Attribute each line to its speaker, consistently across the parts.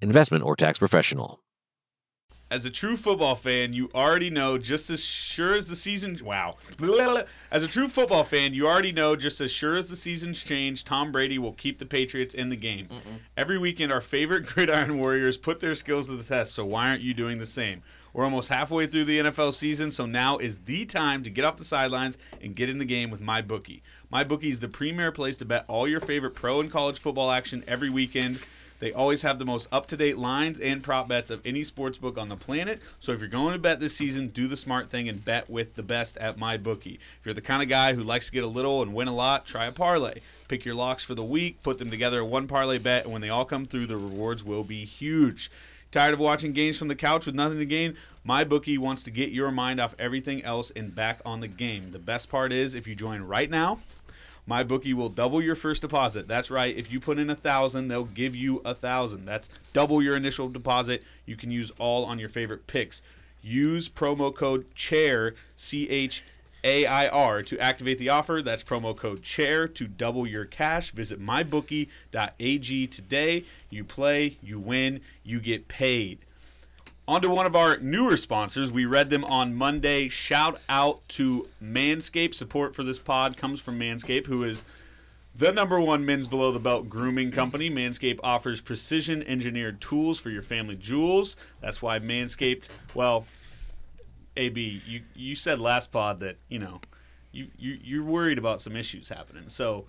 Speaker 1: investment, or tax professional.
Speaker 2: As a true football fan, you already know just as sure as the season. Wow. As a true football fan, you already know just as sure as the seasons change, Tom Brady will keep the Patriots in the game. Every weekend, our favorite gridiron warriors put their skills to the test, so why aren't you doing the same? We're almost halfway through the NFL season, so now is the time to get off the sidelines and get in the game with my bookie. My bookie is the premier place to bet all your favorite pro and college football action every weekend. They always have the most up to date lines and prop bets of any sports book on the planet. So if you're going to bet this season, do the smart thing and bet with the best at MyBookie. If you're the kind of guy who likes to get a little and win a lot, try a parlay. Pick your locks for the week, put them together in one parlay bet, and when they all come through, the rewards will be huge. Tired of watching games from the couch with nothing to gain? MyBookie wants to get your mind off everything else and back on the game. The best part is if you join right now, my bookie will double your first deposit. That's right. If you put in a thousand, they'll give you a thousand. That's double your initial deposit. You can use all on your favorite picks. Use promo code CHAIR C H A I R to activate the offer. That's promo code CHAIR to double your cash. Visit mybookie.ag today. You play, you win, you get paid. On to one of our newer sponsors. We read them on Monday. Shout out to Manscaped. Support for this pod comes from Manscaped, who is the number one men's below the belt grooming company. Manscaped offers precision engineered tools for your family jewels. That's why Manscaped, well, AB, you, you said last pod that, you know, you, you, you're worried about some issues happening. So,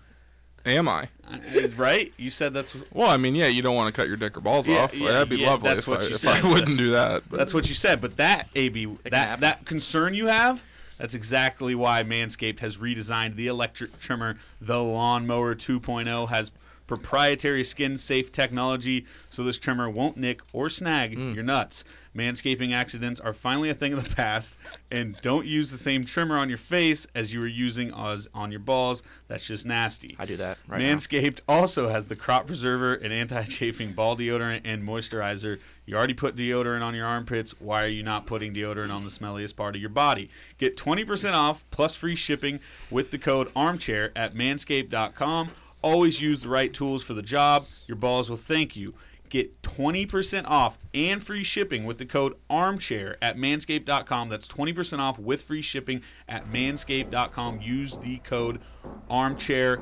Speaker 3: Am I?
Speaker 2: I- right? You said that's
Speaker 3: Well, I mean, yeah, you don't want to cut your dick or balls
Speaker 2: Yeah,
Speaker 3: off.
Speaker 2: yeah,
Speaker 3: That'd be
Speaker 2: yeah,
Speaker 3: lovely
Speaker 2: that's
Speaker 3: if,
Speaker 2: what
Speaker 3: I,
Speaker 2: she
Speaker 3: if
Speaker 2: said,
Speaker 3: I
Speaker 2: but-
Speaker 3: wouldn't do that. But
Speaker 2: That's what you said, but that AB that
Speaker 4: happen.
Speaker 2: that concern you have, that's exactly why Manscaped has redesigned the electric trimmer, the lawnmower 2.0 has proprietary skin safe technology so this trimmer won't nick or snag
Speaker 4: Mm.
Speaker 2: your nuts. Manscaping accidents are finally a thing of the past and don't use the same trimmer on your face as you were using on, on your balls. That's just nasty.
Speaker 4: I do that right now.
Speaker 2: Manscaped also has the crop preserver and anti-chafing ball deodorant and moisturizer. You already put deodorant on your armpits. Why are you not putting deodorant on the smelliest part of your body? Get 20% off plus free shipping with the code armchair at manscaped.com. Always use the right tools for the job. Your balls will thank you. Get 20% off and free shipping with the code armchair at manscaped.com. That's 20% off with free shipping at manscaped.com. Use the code armchair.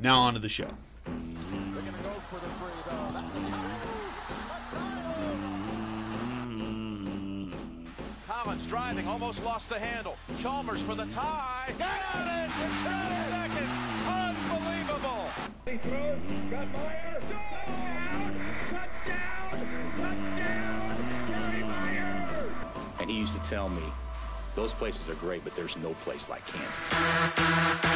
Speaker 2: Now on to the show.
Speaker 5: Collins driving, almost lost the handle. Chalmers for the tie. Got it in 10 seconds. Unbelievable.
Speaker 6: Oh,
Speaker 7: He throws, got Myers, touchdown, touchdown, touchdown, Gary Myers!
Speaker 8: And he used to tell me, those places are great, but there's no place like Kansas.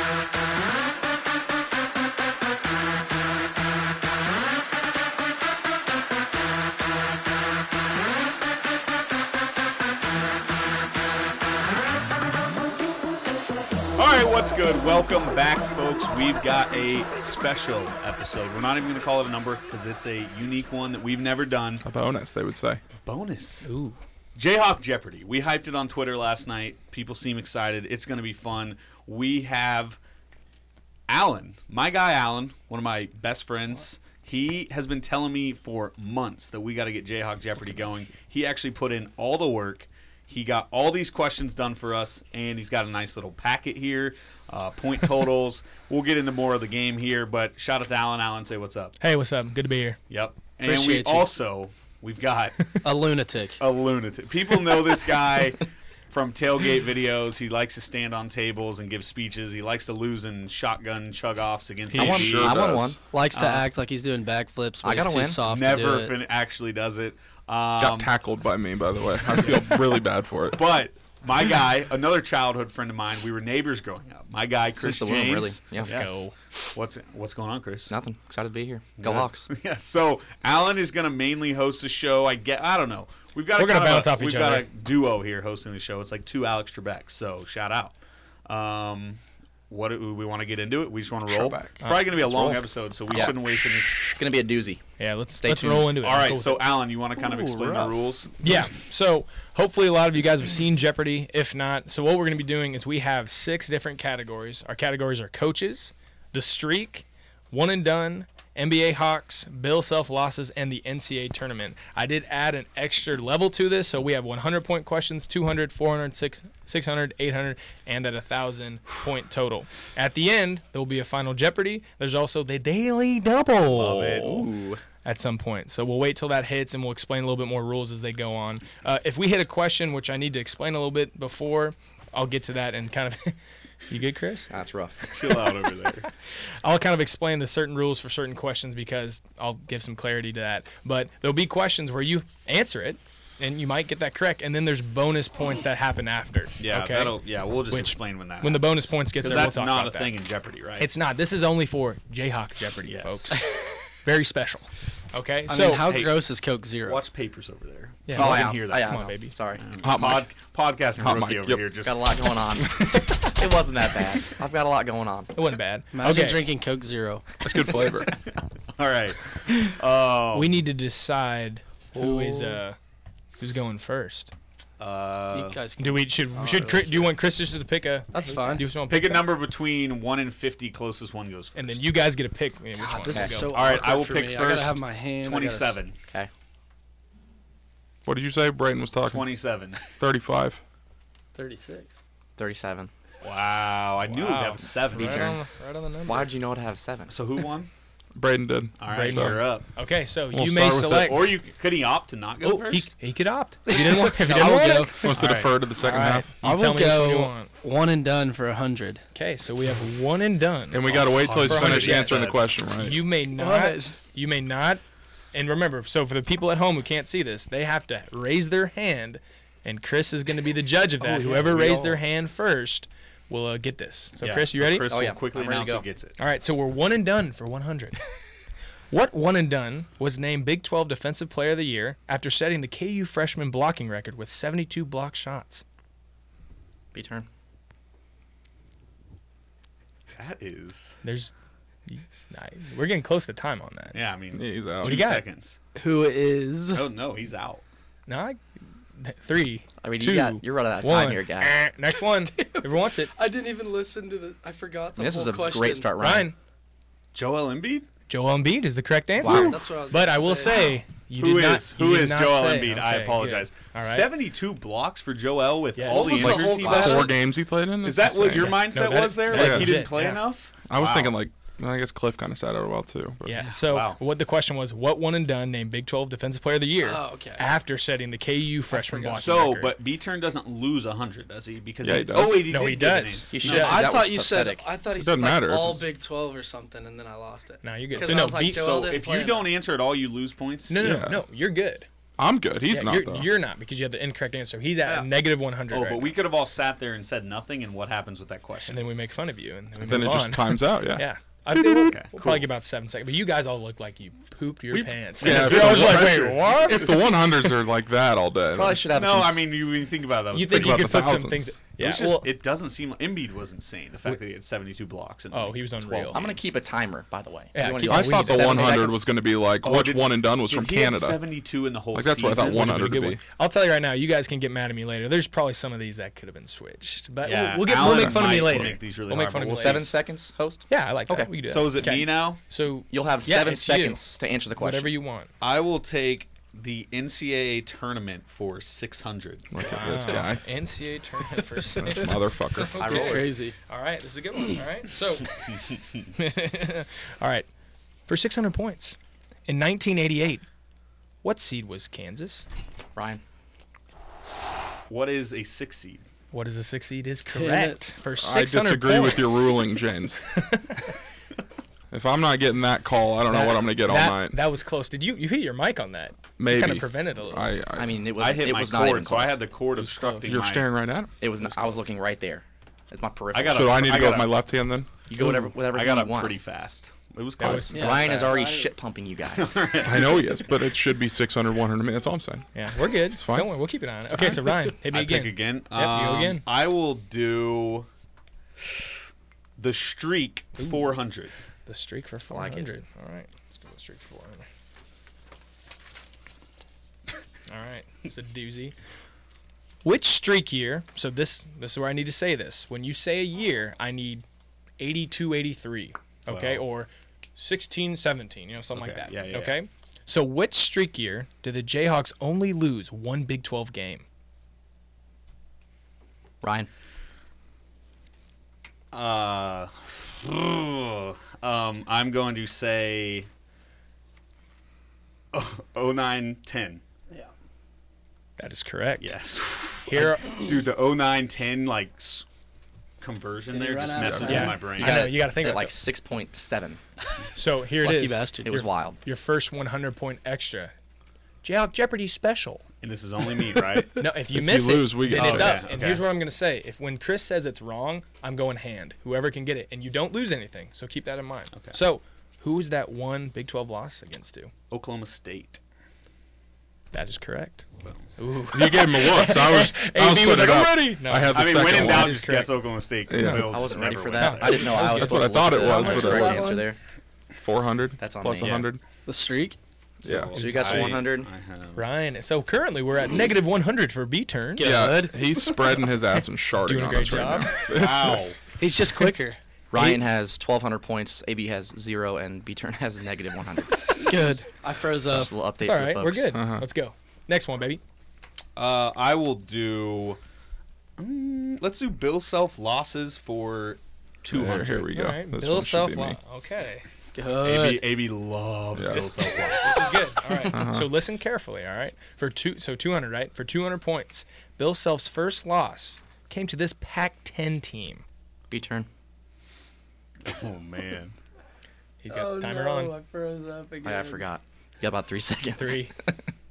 Speaker 2: right, what's good? Welcome back, folks. We've got a special episode. We're not even going to call it a number because it's a unique one that we've never done.
Speaker 3: A bonus, they would say.
Speaker 2: bonus. Ooh. Jayhawk Jeopardy. We hyped it on Twitter last night. People seem excited. It's going to be fun. We have Alan, my guy Alan, one of my best friends. He has been telling me for months that we got to get Jayhawk Jeopardy going. He actually put in all the work. He got all these questions done for us, and he's got a nice little packet here, uh, point totals. we'll get into more of the game here, but shout out to Alan. Alan, say what's up.
Speaker 4: Hey, what's up? Good to be here.
Speaker 2: Yep. and we
Speaker 9: Appreciate you.
Speaker 2: also we've got
Speaker 9: A lunatic.
Speaker 2: a lunatic. People know this guy from tailgate videos. He likes to stand on tables and give speeches. He likes to lose in shotgun chug offs against.
Speaker 3: He
Speaker 2: the
Speaker 3: won-
Speaker 2: Chiefs.
Speaker 3: I
Speaker 6: I
Speaker 3: won
Speaker 6: won
Speaker 3: does. one.
Speaker 6: one.
Speaker 9: Likes
Speaker 4: Uh,
Speaker 9: to act like he's doing backflips, but
Speaker 6: I
Speaker 9: he's
Speaker 6: gotta
Speaker 9: too
Speaker 6: win.
Speaker 9: soft to
Speaker 2: Never
Speaker 9: do it.
Speaker 2: fin- actually does it.
Speaker 3: Got
Speaker 2: Um,
Speaker 3: tackled by me, by the way. I feel really bad for it.
Speaker 2: but my guy, another childhood friend of mine, we were neighbors growing up. My guy, Chris
Speaker 6: Since the womb,
Speaker 2: James.
Speaker 6: really. Yeah.
Speaker 2: Yes.
Speaker 6: Let's go.
Speaker 2: What's what's going on, Chris?
Speaker 6: Nothing. Excited to be here. Go
Speaker 2: Yeah.
Speaker 6: Hawks.
Speaker 2: Yeah. So Alan is going to mainly host the show. I get. I don't know. We've got.
Speaker 4: We're
Speaker 2: going
Speaker 4: gonna
Speaker 2: to
Speaker 4: bounce off each
Speaker 2: We've got
Speaker 4: other.
Speaker 2: a duo here hosting the show. It's like two Alex Trebek. So shout out. Um, what do we want to get into it? We just want to roll.
Speaker 3: Trebek.
Speaker 2: Probably going to be a long
Speaker 6: roll.
Speaker 2: episode, so we
Speaker 6: Yeah.
Speaker 2: shouldn't waste any.
Speaker 6: It's gonna be a doozy.
Speaker 4: Yeah, let's let's
Speaker 6: tuned.
Speaker 4: roll into it.
Speaker 2: All
Speaker 4: I'm
Speaker 2: right.
Speaker 4: cool with
Speaker 2: So
Speaker 4: it.
Speaker 2: Alan, you want to kind of explain the rules?
Speaker 4: yeah, so hopefully a lot of you guys have seen Jeopardy. If not, so what we're going to be doing is we have six different categories. Our categories are coaches, the streak, one and done, NBA Hawks, Bill self losses, and the NCAA tournament. I did add an extra level to this, so we have 100 point questions, 200, 400, 6 600, 800, and at a thousand point total. At the end, there will be a final Jeopardy. There's also the daily double. Love it at some point. So we'll wait till that hits and we'll explain a little bit more rules as they go on. Uh, if we hit a question, which I need to explain a little bit before, I'll get to that and kind of. you good, Chris?
Speaker 6: That's rough.
Speaker 2: Chill out over there.
Speaker 4: I'll kind of explain the certain rules for certain questions because I'll give some clarity to that. But there'll be questions where you answer it and you might get that correct, and then there's bonus points that happen after.
Speaker 2: Yeah.
Speaker 4: okay.
Speaker 2: That'll. Yeah. We'll just
Speaker 4: Which-
Speaker 2: explain when that.
Speaker 4: when the
Speaker 2: happens.
Speaker 4: bonus points gets
Speaker 2: 'Cause
Speaker 4: there,
Speaker 2: that's
Speaker 4: we'll talk
Speaker 2: not
Speaker 4: about
Speaker 2: a
Speaker 4: that.
Speaker 2: thing in Jeopardy, right?
Speaker 4: It's not. This is only for Jayhawk Jeopardy, folks. Very special. Okay.
Speaker 9: I
Speaker 4: so
Speaker 9: mean, how
Speaker 2: hey.
Speaker 9: gross is Coke Zero?
Speaker 2: Watch papers over there.
Speaker 4: Yeah.
Speaker 2: People
Speaker 4: Oh,
Speaker 2: can
Speaker 6: yeah.
Speaker 2: hear that.
Speaker 6: Oh, yeah.
Speaker 4: Come on, baby.
Speaker 6: Sorry.
Speaker 3: Hot mic.
Speaker 2: Pod, podcasting
Speaker 3: Hot
Speaker 2: rookie
Speaker 3: mic,
Speaker 2: over
Speaker 3: yep.
Speaker 2: here. Just
Speaker 6: Got a lot going on. it wasn't that bad. I've got a lot going on.
Speaker 4: It wasn't bad.
Speaker 9: Imagine
Speaker 4: okay.
Speaker 9: drinking Coke Zero.
Speaker 3: That's good flavor.
Speaker 2: all right. Oh.
Speaker 4: We need to decide who is uh who's going first.
Speaker 2: Uh,
Speaker 9: you guys can
Speaker 4: Do we should
Speaker 9: Oh,
Speaker 4: should Chri- do you want Chris just to pick a?
Speaker 9: That's fine.
Speaker 4: Do you want to
Speaker 2: Pick a number between one and fifty. Closest one goes first.
Speaker 4: and then you guys get to pick. I mean, which
Speaker 9: God,
Speaker 4: one.
Speaker 9: this
Speaker 4: Let's
Speaker 9: is
Speaker 4: go.
Speaker 9: so
Speaker 2: All right, I
Speaker 9: awkward
Speaker 2: will
Speaker 9: for
Speaker 2: pick
Speaker 9: me. I gotta
Speaker 2: first.
Speaker 9: have my hand. I gotta s-
Speaker 2: Twenty-seven.
Speaker 6: Okay.
Speaker 3: what did you say? Brayden was talking.
Speaker 2: Twenty-seven.
Speaker 3: 35.
Speaker 9: 36.
Speaker 6: Thirty-seven.
Speaker 2: Wow, I knew we'd
Speaker 4: Wow.
Speaker 2: have seven.
Speaker 4: Right on, right on the number.
Speaker 6: Why'd you know to have seven?
Speaker 2: So who won?
Speaker 3: Brayden did.
Speaker 2: All right,
Speaker 4: Brayden.
Speaker 2: you're up.
Speaker 4: Okay, so
Speaker 3: We'll
Speaker 4: you may
Speaker 3: start with it,
Speaker 4: select.
Speaker 2: Or you could he opt to not go
Speaker 4: oh,
Speaker 2: first?
Speaker 4: he, he could opt. If you didn't want, if you
Speaker 9: I
Speaker 4: didn't
Speaker 9: will
Speaker 4: want
Speaker 9: go.
Speaker 4: it,
Speaker 3: Wants to defer to the second half.
Speaker 4: you
Speaker 9: I
Speaker 4: tell
Speaker 9: will
Speaker 4: me which one you
Speaker 9: go
Speaker 4: want.
Speaker 9: one and done for a hundred.
Speaker 4: Okay, so we have one and done.
Speaker 3: And we got to wait till he's
Speaker 4: For a hundred
Speaker 3: finished answering the
Speaker 2: yes.
Speaker 3: question, right?
Speaker 4: You may not.
Speaker 9: What?
Speaker 4: You may not. And remember, so for the people at home who can't see this, they have to raise their hand, and Chris is going to be the judge of that. Whoever raised their hand first will uh, get this. So,
Speaker 2: Yeah,
Speaker 4: Chris, you
Speaker 2: so
Speaker 4: ready?
Speaker 2: Chris
Speaker 6: Oh,
Speaker 2: will
Speaker 6: yeah.
Speaker 2: quickly
Speaker 6: I'm ready
Speaker 2: announce
Speaker 6: to
Speaker 2: who
Speaker 6: go.
Speaker 2: gets it.
Speaker 4: All right, so we're one and done for 100. what one and done was named Big 12 Defensive Player of the Year after setting the KU freshman blocking record with 72 block shots?
Speaker 6: B turn.
Speaker 2: That is.
Speaker 4: There's, I- we're getting close to time on that.
Speaker 2: Yeah, I mean,
Speaker 3: Yeah, he's out.
Speaker 2: two
Speaker 4: do you got?
Speaker 2: seconds.
Speaker 9: Who is?
Speaker 2: Oh no, he's out.
Speaker 4: No, I, th- three.
Speaker 6: I mean,
Speaker 4: two,
Speaker 6: you got, you're running out of time
Speaker 4: one.
Speaker 6: here, guy.
Speaker 4: Eh, Next one. Whoever wants it.
Speaker 9: I didn't even listen to the. I forgot the
Speaker 6: This
Speaker 9: whole
Speaker 6: is a
Speaker 9: question.
Speaker 6: great start, Ryan.
Speaker 4: Ryan.
Speaker 2: Joel Embiid.
Speaker 4: Joel Embiid is the correct answer.
Speaker 9: That's what I was.
Speaker 4: But
Speaker 9: gonna
Speaker 4: I will say, you
Speaker 2: Who
Speaker 4: did not-
Speaker 2: is
Speaker 4: you
Speaker 2: who
Speaker 4: did
Speaker 2: is
Speaker 4: not
Speaker 2: Joel
Speaker 4: say.
Speaker 2: Embiid?
Speaker 4: Okay,
Speaker 2: I
Speaker 4: good.
Speaker 2: apologize.
Speaker 4: All right.
Speaker 2: Seventy-two blocks for Joel with
Speaker 4: Yes.
Speaker 2: all the
Speaker 9: This was the
Speaker 2: injuries
Speaker 9: whole
Speaker 2: he
Speaker 9: class.
Speaker 3: Four
Speaker 2: got.
Speaker 3: games he played in?
Speaker 2: Is that what your
Speaker 3: Insane.
Speaker 2: mindset
Speaker 4: No, that-
Speaker 2: was there?
Speaker 4: that
Speaker 2: Like
Speaker 4: is
Speaker 2: he
Speaker 4: legit,
Speaker 2: didn't play
Speaker 4: yeah.
Speaker 2: enough?
Speaker 3: I was
Speaker 2: Wow.
Speaker 3: thinking, like, I guess Cliff kind of sat out a while, too. But.
Speaker 4: Yeah. So
Speaker 2: Wow.
Speaker 4: what the question was? What one and done named Big 12 Defensive Player of the Year?
Speaker 9: Oh, okay.
Speaker 4: After setting the KU freshman blocking
Speaker 2: So,
Speaker 4: record.
Speaker 2: but B turn doesn't lose hundred, does he? Because
Speaker 3: Yeah,
Speaker 2: he,
Speaker 3: he does.
Speaker 2: oh wait, he
Speaker 4: No,
Speaker 2: did
Speaker 4: he
Speaker 2: get an
Speaker 4: does.
Speaker 2: answer.
Speaker 6: You
Speaker 9: No,
Speaker 6: should.
Speaker 9: I
Speaker 6: that
Speaker 9: thought
Speaker 6: was
Speaker 9: you
Speaker 6: pathetic.
Speaker 9: said. I thought he said
Speaker 3: doesn't
Speaker 9: like,
Speaker 3: matter if
Speaker 9: all
Speaker 3: it's-
Speaker 9: Big Twelve or something, and then I lost it.
Speaker 4: No, you're good.
Speaker 9: 'Cause
Speaker 4: So
Speaker 9: I
Speaker 4: no,
Speaker 9: was like,
Speaker 4: B-
Speaker 9: Joel
Speaker 2: So
Speaker 9: didn't
Speaker 2: if
Speaker 9: play
Speaker 2: you
Speaker 9: enough.
Speaker 2: don't answer at all, you lose points.
Speaker 4: no, no, no,
Speaker 3: Yeah.
Speaker 4: no, you're good.
Speaker 3: I'm good. He's
Speaker 4: Yeah,
Speaker 3: not,
Speaker 4: you're,
Speaker 3: though.
Speaker 4: you're not because you had the incorrect answer. He's at
Speaker 9: Yeah.
Speaker 4: a negative 100.
Speaker 2: Oh,
Speaker 4: right
Speaker 2: but we
Speaker 4: now.
Speaker 2: could have all sat there and said nothing. And what happens with that
Speaker 4: and
Speaker 2: question?
Speaker 4: then we make fun of you, and then we
Speaker 3: then it
Speaker 4: move
Speaker 3: just
Speaker 4: on.
Speaker 3: times out, yeah.
Speaker 4: yeah. I think we'll,
Speaker 2: Okay,
Speaker 4: we'll
Speaker 2: cool.
Speaker 4: probably get about seven seconds. But you guys all look like you pooped your pants.
Speaker 3: Yeah,
Speaker 4: I
Speaker 3: if
Speaker 4: was
Speaker 3: the
Speaker 4: like,
Speaker 3: pressure-
Speaker 4: wait, what?
Speaker 3: If the 100s are like that all day,
Speaker 6: Probably
Speaker 3: then
Speaker 6: should have.
Speaker 2: No,
Speaker 6: cons-
Speaker 2: I mean you, you think about that.
Speaker 4: You think
Speaker 3: Think
Speaker 4: you
Speaker 3: about
Speaker 4: could
Speaker 3: the
Speaker 4: put some
Speaker 3: thousands.
Speaker 4: things?
Speaker 2: Yeah,
Speaker 4: Yeah,
Speaker 2: just,
Speaker 4: well-
Speaker 2: it doesn't seem Embiid was insane. The fact that he had 72 blocks and
Speaker 4: Oh, he was unreal.
Speaker 6: I'm gonna keep a timer, by the way.
Speaker 4: Yeah,
Speaker 6: You wanna
Speaker 4: keep-
Speaker 6: do, like,
Speaker 3: I thought the
Speaker 6: seven
Speaker 3: 100
Speaker 6: seconds?
Speaker 3: was going to be like
Speaker 2: Oh,
Speaker 3: which
Speaker 2: did-
Speaker 3: one and done was
Speaker 2: did
Speaker 3: from
Speaker 2: he have
Speaker 3: Canada.
Speaker 2: 72 in the whole
Speaker 3: Like, that's what I
Speaker 2: season?
Speaker 3: thought
Speaker 4: Which would've
Speaker 3: 100
Speaker 4: been a
Speaker 3: would
Speaker 4: good
Speaker 3: be.
Speaker 4: one. I'll tell you right now, you guys can get mad at me later. There's probably some of these that could have been switched, but
Speaker 2: Yeah,
Speaker 4: we'll, we'll, get, we'll
Speaker 2: Alan
Speaker 4: make fun of me
Speaker 2: might
Speaker 4: later.
Speaker 2: make these really
Speaker 4: we'll make
Speaker 2: hard,
Speaker 4: fun of
Speaker 2: but
Speaker 4: me
Speaker 2: we'll
Speaker 6: Seven
Speaker 4: later.
Speaker 6: seconds, host.
Speaker 4: Yeah, I like that.
Speaker 6: Okay.
Speaker 4: We can do that.
Speaker 2: So is it
Speaker 4: Okay.
Speaker 2: me now?
Speaker 4: So
Speaker 6: You'll have
Speaker 4: yeah,
Speaker 6: seven
Speaker 4: it's you.
Speaker 6: seconds to answer the question.
Speaker 4: Whatever you want.
Speaker 2: I will take the NCAA tournament for 600.
Speaker 3: Look at this guy.
Speaker 4: NCAA tournament for
Speaker 3: This
Speaker 4: six.
Speaker 3: motherfucker.
Speaker 4: I roll
Speaker 9: Crazy.
Speaker 4: All right, this is a good one. All right, so, all right, for 600 points in 1988, what seed was Kansas?
Speaker 6: Ryan.
Speaker 2: What is a six seed?
Speaker 4: What is a six seed? Is
Speaker 9: it.
Speaker 4: correct for
Speaker 3: I
Speaker 4: 600
Speaker 3: disagree
Speaker 4: points.
Speaker 3: with your ruling, James. if I'm not getting that call, I don't know what I'm going to get all
Speaker 4: that,
Speaker 3: night.
Speaker 4: That was close. Did you you hit your mic on that?
Speaker 3: Maybe.
Speaker 4: Kind of prevented a little.
Speaker 3: I, I,
Speaker 6: I mean, it was.
Speaker 2: I hit
Speaker 6: it
Speaker 2: my
Speaker 6: was not even
Speaker 2: cord, so I
Speaker 6: close.
Speaker 2: had the cord
Speaker 4: was close.
Speaker 2: obstructing
Speaker 3: you're
Speaker 2: my.
Speaker 3: staring right at him.
Speaker 6: It was. n- I was looking right there. It's my peripheral.
Speaker 2: I got a-
Speaker 3: So I need to
Speaker 2: I
Speaker 3: go
Speaker 2: got
Speaker 3: with my
Speaker 2: a-
Speaker 3: left hand then.
Speaker 6: you go whatever. Whatever
Speaker 2: I got
Speaker 6: you
Speaker 2: up
Speaker 6: want.
Speaker 2: pretty fast. It was
Speaker 4: that
Speaker 2: close.
Speaker 4: was,
Speaker 9: Yeah.
Speaker 6: Ryan is
Speaker 9: fast.
Speaker 6: already
Speaker 9: That is-
Speaker 6: shit pumping you guys.
Speaker 3: I know he is, but it should be 600, 100 minutes. All I'm saying.
Speaker 4: yeah, we're good.
Speaker 3: fine.
Speaker 4: Don't worry, we'll keep an eye on it. Okay, so Ryan, hit me
Speaker 2: I
Speaker 4: again.
Speaker 2: pick again.
Speaker 4: Yep, you go
Speaker 2: Um,
Speaker 4: again.
Speaker 2: I will do the streak 400.
Speaker 4: The streak for
Speaker 6: like it.
Speaker 4: 400. All right, let's go with the streak for 400. All right, it's a doozy. Which streak year? So this this is where I need to say this. When you say a year, I need 82, 83, okay,
Speaker 2: Wow.
Speaker 4: or 16, 17, you know, something
Speaker 2: Okay,
Speaker 4: like that.
Speaker 2: yeah, yeah, yeah.
Speaker 4: okay. So which streak year did the Jayhawks only lose one Big 12 game?
Speaker 6: Ryan.
Speaker 2: Uh, um, I'm going to say oh nine ten.
Speaker 4: That is correct.
Speaker 2: Yes.
Speaker 4: Here,
Speaker 2: Dude, the 0910 like s- conversion
Speaker 9: Did it
Speaker 2: there
Speaker 9: run
Speaker 2: just
Speaker 9: out?
Speaker 2: messes
Speaker 4: Yeah.
Speaker 2: with my brain.
Speaker 4: You gotta- you gotta think
Speaker 6: at
Speaker 4: about
Speaker 6: like
Speaker 4: it.
Speaker 6: six point seven.
Speaker 4: so here it
Speaker 9: Lucky
Speaker 4: is.
Speaker 9: bastard.
Speaker 6: It was
Speaker 4: Your-
Speaker 6: wild.
Speaker 4: Your first 100 point extra. Jayhawk Jeopardy special.
Speaker 2: and this is only me, right?
Speaker 4: No, if you
Speaker 3: If
Speaker 4: miss
Speaker 3: you
Speaker 4: it,
Speaker 3: lose, we
Speaker 4: then
Speaker 3: get-
Speaker 4: it's
Speaker 2: Oh,
Speaker 4: up.
Speaker 2: yeah,
Speaker 4: And
Speaker 2: okay.
Speaker 4: here's what I'm gonna say: If when Chris says it's wrong, I'm going hand. Whoever can get it, and you don't lose anything. So keep that in mind. Okay. So, who was that one Big 12 loss against? To
Speaker 2: Oklahoma State.
Speaker 4: that is correct.
Speaker 3: You gave him a look. So I was, I was putting
Speaker 4: AB was
Speaker 3: it
Speaker 4: like, "I'm
Speaker 3: up.
Speaker 4: ready." No.
Speaker 3: I had the
Speaker 2: I mean,
Speaker 3: second
Speaker 2: when in
Speaker 3: one.
Speaker 2: doubt,
Speaker 4: That is
Speaker 2: just guess
Speaker 4: correct.
Speaker 2: Oklahoma State.
Speaker 3: Yeah.
Speaker 2: Bill
Speaker 6: I wasn't ready
Speaker 2: never
Speaker 6: for
Speaker 2: wins
Speaker 6: that. I didn't know I was.
Speaker 3: That's what
Speaker 6: supposed
Speaker 3: I
Speaker 6: to look
Speaker 3: thought
Speaker 6: at
Speaker 3: it
Speaker 6: that.
Speaker 3: was,
Speaker 6: I
Speaker 3: but
Speaker 6: the
Speaker 3: I-
Speaker 6: right answer there.
Speaker 3: 400
Speaker 6: That's on
Speaker 3: plus
Speaker 6: me, yeah.
Speaker 3: 100.
Speaker 9: The streak.
Speaker 3: Yeah.
Speaker 2: So
Speaker 6: So you got
Speaker 2: I-
Speaker 6: some 100.
Speaker 2: I have-
Speaker 4: Ryan. So currently we're at negative 100 for B turn.
Speaker 3: Yeah, he's spreading his ass and sharding
Speaker 4: Doing a
Speaker 3: on
Speaker 4: great
Speaker 3: us right
Speaker 4: job.
Speaker 3: now.
Speaker 2: Wow.
Speaker 9: He's just quicker.
Speaker 6: Ryan has 1,200 points. AB has zero, and B turn has negative 100. Just
Speaker 9: Good. I froze
Speaker 6: a
Speaker 9: up.
Speaker 6: little update
Speaker 4: It's
Speaker 6: for
Speaker 4: all
Speaker 6: the
Speaker 4: right. We're
Speaker 6: folks.
Speaker 4: good.
Speaker 3: Uh-huh.
Speaker 4: Let's go. Next one, baby.
Speaker 2: Uh, I will do. Mm, let's do Bill Self losses for two
Speaker 3: There, here
Speaker 2: hundred.
Speaker 3: we go.
Speaker 4: all right.
Speaker 3: This
Speaker 4: Bill
Speaker 3: one should
Speaker 4: self
Speaker 3: be me.
Speaker 4: Okay.
Speaker 9: Good.
Speaker 2: AB, AB loves
Speaker 3: Yeah.
Speaker 2: Bill Self losses.
Speaker 4: This is good. All right.
Speaker 2: Uh-huh.
Speaker 4: So listen carefully. All right. For two, so 200, right? For 200 points, Bill Self's first loss came to this Pac-10 team.
Speaker 6: B turn.
Speaker 2: oh man.
Speaker 4: He's got the timer on.
Speaker 9: Oh, I froze up again.
Speaker 6: Oh, I, I forgot. You got about three seconds.
Speaker 4: Three,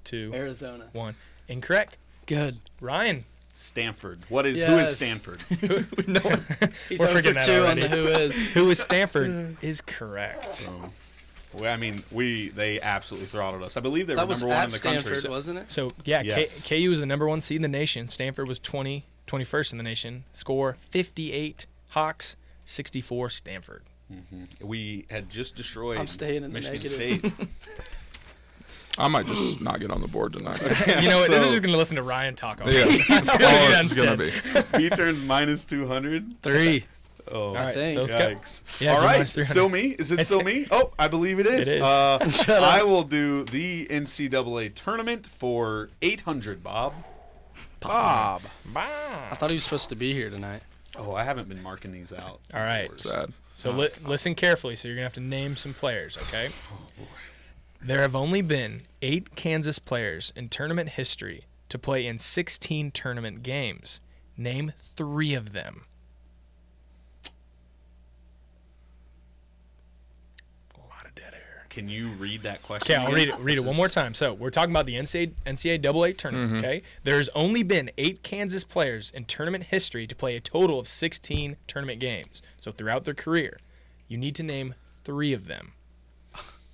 Speaker 4: two,
Speaker 9: Arizona.
Speaker 4: one. Incorrect.
Speaker 9: Good.
Speaker 4: Ryan.
Speaker 2: Stanford. What is who is
Speaker 9: Yes.
Speaker 2: Stanford?
Speaker 9: He's
Speaker 4: We're
Speaker 9: over
Speaker 4: forgetting that
Speaker 9: two on
Speaker 4: already.
Speaker 9: the who is.
Speaker 4: Who is Stanford is correct.
Speaker 2: Oh. Well, I mean, we they absolutely throttled us. I believe they were
Speaker 9: That was
Speaker 2: number one in
Speaker 9: at
Speaker 2: the
Speaker 9: Stanford,
Speaker 2: country.
Speaker 9: wasn't it?
Speaker 4: So yeah,
Speaker 2: Yes.
Speaker 4: K- KU was the number one seed in the nation. Stanford was 20, 21st in the nation. Score 58. Hawks 64. Stanford.
Speaker 2: we had just destroyed
Speaker 9: I'm staying in the
Speaker 2: Michigan
Speaker 9: negative.
Speaker 2: State.
Speaker 3: I might just not get on the board tonight.
Speaker 4: you know what? this
Speaker 2: so-
Speaker 4: is just gonna listen to Ryan talk all
Speaker 3: yeah,
Speaker 4: day.
Speaker 3: that's all
Speaker 4: that
Speaker 3: it's gonna be.
Speaker 2: B turns minus two hundred.
Speaker 9: Three.
Speaker 2: Oh,
Speaker 4: All right,
Speaker 9: think.
Speaker 4: so let's go.
Speaker 2: yikes!
Speaker 4: Yeah,
Speaker 2: All
Speaker 4: do
Speaker 2: right,
Speaker 4: minus 300.
Speaker 2: still me? Is it still me? Oh, I believe it is.
Speaker 4: It is.
Speaker 2: Uh,
Speaker 9: Shut
Speaker 2: I will do the NCAA tournament for eight hundred, Bob.
Speaker 9: Bob.
Speaker 4: Bye.
Speaker 9: I thought he was supposed to be here tonight.
Speaker 2: Oh, I haven't been marking these out.
Speaker 4: All right.
Speaker 2: Of course.
Speaker 3: Sad.
Speaker 4: So li- listen carefully. So you're gonna have to name some players, okay? There have only been eight Kansas players in tournament history to play in 16 tournament games. Name three of them. A lot of dead air.
Speaker 2: Can you read that question?
Speaker 4: Okay, I'll
Speaker 2: again?
Speaker 4: read it. Read it one more time. So we're talking about the NCAA, NCAA tournament. Okay, there's only been eight Kansas players in tournament history to play a total of 16 tournament games. So throughout their career, you need to name three of them.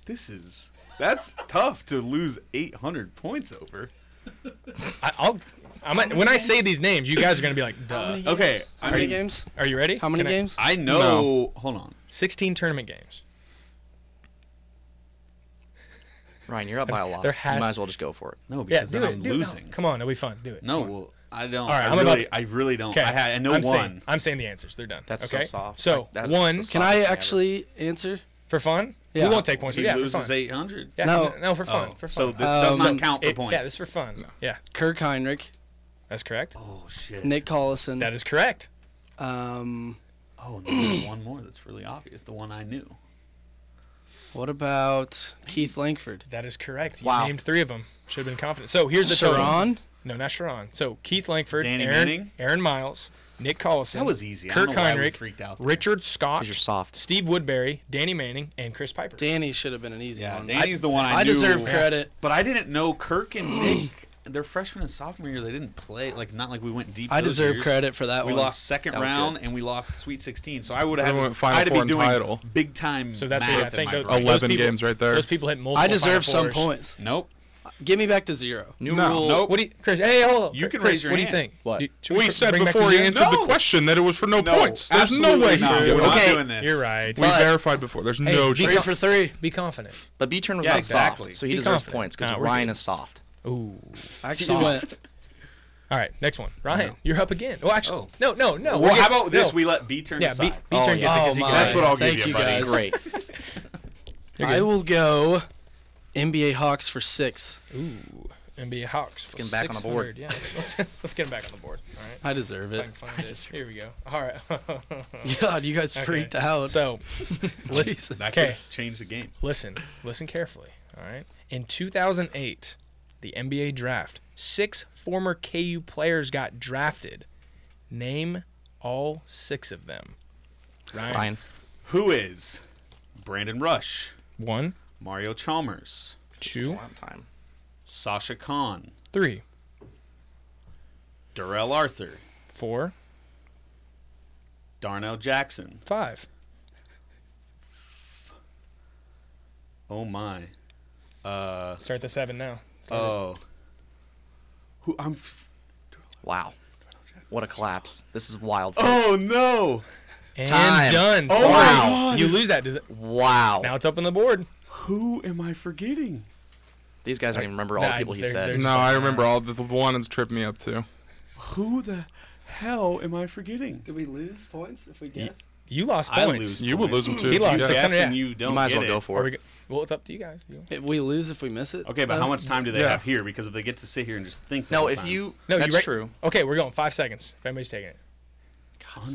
Speaker 2: This is that's tough to lose eight hundred points over.
Speaker 4: I, I'll I'm at, when I say these names, you guys are gonna be like, duh.
Speaker 9: many
Speaker 2: Okay, games?
Speaker 9: How
Speaker 2: I
Speaker 9: many
Speaker 2: mean,
Speaker 9: games?
Speaker 4: Are you ready?
Speaker 9: How many
Speaker 4: Can I-
Speaker 9: games?
Speaker 2: I know. Hold on.
Speaker 4: 16 tournament games.
Speaker 6: Ryan, you're up by a lot.
Speaker 4: There
Speaker 6: you
Speaker 4: has-
Speaker 6: might as well just go for it.
Speaker 2: No,
Speaker 4: Yeah,
Speaker 2: because
Speaker 4: do
Speaker 2: then
Speaker 4: it.
Speaker 2: I'm
Speaker 4: do it. No,
Speaker 2: losing.
Speaker 4: Come on, it'll be fun. Do it.
Speaker 2: No, well, I don't.
Speaker 4: All right,
Speaker 2: I
Speaker 4: I'm about-
Speaker 2: really, I really don't.
Speaker 4: Okay.
Speaker 2: I, had, I know
Speaker 4: I'm
Speaker 2: one.
Speaker 4: Saying, I'm saying the answers. They're done.
Speaker 6: That's so
Speaker 4: okay?
Speaker 6: soft.
Speaker 4: So
Speaker 6: Like, that's
Speaker 4: one
Speaker 6: the soft-
Speaker 9: Can I
Speaker 6: Ever.
Speaker 9: actually answer?
Speaker 4: for fun.
Speaker 9: Yeah.
Speaker 4: We won't take points.
Speaker 2: He
Speaker 4: but yeah, for
Speaker 2: loses
Speaker 4: fun.
Speaker 2: eight hundred.
Speaker 4: Yeah,
Speaker 9: No.
Speaker 4: no, for fun. For
Speaker 2: So
Speaker 4: fun.
Speaker 2: this does
Speaker 9: Um,
Speaker 2: not count for
Speaker 4: It-
Speaker 2: points.
Speaker 4: Yeah, this is for fun. Yeah,
Speaker 9: Kirk Heinrich,
Speaker 4: that's correct.
Speaker 2: oh shit.
Speaker 9: Nick Collison.
Speaker 4: That is correct.
Speaker 9: Um,
Speaker 2: Oh, and there's one more that's really obvious. The one I knew.
Speaker 9: what about Keith Langford?
Speaker 4: That is correct. You
Speaker 6: Wow.
Speaker 4: named three of them. Should have been confident. So here's the total.
Speaker 9: Sharon?
Speaker 4: No, not Sharon. So Keith Langford,
Speaker 2: Danny
Speaker 4: Aaron,
Speaker 2: Manning?
Speaker 4: Aaron Miles, Nick Collison.
Speaker 2: That was easy. I don't
Speaker 4: Kirk
Speaker 2: know why we
Speaker 4: Heinrich,
Speaker 2: freaked out there.
Speaker 4: Richard Scott,
Speaker 6: 'Cause you're soft.
Speaker 4: Steve Woodbury, Danny Manning, and Chris Piper.
Speaker 9: Danny should have been an easy one.
Speaker 2: Danny's the one I,
Speaker 9: I
Speaker 2: knew.
Speaker 9: deserve credit.
Speaker 2: But I didn't know Kirk and Nick. Their freshman and sophomore year, they didn't play. Like not like we went deep.
Speaker 9: I
Speaker 2: those
Speaker 9: deserve
Speaker 2: years.
Speaker 9: credit for that
Speaker 2: We
Speaker 9: one.
Speaker 2: lost second
Speaker 6: That was
Speaker 2: round and we lost Sweet 16. So I would have
Speaker 3: Then we
Speaker 2: had
Speaker 3: went Final
Speaker 2: I had to
Speaker 3: Four
Speaker 2: be
Speaker 3: and
Speaker 2: doing
Speaker 3: title.
Speaker 2: big time.
Speaker 4: So that's what
Speaker 2: math
Speaker 4: I think.
Speaker 2: in
Speaker 4: Those,
Speaker 2: my brain.
Speaker 4: those
Speaker 3: 11
Speaker 4: people,
Speaker 3: games right there.
Speaker 4: Those people hit multiple.
Speaker 9: I deserve
Speaker 4: Final
Speaker 9: some
Speaker 4: Fours.
Speaker 9: points.
Speaker 2: Nope.
Speaker 9: Give me back to zero.
Speaker 6: New
Speaker 3: No.
Speaker 6: rule.
Speaker 2: Nope.
Speaker 4: What do you, Chris? Hey, hold on.
Speaker 2: You can
Speaker 4: Chris,
Speaker 2: raise your
Speaker 4: What do you
Speaker 2: hand.
Speaker 4: think?
Speaker 6: What?
Speaker 4: Do- should
Speaker 3: We
Speaker 4: fr-
Speaker 3: said
Speaker 4: bring back
Speaker 3: before
Speaker 4: the
Speaker 3: he
Speaker 4: zero?
Speaker 3: answered
Speaker 2: No.
Speaker 3: the question that it was for no, points. There's no
Speaker 2: absolutely
Speaker 3: way.
Speaker 2: not.
Speaker 3: he
Speaker 2: We're
Speaker 3: would.
Speaker 2: not
Speaker 9: Okay.
Speaker 2: doing this.
Speaker 4: You're right.
Speaker 3: We verified before. There's
Speaker 4: Hey,
Speaker 3: no
Speaker 4: be
Speaker 3: chance.
Speaker 9: Three for three.
Speaker 4: Be confident.
Speaker 6: But B turn was
Speaker 2: Yeah,
Speaker 6: not
Speaker 2: exactly.
Speaker 6: soft, so he
Speaker 4: Be
Speaker 6: deserves
Speaker 4: confident.
Speaker 6: points because
Speaker 4: Nah, we're
Speaker 6: Ryan
Speaker 4: good.
Speaker 6: is soft.
Speaker 4: Ooh.
Speaker 9: I actually went.
Speaker 4: All right, next one. Ryan, you're up again. Oh, actually,
Speaker 2: Oh.
Speaker 4: no, no, no.
Speaker 2: Well,
Speaker 4: we're
Speaker 2: how
Speaker 4: getting-
Speaker 2: about this?
Speaker 4: no.
Speaker 2: We let B turn
Speaker 4: yeah, B,
Speaker 2: aside.
Speaker 4: B turn gets it
Speaker 9: Oh,
Speaker 4: because he
Speaker 9: my.
Speaker 4: got
Speaker 2: That's
Speaker 4: it.
Speaker 2: what I'll give
Speaker 9: Thank
Speaker 2: you,
Speaker 9: you,
Speaker 2: buddy.
Speaker 9: guys.
Speaker 6: Great.
Speaker 4: You're
Speaker 9: I
Speaker 4: good.
Speaker 9: will go NBA Hawks for six.
Speaker 4: Ooh, NBA Hawks. Let's
Speaker 6: get him back on the board.
Speaker 4: Yeah, let's, let's, let's get him back on the board. All right.
Speaker 9: I deserve
Speaker 4: If I
Speaker 9: it.
Speaker 4: can find it. Here we go. All right.
Speaker 9: God, you guys freaked out.
Speaker 4: so, listen.
Speaker 2: That
Speaker 4: Okay,
Speaker 2: could change the game.
Speaker 4: listen. Listen carefully. All right. In 2008, the NBA draft, six former KU players got drafted. Name all six of them. Ryan.
Speaker 6: Ryan.
Speaker 2: Who is Brandon Rush,
Speaker 4: One,
Speaker 2: Mario Chalmers,
Speaker 4: two,
Speaker 6: One time.
Speaker 2: Sasha Khan,
Speaker 4: three,
Speaker 2: Darrell Arthur,
Speaker 4: four,
Speaker 2: Darnell Jackson?
Speaker 4: five.
Speaker 2: Oh my. Uh
Speaker 4: Start the seven now.
Speaker 2: oh. Who I'm f-
Speaker 6: Wow. What a collapse. This is wild. folks.
Speaker 2: Oh no.
Speaker 4: And
Speaker 6: Time.
Speaker 4: done.
Speaker 6: Oh my
Speaker 4: Sorry. You lose that. Does it-
Speaker 6: Wow.
Speaker 4: Now it's up on the board.
Speaker 2: Who am I forgetting?
Speaker 6: These guys don't even remember all
Speaker 4: Nah,
Speaker 6: the people he
Speaker 4: they're-
Speaker 6: said.
Speaker 4: they're-
Speaker 3: No, I remember all the, the one that's tripped me up too.
Speaker 2: Who the hell am I forgetting?
Speaker 9: Did we lose points if we guess?
Speaker 4: You lost
Speaker 2: I lose.
Speaker 4: points.
Speaker 3: You would lose them too.
Speaker 4: He lost
Speaker 3: Yeah.
Speaker 4: six
Speaker 2: Yes,
Speaker 4: hundred,
Speaker 2: and
Speaker 4: yeah.
Speaker 2: you don't
Speaker 6: You might as
Speaker 2: get
Speaker 6: well
Speaker 2: it.
Speaker 6: go for
Speaker 4: Are we
Speaker 6: it.
Speaker 4: go- well, it's up to you guys. You-
Speaker 9: we lose if we miss it. Um,
Speaker 2: Okay, but how much time do they
Speaker 3: Yeah.
Speaker 2: have here? Because if they get to sit here and just think, the
Speaker 6: No,
Speaker 2: whole
Speaker 6: if
Speaker 2: time-
Speaker 6: you.
Speaker 4: No,
Speaker 6: that's
Speaker 4: you right-
Speaker 6: true.
Speaker 4: Okay, we're going five seconds. If anybody's taking it.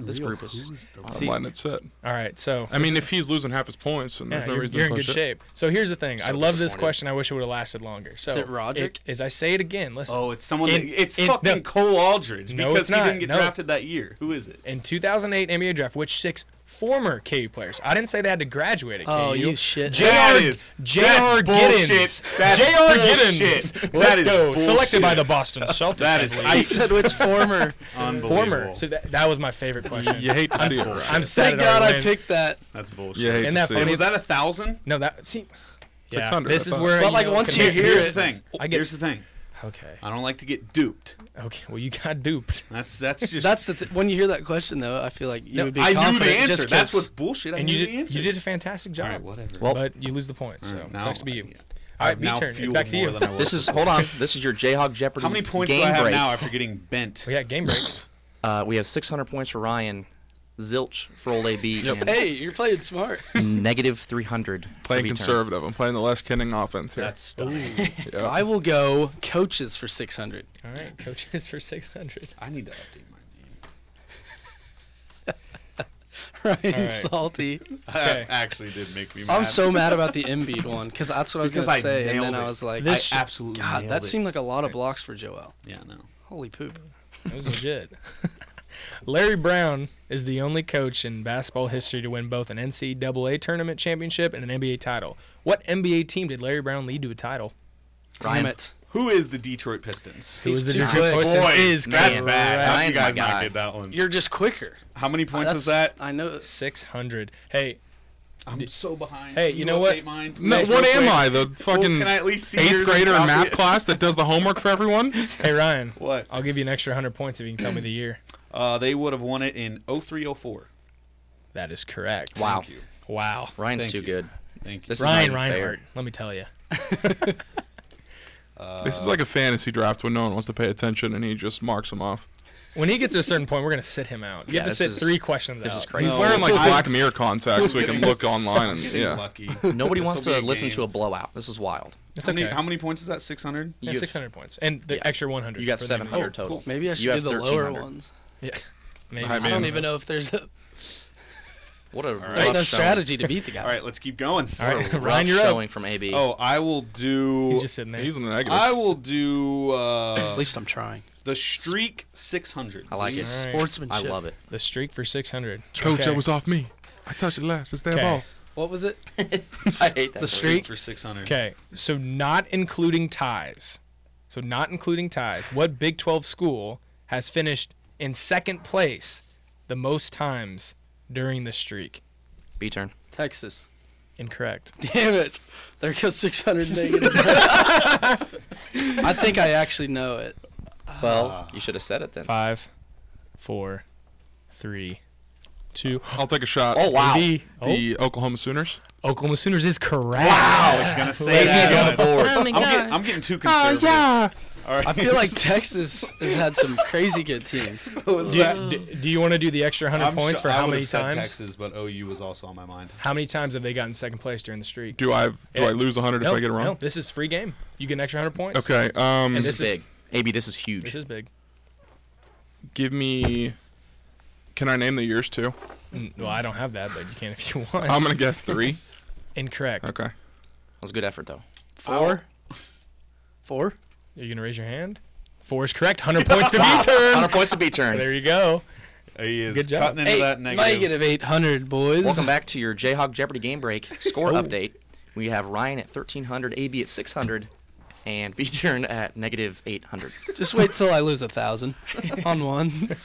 Speaker 6: This group is.
Speaker 3: I'm letting it sit.
Speaker 4: All right. So
Speaker 3: I mean, if he's losing half his points, and
Speaker 4: yeah,
Speaker 3: there's no
Speaker 4: you're,
Speaker 3: reason
Speaker 4: you're
Speaker 3: to
Speaker 4: in good
Speaker 3: push it.
Speaker 4: shape. So here's the thing. I love this
Speaker 6: disappointed.
Speaker 4: question. I wish it would have lasted longer. So
Speaker 9: it Roderick?
Speaker 4: As I say it again, listen.
Speaker 2: oh, it's someone.
Speaker 4: In-
Speaker 2: that, it's
Speaker 4: in-
Speaker 2: fucking
Speaker 4: no.
Speaker 2: Cole Aldridge
Speaker 4: No,
Speaker 2: because
Speaker 4: it's
Speaker 2: he
Speaker 4: not.
Speaker 2: didn't get
Speaker 4: No.
Speaker 2: drafted that year. Who is it?
Speaker 4: in 2008 NBA draft, which six former KU players? I didn't say they had to graduate at
Speaker 9: Oh,
Speaker 4: KU.
Speaker 9: you shit.
Speaker 4: J.R.
Speaker 2: That is-
Speaker 4: J.R.
Speaker 2: that's bullshit.
Speaker 4: Giddens.
Speaker 2: That's
Speaker 4: J.R.
Speaker 2: bullshit.
Speaker 4: Giddens.
Speaker 2: That
Speaker 4: Let's
Speaker 2: is
Speaker 4: go. Selected by
Speaker 2: bullshit.
Speaker 4: the Boston Celtics.
Speaker 2: That
Speaker 4: I
Speaker 2: is
Speaker 4: believe.
Speaker 9: I
Speaker 2: I-
Speaker 9: said which former.
Speaker 2: Unbelievable.
Speaker 4: former. So that, that was my favorite question.
Speaker 3: You hate to see it. Right?
Speaker 4: I'm sad.
Speaker 9: Thank
Speaker 4: it already
Speaker 9: God I
Speaker 4: went.
Speaker 9: picked that.
Speaker 2: That's bullshit.
Speaker 3: You hate
Speaker 4: And
Speaker 3: to
Speaker 4: that
Speaker 3: see
Speaker 4: funny-
Speaker 2: And
Speaker 3: it.
Speaker 2: was that a thousand?
Speaker 4: No, that see. Yeah,
Speaker 3: 600,
Speaker 4: this
Speaker 3: I
Speaker 4: is
Speaker 3: thought.
Speaker 4: where.
Speaker 9: But,
Speaker 4: you
Speaker 9: like,
Speaker 4: know,
Speaker 9: once
Speaker 4: can
Speaker 9: you
Speaker 4: make
Speaker 9: hear
Speaker 4: your
Speaker 9: it-
Speaker 2: Here's the
Speaker 4: distance.
Speaker 2: thing.
Speaker 4: I get.
Speaker 2: Here's the thing.
Speaker 4: Okay.
Speaker 2: I don't like to get duped.
Speaker 4: Okay. Well, you got duped,
Speaker 2: That's that's just.
Speaker 9: That's the th- when you hear that question though. I feel like you
Speaker 4: No,
Speaker 9: would be
Speaker 2: I knew
Speaker 9: confident
Speaker 2: the answer.
Speaker 9: just
Speaker 2: That's
Speaker 9: 'cause-
Speaker 2: what's bullshit. I
Speaker 4: and
Speaker 2: knew
Speaker 4: you
Speaker 2: the
Speaker 4: did.
Speaker 2: answer.
Speaker 4: You did a fantastic job.
Speaker 2: All right, whatever.
Speaker 4: but you lose the point, so
Speaker 2: All right,
Speaker 4: it sucks to be you.
Speaker 2: yeah. I've
Speaker 4: All right, B
Speaker 2: now
Speaker 4: turn. It's
Speaker 2: fueled
Speaker 4: back to
Speaker 2: more
Speaker 4: you.
Speaker 2: than I was
Speaker 6: This is. Hold on. This is your Jayhawk Jeopardy.
Speaker 2: How many points
Speaker 6: game
Speaker 2: do I have
Speaker 6: break.
Speaker 2: now after getting bent?
Speaker 4: We got game break.
Speaker 6: Uh, we have 600 points for Ryan, zilch for old AB,
Speaker 9: Hey, you're playing smart.
Speaker 6: and negative 300. for
Speaker 3: playing
Speaker 6: return.
Speaker 3: conservative. I'm playing the left Kenning offense here.
Speaker 2: That's stunning.
Speaker 9: I will go coaches for 600.
Speaker 4: All right, coaches for six hundred.
Speaker 2: I need to update my name.
Speaker 9: Ryan
Speaker 4: right.
Speaker 9: Salty.
Speaker 4: Okay.
Speaker 2: That actually did make me. Mad.
Speaker 9: I'm so mad about the Embiid one because that's what I was
Speaker 2: Because
Speaker 9: gonna
Speaker 2: I
Speaker 9: say, and
Speaker 2: nailed
Speaker 9: then I
Speaker 2: it.
Speaker 9: was like,
Speaker 4: This-
Speaker 2: I absolutely.
Speaker 9: God,
Speaker 2: nailed
Speaker 9: that
Speaker 2: it.
Speaker 9: seemed like a lot of blocks for Joel.
Speaker 2: Yeah, no.
Speaker 9: Holy poop.
Speaker 4: It was legit. Larry Brown is the only coach in basketball history to win both an NCAA tournament championship and an NBA title. What NBA team did Larry Brown lead to a title?
Speaker 9: Damn it.
Speaker 2: Who is the Detroit Pistons?
Speaker 4: Who
Speaker 9: He's
Speaker 4: is the
Speaker 9: too
Speaker 4: Detroit
Speaker 9: quick.
Speaker 4: Pistons?
Speaker 2: Boy,
Speaker 4: Is
Speaker 2: that's
Speaker 6: man.
Speaker 2: bad. How you
Speaker 6: Ryan's my
Speaker 2: guys not
Speaker 6: guy.
Speaker 2: get that one?
Speaker 9: You're just quicker.
Speaker 2: How many Uh, points was
Speaker 9: That's-
Speaker 2: that?
Speaker 9: I know.
Speaker 4: six hundred. Hey,
Speaker 2: I'm so behind.
Speaker 4: Hey,
Speaker 2: Can
Speaker 4: you know what?
Speaker 2: update Mine,
Speaker 3: No,
Speaker 2: please,
Speaker 3: what
Speaker 2: real
Speaker 3: am
Speaker 2: quick?
Speaker 3: I? The fucking
Speaker 2: can I at least see yours
Speaker 3: eighth
Speaker 2: and
Speaker 3: grader in
Speaker 2: copy
Speaker 3: math
Speaker 2: it?
Speaker 3: class that does the homework for everyone?
Speaker 4: Hey Ryan,
Speaker 2: What?
Speaker 4: I'll give you an extra hundred points if you can tell me the year.
Speaker 2: Uh, they would have won it in 0304.
Speaker 4: That is correct.
Speaker 6: Wow.
Speaker 2: Thank you.
Speaker 4: Wow.
Speaker 6: Ryan's
Speaker 2: Thank
Speaker 6: too
Speaker 2: you.
Speaker 6: good.
Speaker 2: Thank you.
Speaker 6: This
Speaker 4: Ryan
Speaker 6: is not even fair.
Speaker 4: Reinhardt. Let me tell you.
Speaker 3: this is like a fantasy draft when no one wants to pay attention and he just marks them off.
Speaker 4: When he gets to a certain point, we're gonna sit him out. You
Speaker 6: Yeah,
Speaker 4: have to
Speaker 6: this
Speaker 4: sit
Speaker 6: is-
Speaker 4: three questions
Speaker 6: this
Speaker 4: out.
Speaker 6: is crazy.
Speaker 3: He's
Speaker 2: No.
Speaker 3: wearing like
Speaker 2: I-
Speaker 3: Black Mirror contacts so he can look online and
Speaker 2: Getting
Speaker 3: yeah.
Speaker 2: lucky.
Speaker 6: Nobody
Speaker 2: This'll
Speaker 6: wants
Speaker 2: be
Speaker 6: to listen
Speaker 2: game.
Speaker 6: to a blowout. This is wild.
Speaker 4: It's
Speaker 2: How
Speaker 4: okay.
Speaker 2: many, how many points is that? 600?
Speaker 4: yeah,
Speaker 6: you-
Speaker 4: 600 points. And the
Speaker 6: Yeah.
Speaker 4: extra 100.
Speaker 6: You got
Speaker 4: for Oh, the
Speaker 6: seven
Speaker 4: new year.
Speaker 6: hundred total.
Speaker 9: Maybe I should
Speaker 6: You
Speaker 9: do
Speaker 6: have
Speaker 9: the lower
Speaker 6: 1300.
Speaker 9: ones.
Speaker 4: Yeah. Maybe.
Speaker 3: I
Speaker 9: I
Speaker 3: mean-
Speaker 9: don't even know if there's a
Speaker 6: What a
Speaker 2: right.
Speaker 6: rough
Speaker 9: no
Speaker 6: showing.
Speaker 9: strategy to beat the guy.
Speaker 2: All right, let's keep going.
Speaker 4: All right,
Speaker 6: What a rough
Speaker 4: Ryan, you're
Speaker 6: showing
Speaker 4: up.
Speaker 6: from AB.
Speaker 2: Oh, I will do.
Speaker 4: He's just sitting there.
Speaker 3: He's in the negative.
Speaker 2: I will do uh,
Speaker 9: At least I'm trying.
Speaker 2: the streak 600.
Speaker 6: I like it.
Speaker 4: All right.
Speaker 6: I
Speaker 9: Sportsmanship.
Speaker 6: love it.
Speaker 4: The streak for 600.
Speaker 3: Coach,
Speaker 4: Okay.
Speaker 3: that was off me. I touched it last. It's their
Speaker 4: Okay.
Speaker 3: ball.
Speaker 9: What was it?
Speaker 6: I hate that.
Speaker 9: The streak.
Speaker 2: for 600.
Speaker 4: Okay, so not including ties. So not including ties. What Big 12 school has finished in second place the most times during the streak?
Speaker 6: B turn.
Speaker 9: Texas.
Speaker 4: Incorrect.
Speaker 9: Damn it. There goes 600 negative. I think I actually know it.
Speaker 6: Well, you should have said it then.
Speaker 4: Five, four, three, two.
Speaker 3: I'll take a shot.
Speaker 6: Oh wow.
Speaker 4: AB. Oh,
Speaker 3: The Oklahoma Sooners.
Speaker 4: Oklahoma Sooners is correct.
Speaker 2: It's gonna say that. Oh
Speaker 9: Oh
Speaker 6: board.
Speaker 2: I'm, get, I'm getting too conservative. All
Speaker 9: I
Speaker 2: right.
Speaker 9: feel like Texas has had some crazy good teams.
Speaker 4: Do you, do, do you want to do the extra 100
Speaker 2: I'm
Speaker 4: points
Speaker 2: sure-
Speaker 4: for
Speaker 2: I
Speaker 4: how
Speaker 2: would've
Speaker 4: many
Speaker 2: said
Speaker 4: times?
Speaker 2: Texas, but OU was also on my mind.
Speaker 4: How many times have they gotten second place during the streak?
Speaker 3: Do I do I lose 100
Speaker 4: no,
Speaker 3: if I get it wrong?
Speaker 4: no, this is free game. You get an extra 100 points.
Speaker 3: Okay. Um,
Speaker 4: And
Speaker 6: This is
Speaker 4: This is-
Speaker 6: big. AB, this is huge.
Speaker 4: This is big.
Speaker 3: give me. Can I name the years too?
Speaker 4: N- Well, I don't have that, but you can if you want.
Speaker 3: I'm gonna guess three.
Speaker 4: Incorrect.
Speaker 3: Okay.
Speaker 6: That was a good effort though.
Speaker 9: Four? Four?
Speaker 4: Are you gonna raise your hand? Four is correct. Hundred points to B turn.
Speaker 6: 100 points to B turn.
Speaker 4: There you go.
Speaker 2: He is
Speaker 4: Good job.
Speaker 2: cutting into that negative.
Speaker 9: Negative 800, boys.
Speaker 6: Welcome back to your Jayhawk Jeopardy game break score update. We have Ryan at 1300, AB at 600, and B turn at negative 800.
Speaker 9: Just wait till I lose a 1,000 on one.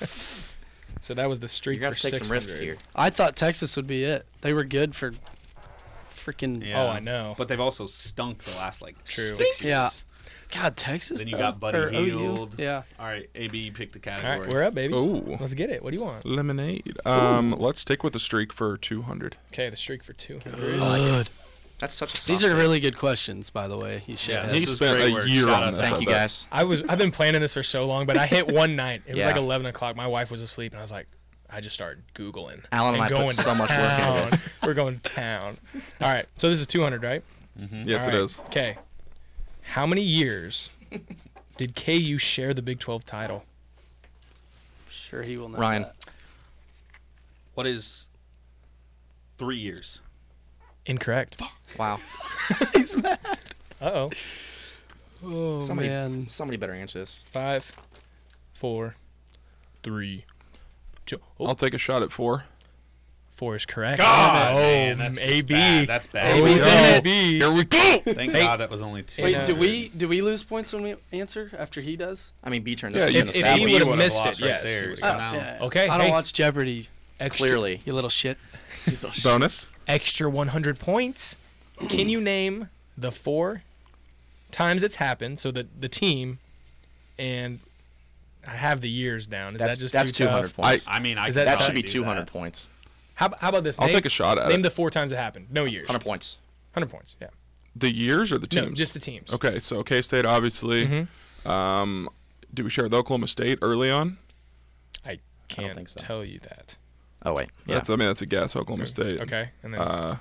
Speaker 4: So that was the streak
Speaker 6: You're gonna
Speaker 4: for
Speaker 6: have to take some risks
Speaker 4: 600.
Speaker 6: here.
Speaker 9: I thought Texas would be it. They were good for freaking.
Speaker 2: Yeah.
Speaker 4: Oh, I know.
Speaker 2: But they've also stunk the last like
Speaker 4: True.
Speaker 2: six years.
Speaker 9: Yeah. God, Texas.
Speaker 2: Then you
Speaker 9: though?
Speaker 2: got Buddy
Speaker 9: Or OU?
Speaker 2: Hield.
Speaker 9: Yeah.
Speaker 2: All right, AB, you pick the
Speaker 4: All
Speaker 2: category.
Speaker 4: right, we're up, baby.
Speaker 3: Ooh.
Speaker 4: Let's get it. What do you want?
Speaker 3: Lemonade. Um, let's stick with the streak for 200.
Speaker 4: Okay, the streak for 200.
Speaker 6: That's such a soft
Speaker 9: These are
Speaker 6: pick.
Speaker 9: really good questions, by the way. You should
Speaker 2: Yeah,
Speaker 9: have.
Speaker 2: This
Speaker 3: He
Speaker 2: was
Speaker 3: spent
Speaker 2: great
Speaker 3: a
Speaker 2: work.
Speaker 3: year
Speaker 2: Shout out
Speaker 3: on
Speaker 2: to
Speaker 3: this.
Speaker 6: Uh, Thank
Speaker 3: I
Speaker 6: you
Speaker 3: bet.
Speaker 6: guys.
Speaker 4: I was I've been planning this for so long, but I hit one night. It was
Speaker 6: Yeah.
Speaker 4: like 11 o'clock. My wife was asleep, and I was like, I just started googling.
Speaker 6: Alan and I put
Speaker 4: going
Speaker 6: so
Speaker 4: to
Speaker 6: much work into
Speaker 4: town.
Speaker 6: this.
Speaker 4: We're going to town. All right. So this is 200, right?
Speaker 3: Yes, it is.
Speaker 4: Okay. How many years did KU share the Big 12 title?
Speaker 9: Sure, he will not.
Speaker 6: Ryan.
Speaker 2: What is three years?
Speaker 4: Incorrect.
Speaker 6: Wow.
Speaker 4: Uh oh.
Speaker 9: Oh
Speaker 6: Somebody-
Speaker 9: man,
Speaker 6: Somebody better answer this.
Speaker 4: Five, four, three, two. Oh,
Speaker 3: I'll take a shot at four.
Speaker 4: four is correct.
Speaker 2: God,
Speaker 4: oh,
Speaker 2: man, that's just
Speaker 4: AB.
Speaker 2: bad. That's bad.
Speaker 9: AB.
Speaker 4: Oh,
Speaker 3: Here we go.
Speaker 2: Thank God that was only two.
Speaker 9: wait,
Speaker 4: Yeah.
Speaker 9: do we do we lose points when we answer after he does?
Speaker 6: I mean, B turn.
Speaker 3: Yeah,
Speaker 6: This
Speaker 3: you-
Speaker 6: is an
Speaker 4: if- if he
Speaker 6: established-
Speaker 4: would've
Speaker 2: would've
Speaker 4: missed
Speaker 2: lost
Speaker 4: it,
Speaker 2: right
Speaker 4: yes.
Speaker 2: there,
Speaker 4: He
Speaker 2: so now-
Speaker 9: Oh,
Speaker 4: Okay,
Speaker 9: I don't
Speaker 4: hey.
Speaker 9: watch Jeopardy.
Speaker 4: Extra,
Speaker 6: clearly.
Speaker 9: You little shit.
Speaker 3: Bonus.
Speaker 4: Extra 100 points. Can you name the four times it's happened? So the, the team and I have the years down. Is
Speaker 6: That's
Speaker 4: that just
Speaker 6: that's
Speaker 4: too
Speaker 6: 200
Speaker 4: tough?
Speaker 6: points.
Speaker 2: I mean, I
Speaker 4: Is that-
Speaker 6: that
Speaker 4: I'll
Speaker 6: should be
Speaker 2: do
Speaker 6: 200
Speaker 2: that.
Speaker 6: points.
Speaker 4: How, how about this?
Speaker 3: I'll
Speaker 4: name,
Speaker 3: take a shot at
Speaker 4: Name
Speaker 3: it.
Speaker 4: the four times it happened. No years.
Speaker 6: 100 points.
Speaker 4: 100 points. Yeah.
Speaker 3: The years or the teams?
Speaker 4: No, just the teams.
Speaker 3: Okay, so K State obviously. Um, do we share with Oklahoma State early on?
Speaker 4: I can't
Speaker 6: think so.
Speaker 4: tell you that.
Speaker 6: Oh wait. Yeah.
Speaker 3: That's I mean that's a guess. Oklahoma State.
Speaker 4: Okay, and then.
Speaker 3: Uh,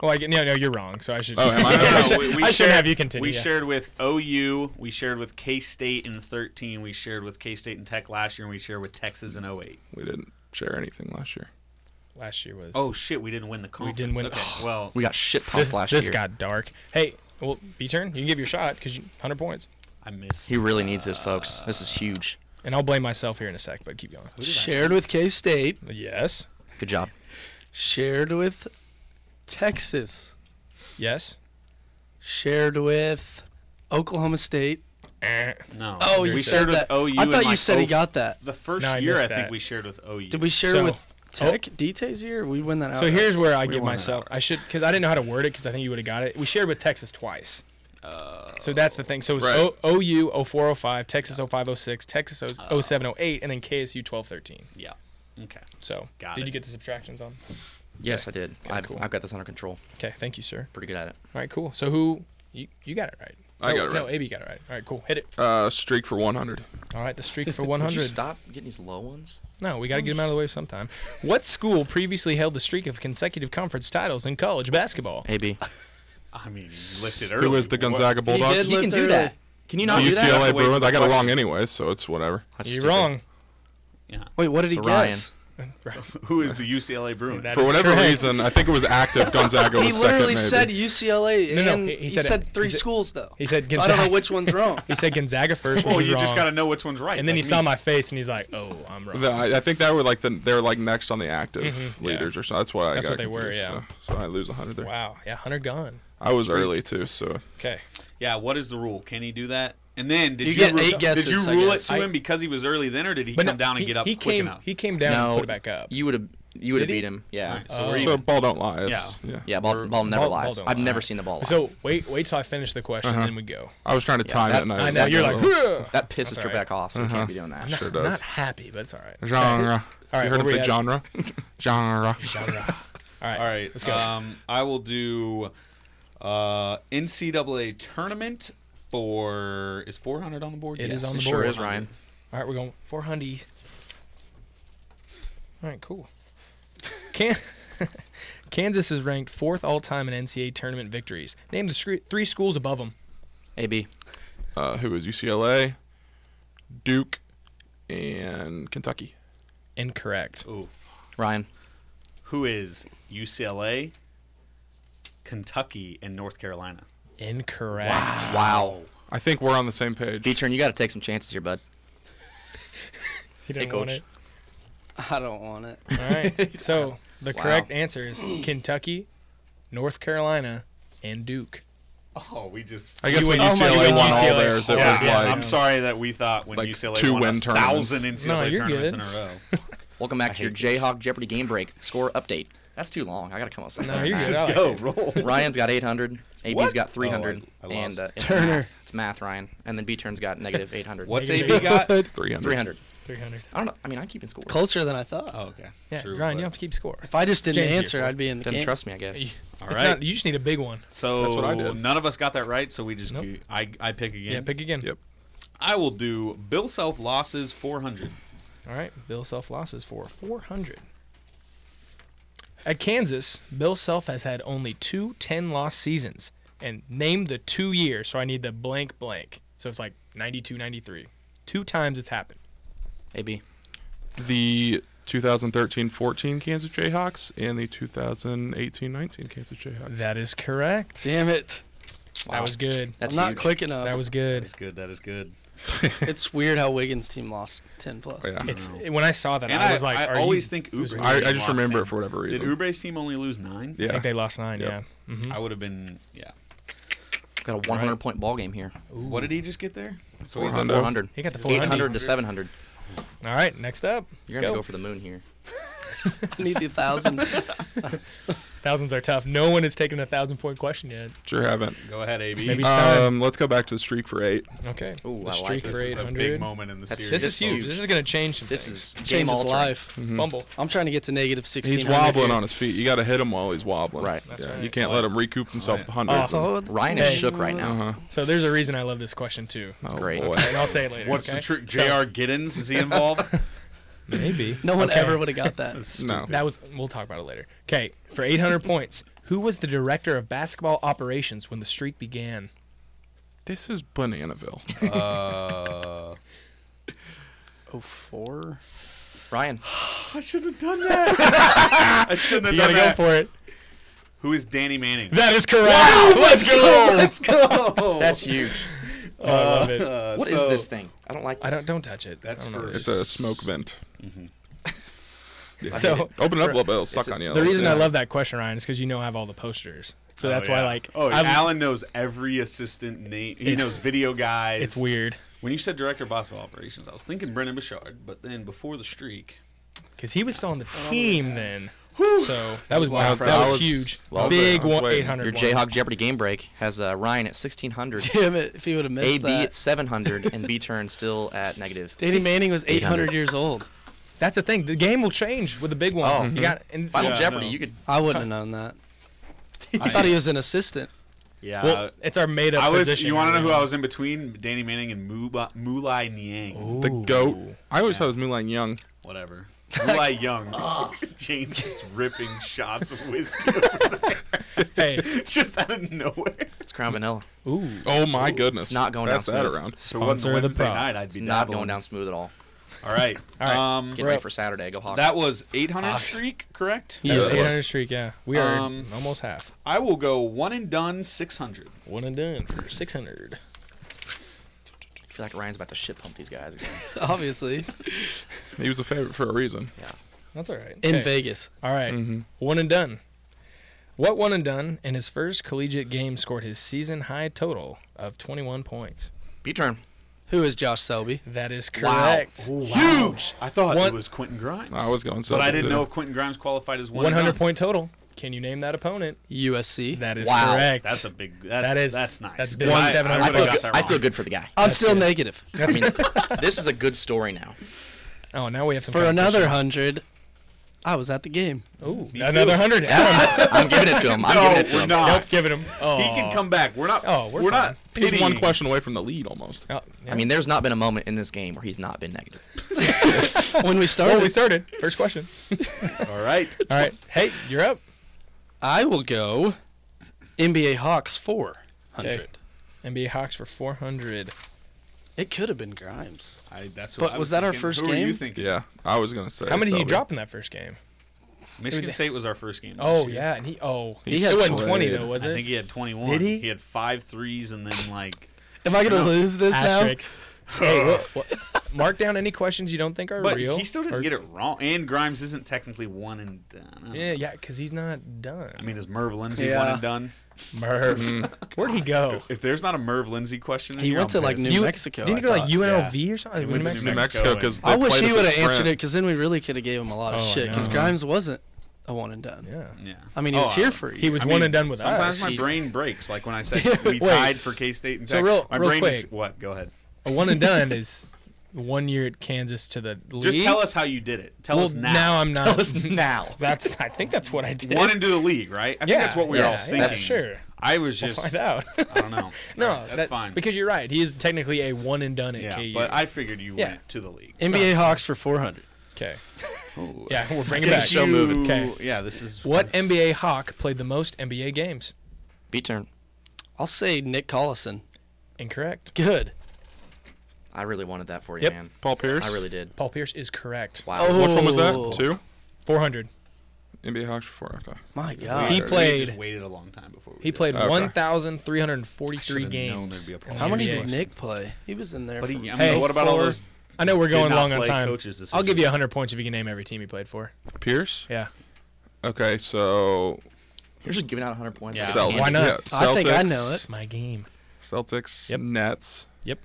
Speaker 4: well, I, get- no, no, you're wrong. So I should.
Speaker 3: oh, am I?
Speaker 4: I,
Speaker 3: Okay.
Speaker 4: should,
Speaker 2: we, we
Speaker 4: I
Speaker 2: shared-
Speaker 4: shouldn't have you continue.
Speaker 2: We
Speaker 4: yeah.
Speaker 2: shared with OU. We shared with K State in 13. We shared with K State and Tech last year, and we shared with Texas in 08.
Speaker 3: we didn't share anything last year.
Speaker 4: Last year was.
Speaker 2: Oh shit, we didn't win the conference.
Speaker 4: didn't win-
Speaker 2: Okay, well,
Speaker 6: We got shit pumped
Speaker 4: this,
Speaker 6: last
Speaker 4: this
Speaker 6: year.
Speaker 4: got dark. Hey, well, B turn. You can give your shot because you 100 points,
Speaker 2: I missed.
Speaker 6: He really needs this, folks. This is huge.
Speaker 4: and I'll blame myself here in a sec. But keep going.
Speaker 9: Shared with K State.
Speaker 4: Yes.
Speaker 6: Good job.
Speaker 9: Shared with Texas.
Speaker 4: Yes.
Speaker 9: Shared with Oklahoma State.
Speaker 4: Eh.
Speaker 2: No.
Speaker 9: Oh,
Speaker 2: we
Speaker 9: you
Speaker 2: shared
Speaker 9: said
Speaker 2: with
Speaker 9: that.
Speaker 2: OU.
Speaker 9: I
Speaker 2: in,
Speaker 9: thought you
Speaker 2: like,
Speaker 9: said he
Speaker 2: oh-
Speaker 9: got that.
Speaker 2: the first
Speaker 4: No, I
Speaker 2: year.
Speaker 4: missed
Speaker 2: I think
Speaker 4: that.
Speaker 2: we shared with OU.
Speaker 9: Did we share
Speaker 4: So-
Speaker 9: with Tech Detays here. We win that.
Speaker 4: So
Speaker 9: outright.
Speaker 4: here's where I give myself. I should because I didn't know how to word it because I think you would have got it. We shared with Texas twice. so that's the thing. So it's
Speaker 3: Right.
Speaker 4: O oh OU 0405, Texas 0506, Texas oh, 0- 0708, and then KSU 1213.
Speaker 2: Yeah. Okay.
Speaker 4: So
Speaker 2: Got
Speaker 4: did
Speaker 2: it.
Speaker 4: you get the subtractions on?
Speaker 6: Yes, I did. I've,
Speaker 4: cool.
Speaker 6: I've got this under control.
Speaker 4: Okay, thank you, sir.
Speaker 6: Pretty good at it.
Speaker 4: All right, cool. So who you you got it right?
Speaker 3: I
Speaker 4: No,
Speaker 3: got it
Speaker 4: No,
Speaker 3: right.
Speaker 4: AB got it right. All right, cool. Hit it.
Speaker 3: Uh, streak for 100.
Speaker 4: All right, the streak for
Speaker 6: Would you
Speaker 4: 100.
Speaker 6: stop getting these low ones?
Speaker 4: No, we got to get him out of the way sometime. What school previously held the streak of consecutive conference titles in college basketball?
Speaker 6: AB.
Speaker 2: I mean, you licked it early.
Speaker 3: Who is the Gonzaga
Speaker 9: He
Speaker 3: Bulldogs?
Speaker 9: did lift early.
Speaker 6: Can
Speaker 3: The
Speaker 6: you not do that?
Speaker 3: UCLA
Speaker 2: Wait, wait,
Speaker 3: Bruins. I got it
Speaker 2: what?
Speaker 3: wrong anyway, so it's whatever.
Speaker 6: That's
Speaker 4: You're
Speaker 6: stupid.
Speaker 4: wrong.
Speaker 9: Wait, what did he
Speaker 6: So Ryan.
Speaker 9: guess?
Speaker 2: Who is the UCLA Bruins?
Speaker 4: That
Speaker 3: For
Speaker 4: is
Speaker 3: whatever
Speaker 4: correct.
Speaker 3: reason, I think it was active. Gonzaga was
Speaker 9: He literally said
Speaker 3: second. Maybe.
Speaker 9: UCLA and
Speaker 4: No, no,
Speaker 9: he,
Speaker 4: he- he
Speaker 9: said,
Speaker 4: said it.
Speaker 9: three
Speaker 4: He said-
Speaker 9: schools though.
Speaker 4: he said
Speaker 9: So I don't know
Speaker 4: Gonzaga.
Speaker 9: which one's wrong.
Speaker 4: He said Gonzaga first, which
Speaker 2: well,
Speaker 4: was
Speaker 2: Oh, you
Speaker 4: wrong.
Speaker 2: just got to know which one's right.
Speaker 4: and then he
Speaker 2: like
Speaker 4: saw
Speaker 2: me.
Speaker 4: my face and he's like, "Oh, I'm wrong."
Speaker 3: The- I, I think that were like the they were like next on the active
Speaker 4: Mm-hmm. yeah.
Speaker 3: leaders or so. That's what I
Speaker 4: That's
Speaker 3: got.
Speaker 4: what they were,
Speaker 3: confused,
Speaker 4: yeah.
Speaker 3: So, so I lose 100 there.
Speaker 4: Wow. Yeah, Hunter gone.
Speaker 3: I was early too, so
Speaker 4: Okay.
Speaker 2: Yeah, what is the rule? Can he do that? And then did
Speaker 9: You
Speaker 2: you,
Speaker 9: get
Speaker 2: ru-
Speaker 9: eight
Speaker 2: did
Speaker 9: guesses,
Speaker 2: you
Speaker 9: I
Speaker 2: rule it
Speaker 9: guess.
Speaker 2: to
Speaker 4: I-
Speaker 2: him because he was early then, or did he come down and
Speaker 4: he,
Speaker 2: get up
Speaker 4: he
Speaker 2: quick
Speaker 4: came.
Speaker 2: enough?
Speaker 4: He came down
Speaker 6: No,
Speaker 4: and put it back up. Uh,
Speaker 6: You would have. You would have
Speaker 4: Did he?
Speaker 6: beat him. Yeah.
Speaker 2: Alright, so we're
Speaker 3: so
Speaker 2: even.
Speaker 3: ball don't lie. It's,
Speaker 2: Yeah.
Speaker 3: yeah.
Speaker 6: Yeah. Ball, ball never
Speaker 4: Ball- ball
Speaker 6: lies.
Speaker 4: don't
Speaker 6: I've
Speaker 4: lie.
Speaker 6: never seen the ball lie.
Speaker 4: So wait, wait till I finish the question,
Speaker 6: Uh-huh.
Speaker 4: then we go.
Speaker 3: I was trying to time it.
Speaker 6: that-
Speaker 3: And
Speaker 4: I
Speaker 3: was
Speaker 4: know you're like,
Speaker 3: oh,
Speaker 4: "Huh."
Speaker 6: that pisses
Speaker 4: That's
Speaker 6: your
Speaker 4: all right.
Speaker 6: back off, so you can't be doing that.
Speaker 3: sure does.
Speaker 4: Not happy, but it's all right.
Speaker 3: Genre.
Speaker 4: All right,
Speaker 3: you heard him
Speaker 4: where
Speaker 3: say
Speaker 4: we at?
Speaker 3: genre? genre.
Speaker 4: Genre. All right.
Speaker 2: All right,
Speaker 4: Let's go.
Speaker 2: Um, I will do uh, NCAA tournament for is 400 on the board.
Speaker 4: It is on the
Speaker 6: Sure
Speaker 4: board.
Speaker 6: is Ryan.
Speaker 4: All right, we're going 400. All right, cool. Can- Kansas is ranked fourth all time in NCAA tournament victories. Name the scre- three schools above them.
Speaker 6: AB.
Speaker 3: Uh, who was UCLA, Duke, and Kentucky?
Speaker 4: Incorrect.
Speaker 2: Ooh.
Speaker 6: Ryan.
Speaker 2: Who is UCLA, Kentucky, and North Carolina?
Speaker 4: Incorrect.
Speaker 6: Wow.
Speaker 3: I think we're on the same page.
Speaker 6: Beecher, you got to take some chances here, bud.
Speaker 4: He didn't
Speaker 6: Hey,
Speaker 4: want
Speaker 6: coach.
Speaker 4: it.
Speaker 9: I don't want it.
Speaker 4: All right. So the
Speaker 6: Wow.
Speaker 4: correct answer is Kentucky, North Carolina, and Duke.
Speaker 2: Oh, we just.
Speaker 3: I guess when
Speaker 4: went- oh my
Speaker 3: UCLA
Speaker 4: God,
Speaker 3: won all
Speaker 4: UCLA.
Speaker 3: theirs, it
Speaker 4: Yeah,
Speaker 3: was
Speaker 4: yeah,
Speaker 3: like
Speaker 2: I'm sorry that we thought when
Speaker 3: like
Speaker 2: UCLA
Speaker 3: two
Speaker 2: won
Speaker 3: win
Speaker 2: a
Speaker 3: tournaments.
Speaker 2: thousand NCAA
Speaker 4: No, you're
Speaker 2: tournaments in
Speaker 4: good.
Speaker 2: a row.
Speaker 6: Welcome back to your Jayhawk Jeopardy game break. Score update. That's too long. I got to come up with something.
Speaker 4: No, you're good. I like
Speaker 2: Go
Speaker 4: it.
Speaker 2: roll.
Speaker 6: Ryan's got 800. AB's
Speaker 2: What?
Speaker 6: got 300.
Speaker 2: Oh, I- I
Speaker 6: and
Speaker 2: lost.
Speaker 6: uh, it's
Speaker 9: Turner.
Speaker 6: Math. It's math, Ryan. And then B turn's got negative 800.
Speaker 2: What's
Speaker 4: Negative
Speaker 2: AB got? Oh,
Speaker 3: 300.
Speaker 6: 300?
Speaker 4: 300.
Speaker 6: I don't know. I mean, I'm keeping score.
Speaker 9: Closer than I thought.
Speaker 2: Oh, okay.
Speaker 4: Yeah,
Speaker 2: True,
Speaker 4: Ryan,
Speaker 2: but-
Speaker 4: you don't have to keep score.
Speaker 9: If I just didn't
Speaker 4: James here,
Speaker 9: answer,
Speaker 4: so-
Speaker 9: I'd be in the
Speaker 6: Didn't
Speaker 9: game.
Speaker 6: trust me, I guess.
Speaker 2: All
Speaker 4: It's
Speaker 2: right.
Speaker 4: not- you just need a big one.
Speaker 2: So
Speaker 3: That's what I did.
Speaker 2: none of us got that right, so we just
Speaker 4: Nope.
Speaker 2: go- I I pick again.
Speaker 4: Yeah, pick again.
Speaker 3: Yep.
Speaker 2: I will do Bill Self losses 400.
Speaker 4: All right, Bill Self losses for 400. At Kansas, Bill Self has had only two 10 loss seasons. And name the two years, so I need the blank blank. So it's like 92, 93. Two times it's happened.
Speaker 6: AB.
Speaker 3: The 2013-14 Kansas Jayhawks and the 2018-19 Kansas Jayhawks.
Speaker 4: That is correct.
Speaker 9: Damn it!
Speaker 4: That was good.
Speaker 6: That's
Speaker 9: I'm not
Speaker 6: huge.
Speaker 9: quick enough.
Speaker 4: That was good.
Speaker 2: That's good. That is good.
Speaker 9: it's weird how Wiggins' team lost ten plus.
Speaker 2: Oh,
Speaker 3: yeah.
Speaker 4: It's when I saw that,
Speaker 2: And
Speaker 4: I
Speaker 2: I-
Speaker 4: was like,
Speaker 2: I
Speaker 4: are you-
Speaker 2: always think
Speaker 4: it was
Speaker 2: Uber-
Speaker 4: weird.
Speaker 3: I, I
Speaker 2: They lost
Speaker 3: just remember
Speaker 2: ten.
Speaker 3: it for whatever
Speaker 2: Did
Speaker 3: reason.
Speaker 2: Ubre's team only lose nine?
Speaker 3: yeah.
Speaker 4: I think they lost nine.
Speaker 3: Yep.
Speaker 4: Yeah. hmm
Speaker 2: I would have been yeah.
Speaker 6: Got a 100 point ball game here.
Speaker 2: What did he just get there? So he's at
Speaker 3: 400.
Speaker 6: 400.
Speaker 4: He got the 400.
Speaker 6: 800 to 700.
Speaker 4: All right. Next up,
Speaker 6: You're
Speaker 4: let's
Speaker 6: going
Speaker 4: go.
Speaker 6: to go for the moon here.
Speaker 9: Need the thousand.
Speaker 4: Thousands are tough. No one has taken a thousand point question yet.
Speaker 3: Sure haven't.
Speaker 2: Go ahead, AB.
Speaker 4: Maybe- It's time.
Speaker 3: Um, let's go back to the streak for eight.
Speaker 4: Okay.
Speaker 6: Ooh, I
Speaker 4: the
Speaker 6: like
Speaker 4: streak
Speaker 6: this.
Speaker 4: for
Speaker 2: this is a
Speaker 4: 800.
Speaker 2: big moment in the
Speaker 6: That's-
Speaker 2: series.
Speaker 4: This is huge.
Speaker 6: huge.
Speaker 4: This is going to change some
Speaker 6: This
Speaker 4: things. Mm-hmm.
Speaker 6: is game
Speaker 9: Change his
Speaker 6: altering.
Speaker 9: life.
Speaker 4: fumble.
Speaker 9: I'm trying to get to negative sixteen.
Speaker 3: He's wobbling on his feet. You got to hit him while he's wobbling.
Speaker 6: Right.
Speaker 4: That's
Speaker 3: yeah.
Speaker 4: right.
Speaker 3: You can't let him recoup himself with hundreds.
Speaker 9: Oh,
Speaker 6: Ryan is
Speaker 4: Hey.
Speaker 6: shook right now.
Speaker 3: Uh-huh.
Speaker 4: So there's a reason I love this question too,
Speaker 3: Oh,
Speaker 6: Great.
Speaker 3: boy.
Speaker 4: and I'll say it later.
Speaker 2: What's
Speaker 4: okay?
Speaker 2: the trick?
Speaker 4: So-
Speaker 2: J.R. Giddens is he involved?
Speaker 4: Maybe.
Speaker 9: No one
Speaker 4: Okay.
Speaker 9: ever would have got that.
Speaker 3: No.
Speaker 4: That was. We'll talk about it later. Okay. For 800 points, who was the director of basketball operations when the streak began?
Speaker 3: This is Bananaville.
Speaker 2: uh,
Speaker 9: Oh four.
Speaker 6: Ryan.
Speaker 2: I shouldn't have done that. I shouldn't have
Speaker 4: You
Speaker 2: done
Speaker 4: gotta go
Speaker 2: that.
Speaker 4: for it.
Speaker 2: Who is Danny Manning?
Speaker 4: That is correct. Let's go.
Speaker 9: Let's go.
Speaker 6: That's huge.
Speaker 4: Oh, I love it.
Speaker 2: Uh,
Speaker 6: What is
Speaker 2: so-
Speaker 6: this thing? I don't like this.
Speaker 4: I don't. Don't touch it.
Speaker 2: That's
Speaker 4: I don't know.
Speaker 2: for
Speaker 3: It's a smoke vent.
Speaker 4: So
Speaker 3: Open it up a little bit. It'll suck on you.
Speaker 4: the reason I
Speaker 3: Yeah.
Speaker 4: love that question, Ryan, is because you know I have all the posters. So that's why,
Speaker 2: yeah.
Speaker 4: like,
Speaker 2: oh,
Speaker 4: I've-
Speaker 2: Alan knows every assistant name. He
Speaker 4: It's-
Speaker 2: knows video guys.
Speaker 4: it's weird.
Speaker 2: When you said director of basketball operations, I was thinking Brendan Bouchard, but then before the streak,
Speaker 4: because he was still on the team then. So that was
Speaker 6: Wow,
Speaker 4: wild.
Speaker 6: Fred.
Speaker 4: that was huge. Big one eight hundred.
Speaker 6: Your Jayhawk Jeopardy game break has uh, Ryan at sixteen hundred.
Speaker 9: Damn it, if he would've missed
Speaker 6: AB
Speaker 9: that.
Speaker 6: at seven hundred and B turn still at negative.
Speaker 9: Danny Manning was 800 years old.
Speaker 4: That's the thing. The game will change with the big one.
Speaker 6: Oh,
Speaker 4: you
Speaker 6: mhm.
Speaker 4: got and
Speaker 6: Final Yeah, Jeopardy, no. you could-
Speaker 9: I wouldn't have known that. I thought he was an assistant.
Speaker 2: Yeah.
Speaker 4: Well, it's our made-up
Speaker 2: I was,
Speaker 4: position
Speaker 2: You want to know
Speaker 4: right
Speaker 2: who
Speaker 4: now.
Speaker 2: I was in between? Danny Manning and Muba, Mulai Niang.
Speaker 3: The goat. I always thought it was Moulin Young.
Speaker 2: Whatever. Mulai Young. James is ripping shots of whiskey over there.
Speaker 4: Hey.
Speaker 2: Just out of nowhere.
Speaker 6: It's Crown Vanilla.
Speaker 4: Ooh.
Speaker 3: Oh my goodness.
Speaker 6: It's not going
Speaker 3: Pass
Speaker 6: down
Speaker 3: that
Speaker 6: smooth.
Speaker 3: around.
Speaker 2: So it wasn't Wednesday night, I'd
Speaker 6: It's
Speaker 2: be
Speaker 6: not
Speaker 2: dabbling.
Speaker 6: going down smooth at all.
Speaker 2: All right.
Speaker 4: All right.
Speaker 2: Um,
Speaker 6: Get ready for Saturday. Go Hawks.
Speaker 2: that was 800
Speaker 4: Hawks.
Speaker 2: streak, correct?
Speaker 4: Yeah,
Speaker 3: Yeah.
Speaker 4: eight hundred streak. Yeah, we are
Speaker 2: Um,
Speaker 4: almost half.
Speaker 2: I will go one and done 600.
Speaker 4: One and done for six hundred.
Speaker 6: I feel like Ryan's about to shit pump these guys again.
Speaker 9: Obviously,
Speaker 3: He was a favorite for a reason.
Speaker 4: That's all right.
Speaker 9: in
Speaker 4: Okay.
Speaker 9: Vegas.
Speaker 4: All right.
Speaker 2: Mm-hmm.
Speaker 4: One and done. What one and done in his first collegiate game scored his season high total of 21 points?
Speaker 6: B turn.
Speaker 9: Who is Josh Selby?
Speaker 4: That is correct.
Speaker 2: Huge. I thought
Speaker 4: One-
Speaker 2: it was Quentin Grimes.
Speaker 3: I was going so.
Speaker 2: but I didn't know if Quentin Grimes qualified as one. and
Speaker 4: 100
Speaker 2: done.
Speaker 4: point total. Can you name that opponent?
Speaker 9: USC.
Speaker 4: That is
Speaker 6: Wow,
Speaker 4: correct.
Speaker 2: That's a big. That's,
Speaker 4: That is-
Speaker 2: That's nice.
Speaker 4: that's big.
Speaker 2: One- I-
Speaker 4: Seven
Speaker 2: I,
Speaker 4: hundred
Speaker 6: I
Speaker 2: would've
Speaker 6: feel,
Speaker 4: bucks.
Speaker 2: got
Speaker 6: good,
Speaker 2: that
Speaker 6: I
Speaker 2: wrong.
Speaker 6: feel good for the guy.
Speaker 9: I'm still negative.
Speaker 6: I mean, this is a good story now.
Speaker 4: oh, now we have some
Speaker 9: For another hundred, I was at the game.
Speaker 4: Ooh, another 100.
Speaker 6: I'm giving it to him. I'm
Speaker 2: No,
Speaker 6: giving it to
Speaker 2: we're
Speaker 6: him.
Speaker 2: not.
Speaker 4: Nope, giving him. Oh,
Speaker 2: He can come back. We're not.
Speaker 4: Oh, we're
Speaker 2: we're
Speaker 4: fine.
Speaker 2: not.
Speaker 3: He was
Speaker 2: Pitying.
Speaker 3: one question away from the lead almost.
Speaker 4: Oh, yeah.
Speaker 6: I mean, there's not been a moment in this game where he's not been negative.
Speaker 9: When we started,
Speaker 4: well, we started. First question.
Speaker 2: All right.
Speaker 4: All right. Hey, you're up.
Speaker 9: I will go NBA Hawks four
Speaker 4: Okay.
Speaker 9: hundred.
Speaker 4: NBA Hawks for 400.
Speaker 9: It could have been Grimes.
Speaker 2: I, that's
Speaker 9: But
Speaker 2: I
Speaker 9: was that our
Speaker 2: thinking.
Speaker 9: first
Speaker 2: Who Were you
Speaker 9: game?
Speaker 2: thinking?
Speaker 3: Yeah, I was gonna say.
Speaker 4: How many did he
Speaker 3: Selby.
Speaker 4: drop in that first game?
Speaker 2: Michigan State was our first game.
Speaker 4: Oh,
Speaker 2: this year.
Speaker 4: yeah. And he, oh,
Speaker 9: He
Speaker 4: it
Speaker 9: had
Speaker 4: wasn't 20,
Speaker 3: slayed.
Speaker 4: though, was
Speaker 2: I
Speaker 4: it?
Speaker 2: think he had 21.
Speaker 4: Did he?
Speaker 2: He had five threes and then like.
Speaker 9: Am I gonna
Speaker 2: No.
Speaker 9: lose this
Speaker 4: Asterisk. hey, what, what- mark down any questions you don't think are
Speaker 2: But
Speaker 4: real.
Speaker 2: he still didn't get it wrong. And Grimes isn't technically one and done.
Speaker 4: Yeah, yeah, because he's not done.
Speaker 2: I mean, is Merv Lindsay one
Speaker 9: Yeah.
Speaker 2: and done?
Speaker 4: Merv, where'd he go?
Speaker 2: If there's not a Merv Lindsay question,
Speaker 9: now?
Speaker 2: in
Speaker 9: He
Speaker 2: here,
Speaker 9: went to
Speaker 2: I'm
Speaker 9: like
Speaker 2: pissed.
Speaker 9: New Mexico.
Speaker 4: Didn't he
Speaker 9: I
Speaker 4: go like
Speaker 9: thought.
Speaker 4: UNLV or something?
Speaker 2: went to
Speaker 4: Mexico.
Speaker 3: New Mexico because
Speaker 9: I wish he
Speaker 3: would have
Speaker 9: answered it because then we really could have gave him a lot of
Speaker 4: Oh, I
Speaker 9: shit because
Speaker 4: know.
Speaker 9: Grimes wasn't a one and done.
Speaker 4: Yeah,
Speaker 2: Yeah.
Speaker 9: I mean, uh, he was
Speaker 2: Oh,
Speaker 9: here
Speaker 2: I-
Speaker 9: for you.
Speaker 4: he was
Speaker 2: I
Speaker 4: one
Speaker 2: mean,
Speaker 4: and done with
Speaker 2: Sometimes
Speaker 4: us.
Speaker 2: my brain breaks, like when I said we
Speaker 4: Wait.
Speaker 2: tied for K State and
Speaker 4: So
Speaker 2: Tech.
Speaker 4: real-
Speaker 2: my
Speaker 4: real
Speaker 2: brain Is,
Speaker 4: quick.
Speaker 2: what? Go ahead.
Speaker 4: a one and done is one year at Kansas to the league.
Speaker 2: Just tell us how you did it. Tell
Speaker 4: Well,
Speaker 2: us now.
Speaker 4: I'm not.
Speaker 6: Tell us now.
Speaker 4: That's. I think that's what I did.
Speaker 2: One into the league, right? I
Speaker 4: Yeah,
Speaker 2: think that's what we were
Speaker 4: yeah,
Speaker 2: all
Speaker 4: yeah,
Speaker 2: thinking.
Speaker 4: sure.
Speaker 2: I was
Speaker 4: We'll
Speaker 2: just.
Speaker 4: find out.
Speaker 2: I don't know.
Speaker 4: no,
Speaker 2: All right, that's
Speaker 4: that-
Speaker 2: fine.
Speaker 4: Because you're right. He is technically a one and done at
Speaker 2: yeah,
Speaker 4: KU.
Speaker 2: but I figured you
Speaker 4: Yeah.
Speaker 2: went to the league.
Speaker 9: NBA Hawks for 400.
Speaker 4: okay. Yeah, we're bringing
Speaker 2: Get
Speaker 4: back.
Speaker 2: you-
Speaker 4: Okay.
Speaker 2: Yeah, this is
Speaker 4: What NBA hawk played the most NBA games?
Speaker 6: B turn.
Speaker 9: I'll say Nick Collison.
Speaker 4: Incorrect.
Speaker 9: Good.
Speaker 6: I really wanted that for you,
Speaker 4: Yep.
Speaker 6: man.
Speaker 3: Paul Pierce.
Speaker 6: I really did.
Speaker 4: Paul Pierce is correct.
Speaker 6: Wow.
Speaker 9: Oh,
Speaker 3: Which one was that?
Speaker 9: Oh.
Speaker 3: Two.
Speaker 4: 400.
Speaker 3: NBA Hawks before. Okay.
Speaker 9: My God.
Speaker 4: He
Speaker 2: We
Speaker 4: played.
Speaker 2: just waited a long time before we
Speaker 4: He
Speaker 2: did.
Speaker 4: played
Speaker 3: Okay.
Speaker 4: 1,343
Speaker 2: I should've known there'd
Speaker 4: games.
Speaker 2: be a
Speaker 4: in the
Speaker 2: problem.
Speaker 9: How many
Speaker 4: NBA.
Speaker 9: did Nick play? He was in there.
Speaker 2: But
Speaker 9: for,
Speaker 2: he, I mean,
Speaker 4: Hey,
Speaker 2: what about all
Speaker 4: for-
Speaker 2: those?
Speaker 4: I know we're going
Speaker 2: not
Speaker 4: long on
Speaker 2: play
Speaker 4: time.
Speaker 2: coaches this
Speaker 4: I'll give
Speaker 2: season?
Speaker 4: you 100 points if you can name every team he played for.
Speaker 3: Pierce.
Speaker 4: Yeah.
Speaker 3: Okay, so
Speaker 6: You're just giving out 100 points.
Speaker 2: Yeah.
Speaker 3: Celtics.
Speaker 4: Why not?
Speaker 3: Yeah,
Speaker 9: I think I
Speaker 3: Celtics-
Speaker 9: know it.
Speaker 4: It's my game.
Speaker 3: Celtics.
Speaker 4: Yep.
Speaker 3: Nets.
Speaker 4: Yep.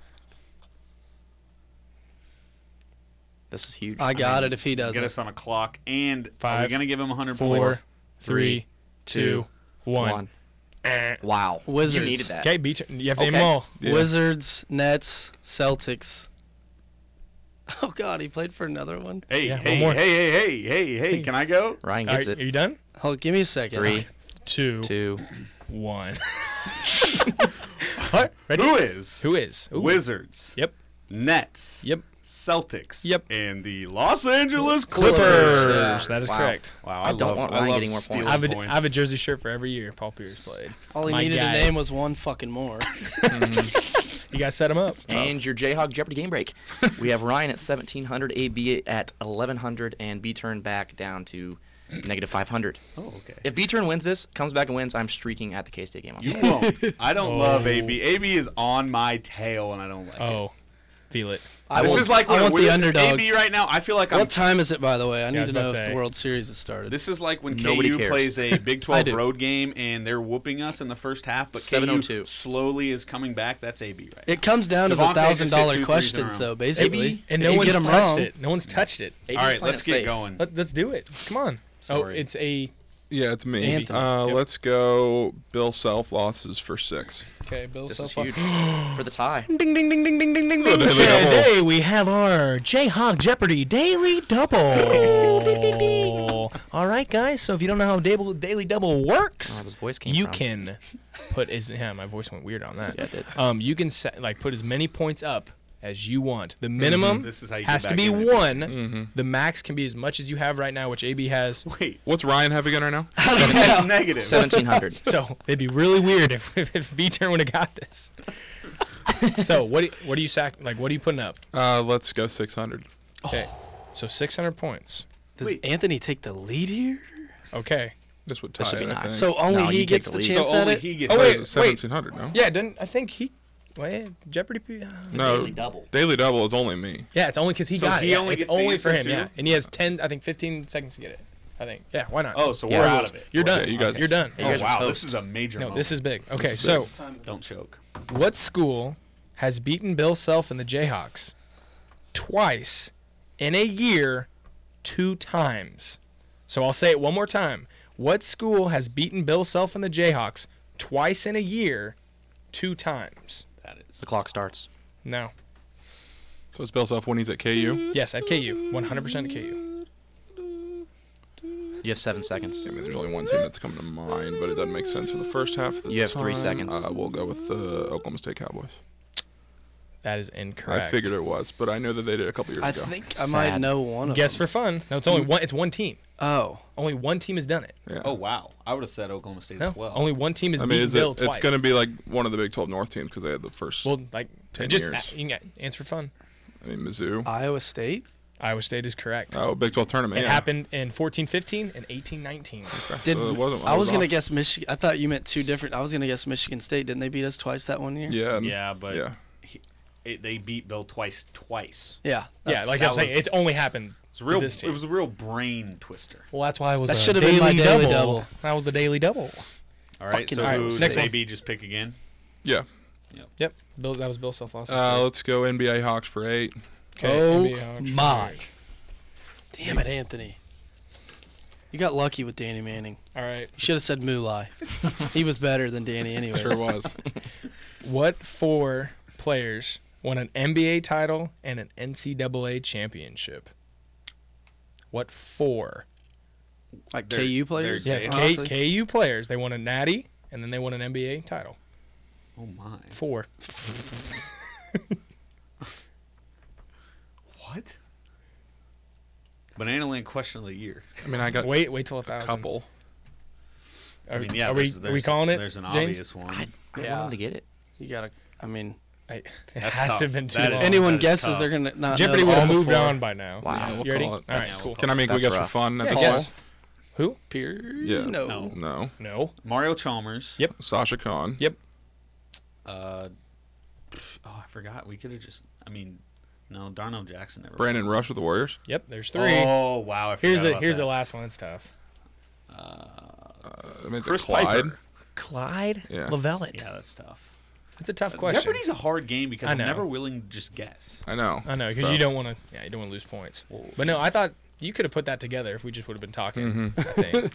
Speaker 6: This is huge.
Speaker 9: I got it if he
Speaker 2: Get
Speaker 9: doesn't.
Speaker 2: us on a clock and Are we
Speaker 4: Five,
Speaker 2: gonna give him 100
Speaker 4: Four,
Speaker 2: points?
Speaker 4: three, two, one. Eh.
Speaker 6: Wow.
Speaker 9: Wizards.
Speaker 6: You needed that.
Speaker 4: Okay, beat you have to name
Speaker 6: Okay.
Speaker 4: them all.
Speaker 3: Yeah.
Speaker 9: Wizards, Nets, Celtics. Oh, God. He played for another one?
Speaker 2: Hey,
Speaker 4: Yeah, one
Speaker 2: hey,
Speaker 4: more.
Speaker 2: hey, hey, hey, hey, hey! Can I go?
Speaker 6: Ryan
Speaker 4: Are,
Speaker 6: gets
Speaker 4: are
Speaker 6: it.
Speaker 4: you done?
Speaker 9: Hold, give me a second.
Speaker 6: Three,
Speaker 4: Two,
Speaker 6: two.
Speaker 4: one. All right, Ready?
Speaker 2: Who is?
Speaker 4: Who is? Ooh.
Speaker 2: Wizards,
Speaker 4: Yep.
Speaker 2: Nets,
Speaker 4: Yep.
Speaker 2: Celtics,
Speaker 4: Yep.
Speaker 2: and the Los Angeles Clippers.
Speaker 9: Clippers.
Speaker 4: First. That is
Speaker 6: Wow.
Speaker 4: correct.
Speaker 2: Wow,
Speaker 6: I don't
Speaker 2: love,
Speaker 6: want
Speaker 2: I
Speaker 6: Ryan
Speaker 2: love
Speaker 6: getting more
Speaker 2: stealing
Speaker 6: points.
Speaker 4: I have, a,
Speaker 2: points.
Speaker 4: I have a jersey shirt for every year Paul Pierce played.
Speaker 9: All he
Speaker 4: My
Speaker 9: needed
Speaker 4: guy.
Speaker 9: to name was one fucking more.
Speaker 4: You guys set him up.
Speaker 6: And your Jayhawk Jeopardy game break. we have Ryan at 1700, AB at 1100, and B turn back down to negative 500.
Speaker 2: oh, okay.
Speaker 6: If B turn wins this, comes back and wins, I'm streaking at the K State game. On
Speaker 2: You
Speaker 6: Saturday.
Speaker 2: won't. I don't love AB. AB is on my tail, and I don't like it.
Speaker 4: Oh. Feel it.
Speaker 9: I
Speaker 2: this
Speaker 9: want-
Speaker 2: is like
Speaker 9: I
Speaker 2: when
Speaker 9: want the
Speaker 2: we're-
Speaker 9: underdog.
Speaker 2: AB right now. I feel like I'm
Speaker 9: What time is it, by the way? I need
Speaker 4: I was
Speaker 9: to
Speaker 4: about
Speaker 9: know
Speaker 4: to
Speaker 9: if
Speaker 4: say.
Speaker 9: the World Series has started.
Speaker 2: This is like when
Speaker 6: Nobody
Speaker 2: KU
Speaker 6: cares.
Speaker 2: plays a Big
Speaker 9: I
Speaker 2: 12
Speaker 9: do.
Speaker 2: road game and they're whooping us in the first half, but KU
Speaker 6: 7:02.
Speaker 2: slowly is coming back. That's AB right.
Speaker 9: It comes down to
Speaker 2: Devontae
Speaker 9: the
Speaker 2: just hit two
Speaker 9: thousand
Speaker 2: threes in
Speaker 9: dollar
Speaker 2: a
Speaker 9: questions,
Speaker 2: row.
Speaker 9: though. Basically,
Speaker 4: And
Speaker 9: If
Speaker 4: no
Speaker 9: you
Speaker 4: one's
Speaker 9: get 'em
Speaker 4: touched
Speaker 9: wrong-
Speaker 4: it. No one's touched it.
Speaker 2: All right, let's get going.
Speaker 4: Let, us do it. Come on. Oh,
Speaker 6: Sorry.
Speaker 4: it's a
Speaker 3: Yeah, it's me.
Speaker 9: Anthony.
Speaker 3: Uh,
Speaker 4: Yep.
Speaker 3: Let's go. Bill Self losses for six.
Speaker 9: Okay, Bill.
Speaker 6: This
Speaker 9: so
Speaker 6: is
Speaker 9: far,
Speaker 6: huge for the tie.
Speaker 4: ding ding ding ding ding
Speaker 6: Oh,
Speaker 4: ding ding.
Speaker 3: Good, Haley Double.
Speaker 4: Today we have our Jayhawk Jeopardy Daily Double. All right, guys. So if you don't know how Dable, Daily Double works,
Speaker 6: Where his voice came
Speaker 4: you
Speaker 6: from.
Speaker 4: can put as yeah. My voice went weird on that.
Speaker 6: Yeah, it did.
Speaker 4: Um, you can set, like put as many points up as you want. The minimum
Speaker 2: Mm-hmm. This is how you get
Speaker 4: has to
Speaker 2: back
Speaker 4: be
Speaker 2: in it.
Speaker 4: one.
Speaker 6: Mm-hmm.
Speaker 4: The max can be as much as you have right now, which AB has.
Speaker 2: Wait,
Speaker 3: What's Ryan have again right now?
Speaker 2: that's negative.
Speaker 6: Seventeen hundred.
Speaker 4: So it'd be really weird if, if B turn would have got this. so what do, what are you sac like? What are you putting up?
Speaker 3: Uh, let's go six hundred.
Speaker 4: Okay, so 600 points.
Speaker 9: does
Speaker 2: Wait.
Speaker 9: Anthony take the lead here?
Speaker 4: Okay.
Speaker 3: This would tie
Speaker 6: should
Speaker 3: it.
Speaker 6: be
Speaker 3: I
Speaker 6: nice.
Speaker 3: think.
Speaker 9: So only
Speaker 6: No, you
Speaker 9: he
Speaker 6: take
Speaker 9: gets
Speaker 6: the
Speaker 9: the
Speaker 6: lead.
Speaker 9: chance
Speaker 2: So
Speaker 9: at
Speaker 2: only
Speaker 9: it.
Speaker 2: he gets.
Speaker 4: Oh, wait.
Speaker 3: seventeen hundred. No.
Speaker 4: Yeah, didn't I think he? Wait, Jeopardy. P- uh,
Speaker 3: No.
Speaker 9: Daily double.
Speaker 3: Daily double is only me.
Speaker 4: Yeah, it's only because he
Speaker 2: So
Speaker 4: got
Speaker 2: he
Speaker 4: it. Yeah,
Speaker 2: only
Speaker 4: it's
Speaker 2: gets the
Speaker 4: only for
Speaker 2: answer
Speaker 4: him.
Speaker 2: too?
Speaker 4: Yeah, and he has 10, I think 15 seconds to get it. I think. Yeah, why not?
Speaker 2: Oh, so we're
Speaker 6: Yeah.
Speaker 2: out of it.
Speaker 4: you're
Speaker 2: We're-
Speaker 4: done.
Speaker 3: you guys-
Speaker 4: You're done.
Speaker 6: you
Speaker 2: Oh
Speaker 6: guys are
Speaker 2: wow,
Speaker 6: toast.
Speaker 2: this is a major.
Speaker 4: No,
Speaker 2: moment.
Speaker 4: Oh. this is big. Okay, so
Speaker 2: Don't choke.
Speaker 4: what school has beaten Bill Self and the Jayhawks twice in a year, two times? So I'll say it one more time. What school has beaten Bill Self and the Jayhawks twice in a year, two times?
Speaker 6: The clock starts.
Speaker 4: No.
Speaker 3: So it's Bill Self when he's at KU.
Speaker 4: Yes, at KU. 100% at KU.
Speaker 6: You have seven seconds.
Speaker 3: I mean, there's only one team that's coming to mind, but it doesn't make sense for the first half. Of the
Speaker 6: You have three
Speaker 3: time.
Speaker 6: seconds.
Speaker 3: Uh, we'll go with the Oklahoma State Cowboys.
Speaker 4: That is incorrect.
Speaker 3: I figured it was, but I know that they did it a couple years
Speaker 9: I
Speaker 3: ago.
Speaker 9: think I might
Speaker 6: Sad.
Speaker 9: know one of
Speaker 4: Guess
Speaker 9: them.
Speaker 4: for fun. No, it's
Speaker 3: Hmm.
Speaker 4: only one. It's one team.
Speaker 9: oh,
Speaker 4: Only one team has done it.
Speaker 3: Yeah.
Speaker 2: Oh wow, I would have said Oklahoma State
Speaker 4: No,
Speaker 2: as well.
Speaker 4: only one team has
Speaker 3: I mean,
Speaker 4: beaten
Speaker 3: is it,
Speaker 4: Bill
Speaker 3: it's
Speaker 4: twice.
Speaker 3: going to be like one of the Big 12 North teams because they had the first.
Speaker 4: well, like
Speaker 3: 10
Speaker 4: just
Speaker 3: years.
Speaker 4: a- you can answer fun.
Speaker 3: I mean, Mizzou.
Speaker 9: Iowa State.
Speaker 4: Iowa State is correct.
Speaker 3: Oh, Big 12 tournament.
Speaker 4: uh, It
Speaker 3: yeah.
Speaker 4: happened in 14-15 and 18-19.
Speaker 3: Okay,
Speaker 9: Did
Speaker 3: so it wasn't,
Speaker 9: I was gonna
Speaker 3: off.
Speaker 9: guess Michigan? I thought you meant two different. I was gonna guess Michigan State. Didn't they beat us twice that one year?
Speaker 3: Yeah. and-
Speaker 2: yeah, but
Speaker 3: yeah.
Speaker 2: he- it, they beat Bill twice. Twice.
Speaker 9: Yeah.
Speaker 4: Yeah,
Speaker 9: that's-
Speaker 4: like
Speaker 2: that
Speaker 4: I'm saying,
Speaker 2: was-
Speaker 4: it's only happened
Speaker 2: It's a real.
Speaker 4: to this
Speaker 2: It
Speaker 4: team.
Speaker 2: was a real brain twister.
Speaker 4: well, that's why I was.
Speaker 9: That
Speaker 4: a
Speaker 9: should have been my daily double.
Speaker 4: That was the daily double.
Speaker 2: All right,
Speaker 9: Fucking
Speaker 2: so
Speaker 9: Iowa
Speaker 2: who
Speaker 4: State.
Speaker 2: does AB just pick again?
Speaker 3: Yeah.
Speaker 4: Yep, Bill. That was Bill Self-Loss.
Speaker 3: Uh, let's go NBA Hawks for eight.
Speaker 9: oh my! Damn it, Anthony. You got lucky with Danny Manning.
Speaker 4: All right.
Speaker 9: You should have said Mulai. he was better than Danny anyway.
Speaker 3: Sure was.
Speaker 4: What four players won an NBA title and an NCAA championship? What four?
Speaker 9: Like
Speaker 2: They're-
Speaker 9: KU players.
Speaker 2: they're
Speaker 4: Yes,
Speaker 2: Jay-
Speaker 4: K-
Speaker 9: honestly.
Speaker 4: KU players. They won a Natty and then they won an NBA title.
Speaker 2: Oh my.
Speaker 4: Four.
Speaker 2: What? Banana Land question of the year.
Speaker 3: I mean, I got
Speaker 4: Wait, wait till a
Speaker 3: a
Speaker 4: thousand.
Speaker 3: couple.
Speaker 4: Are,
Speaker 2: I mean, yeah,
Speaker 4: are we,
Speaker 2: there's-
Speaker 4: are we
Speaker 2: there's-
Speaker 4: calling it?
Speaker 2: There's an
Speaker 4: James?
Speaker 2: obvious one.
Speaker 6: I
Speaker 9: Yeah.
Speaker 6: want him to get it.
Speaker 9: You gotta. I mean,
Speaker 4: I, it
Speaker 2: That's
Speaker 4: has
Speaker 2: tough.
Speaker 4: to have been too
Speaker 2: That is-
Speaker 4: long.
Speaker 9: if anyone
Speaker 2: that is
Speaker 9: guesses
Speaker 2: tough.
Speaker 9: they're gonna not.
Speaker 4: Jeopardy
Speaker 9: know
Speaker 4: would
Speaker 9: all
Speaker 4: have moved
Speaker 9: before.
Speaker 4: on by now.
Speaker 6: Wow.
Speaker 3: Yeah, we'll
Speaker 4: You ready?
Speaker 3: call it.
Speaker 4: All right,
Speaker 3: That's-
Speaker 4: cool.
Speaker 3: Can I make a
Speaker 6: That's
Speaker 3: guess for
Speaker 6: rough.
Speaker 3: fun? at
Speaker 9: Yeah,
Speaker 3: all?
Speaker 9: guess.
Speaker 4: Who?
Speaker 3: Yeah.
Speaker 9: Pierino.
Speaker 2: No.
Speaker 3: No.
Speaker 4: No.
Speaker 2: Mario Chalmers.
Speaker 4: Yep.
Speaker 3: Sasha Khan.
Speaker 4: Yep.
Speaker 2: Uh, pff, oh, I forgot. We could have just. I mean, no, Darnell Jackson never.
Speaker 3: Brandon Rush with the Warriors.
Speaker 4: Yep. There's
Speaker 2: played.
Speaker 4: three.
Speaker 2: Oh wow. I
Speaker 4: here's
Speaker 2: forgot
Speaker 4: the
Speaker 2: about
Speaker 4: here's
Speaker 2: that.
Speaker 4: the last one. That's tough.
Speaker 3: I mean, it's
Speaker 2: Chris
Speaker 3: a Clyde.
Speaker 2: Piper.
Speaker 4: Clyde
Speaker 3: Yeah.
Speaker 4: Lavellet.
Speaker 2: Yeah, that's tough.
Speaker 4: That's a tough question.
Speaker 2: Jeopardy's a hard game because
Speaker 4: I
Speaker 2: I'm
Speaker 4: know.
Speaker 2: never willing to just guess.
Speaker 3: I know.
Speaker 4: I know
Speaker 3: It's
Speaker 4: because you
Speaker 3: tough.
Speaker 4: don't want to. Yeah, you don't want to lose points. But no, I thought you could have put that together if we just would have been
Speaker 2: Mm-hmm.
Speaker 4: talking. I think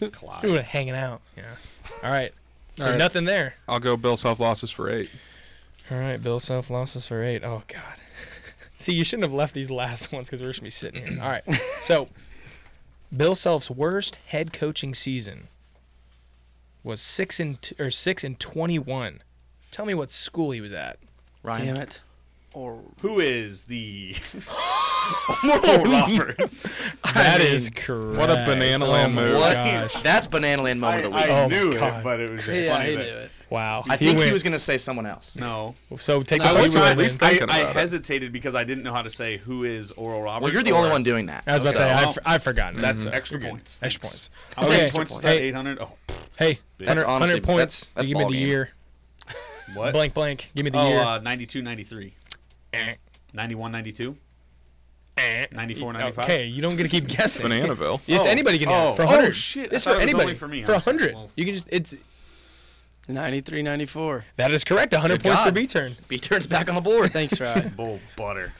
Speaker 4: we
Speaker 2: Clyde.
Speaker 4: would have hanging out. Yeah. All right. So
Speaker 3: right.
Speaker 4: nothing there.
Speaker 3: I'll go Bill Self losses for eight.
Speaker 4: All right, Bill Self losses for eight. Oh God. See, you shouldn't have left these last ones because we're just gonna be sitting here. All right. So, Bill Self's worst head coaching season was six and t- or six and twenty-one. Tell me what school he was at.
Speaker 6: Ryan.
Speaker 9: Damn it. Or
Speaker 2: Who is the Oral Roberts?
Speaker 4: That is correct.
Speaker 3: What a banana land
Speaker 4: Oh, my
Speaker 3: move.
Speaker 6: What?
Speaker 4: Gosh.
Speaker 6: That's banana land
Speaker 2: I,
Speaker 6: moment of the week.
Speaker 2: I
Speaker 4: Oh,
Speaker 2: knew it,
Speaker 4: God.
Speaker 2: but it was just
Speaker 9: yeah,
Speaker 2: funny.
Speaker 9: he knew
Speaker 2: that-
Speaker 9: it.
Speaker 4: Wow.
Speaker 6: I think he
Speaker 4: went-
Speaker 6: was gonna say someone else.
Speaker 2: No.
Speaker 4: So take
Speaker 9: No,
Speaker 4: the
Speaker 9: we
Speaker 4: points
Speaker 9: were
Speaker 4: away,
Speaker 9: at
Speaker 4: man.
Speaker 9: least-
Speaker 2: I,
Speaker 3: thinking
Speaker 2: I
Speaker 3: about it.
Speaker 2: hesitated because I didn't know how to say who is Oral Roberts.
Speaker 6: Well, you're the only
Speaker 2: or-
Speaker 6: one doing that.
Speaker 4: I Mm. was about to
Speaker 6: so-
Speaker 4: say
Speaker 2: So-
Speaker 4: I've, I've forgotten.
Speaker 2: That's
Speaker 4: so
Speaker 2: extra
Speaker 4: you're good.
Speaker 2: points.
Speaker 4: Extra
Speaker 2: Thanks.
Speaker 4: points.
Speaker 2: How many
Speaker 4: Okay.
Speaker 2: points was that?
Speaker 4: Hey,
Speaker 2: 800? Oh,
Speaker 4: hey, 100,
Speaker 6: honestly-
Speaker 4: 100 points.
Speaker 6: that's- that's
Speaker 4: Do you give me
Speaker 6: ball
Speaker 4: the
Speaker 6: game.
Speaker 4: year.
Speaker 2: what? uh,
Speaker 4: Blank, blank. Give me the
Speaker 2: Oh,
Speaker 4: year.
Speaker 2: uh, 92, 93. 91, 92? 94, 95?
Speaker 4: Eh. Okay, you don't get to keep guessing.
Speaker 3: Bananaville.
Speaker 4: It's
Speaker 2: Oh,
Speaker 4: anybody can
Speaker 2: oh,
Speaker 4: have it for
Speaker 2: oh,
Speaker 4: 100.
Speaker 2: shit, I
Speaker 4: It's
Speaker 2: thought
Speaker 4: for
Speaker 2: it was
Speaker 4: anybody.
Speaker 2: only for me. I was like,
Speaker 4: 100.
Speaker 2: well-
Speaker 4: you can just it's
Speaker 9: 93, 94.
Speaker 4: that is correct. 100
Speaker 6: Good
Speaker 4: points for
Speaker 6: God.
Speaker 4: B turn.
Speaker 6: B turns back on the board.
Speaker 9: Thanks, Ryan.
Speaker 2: Bull butter.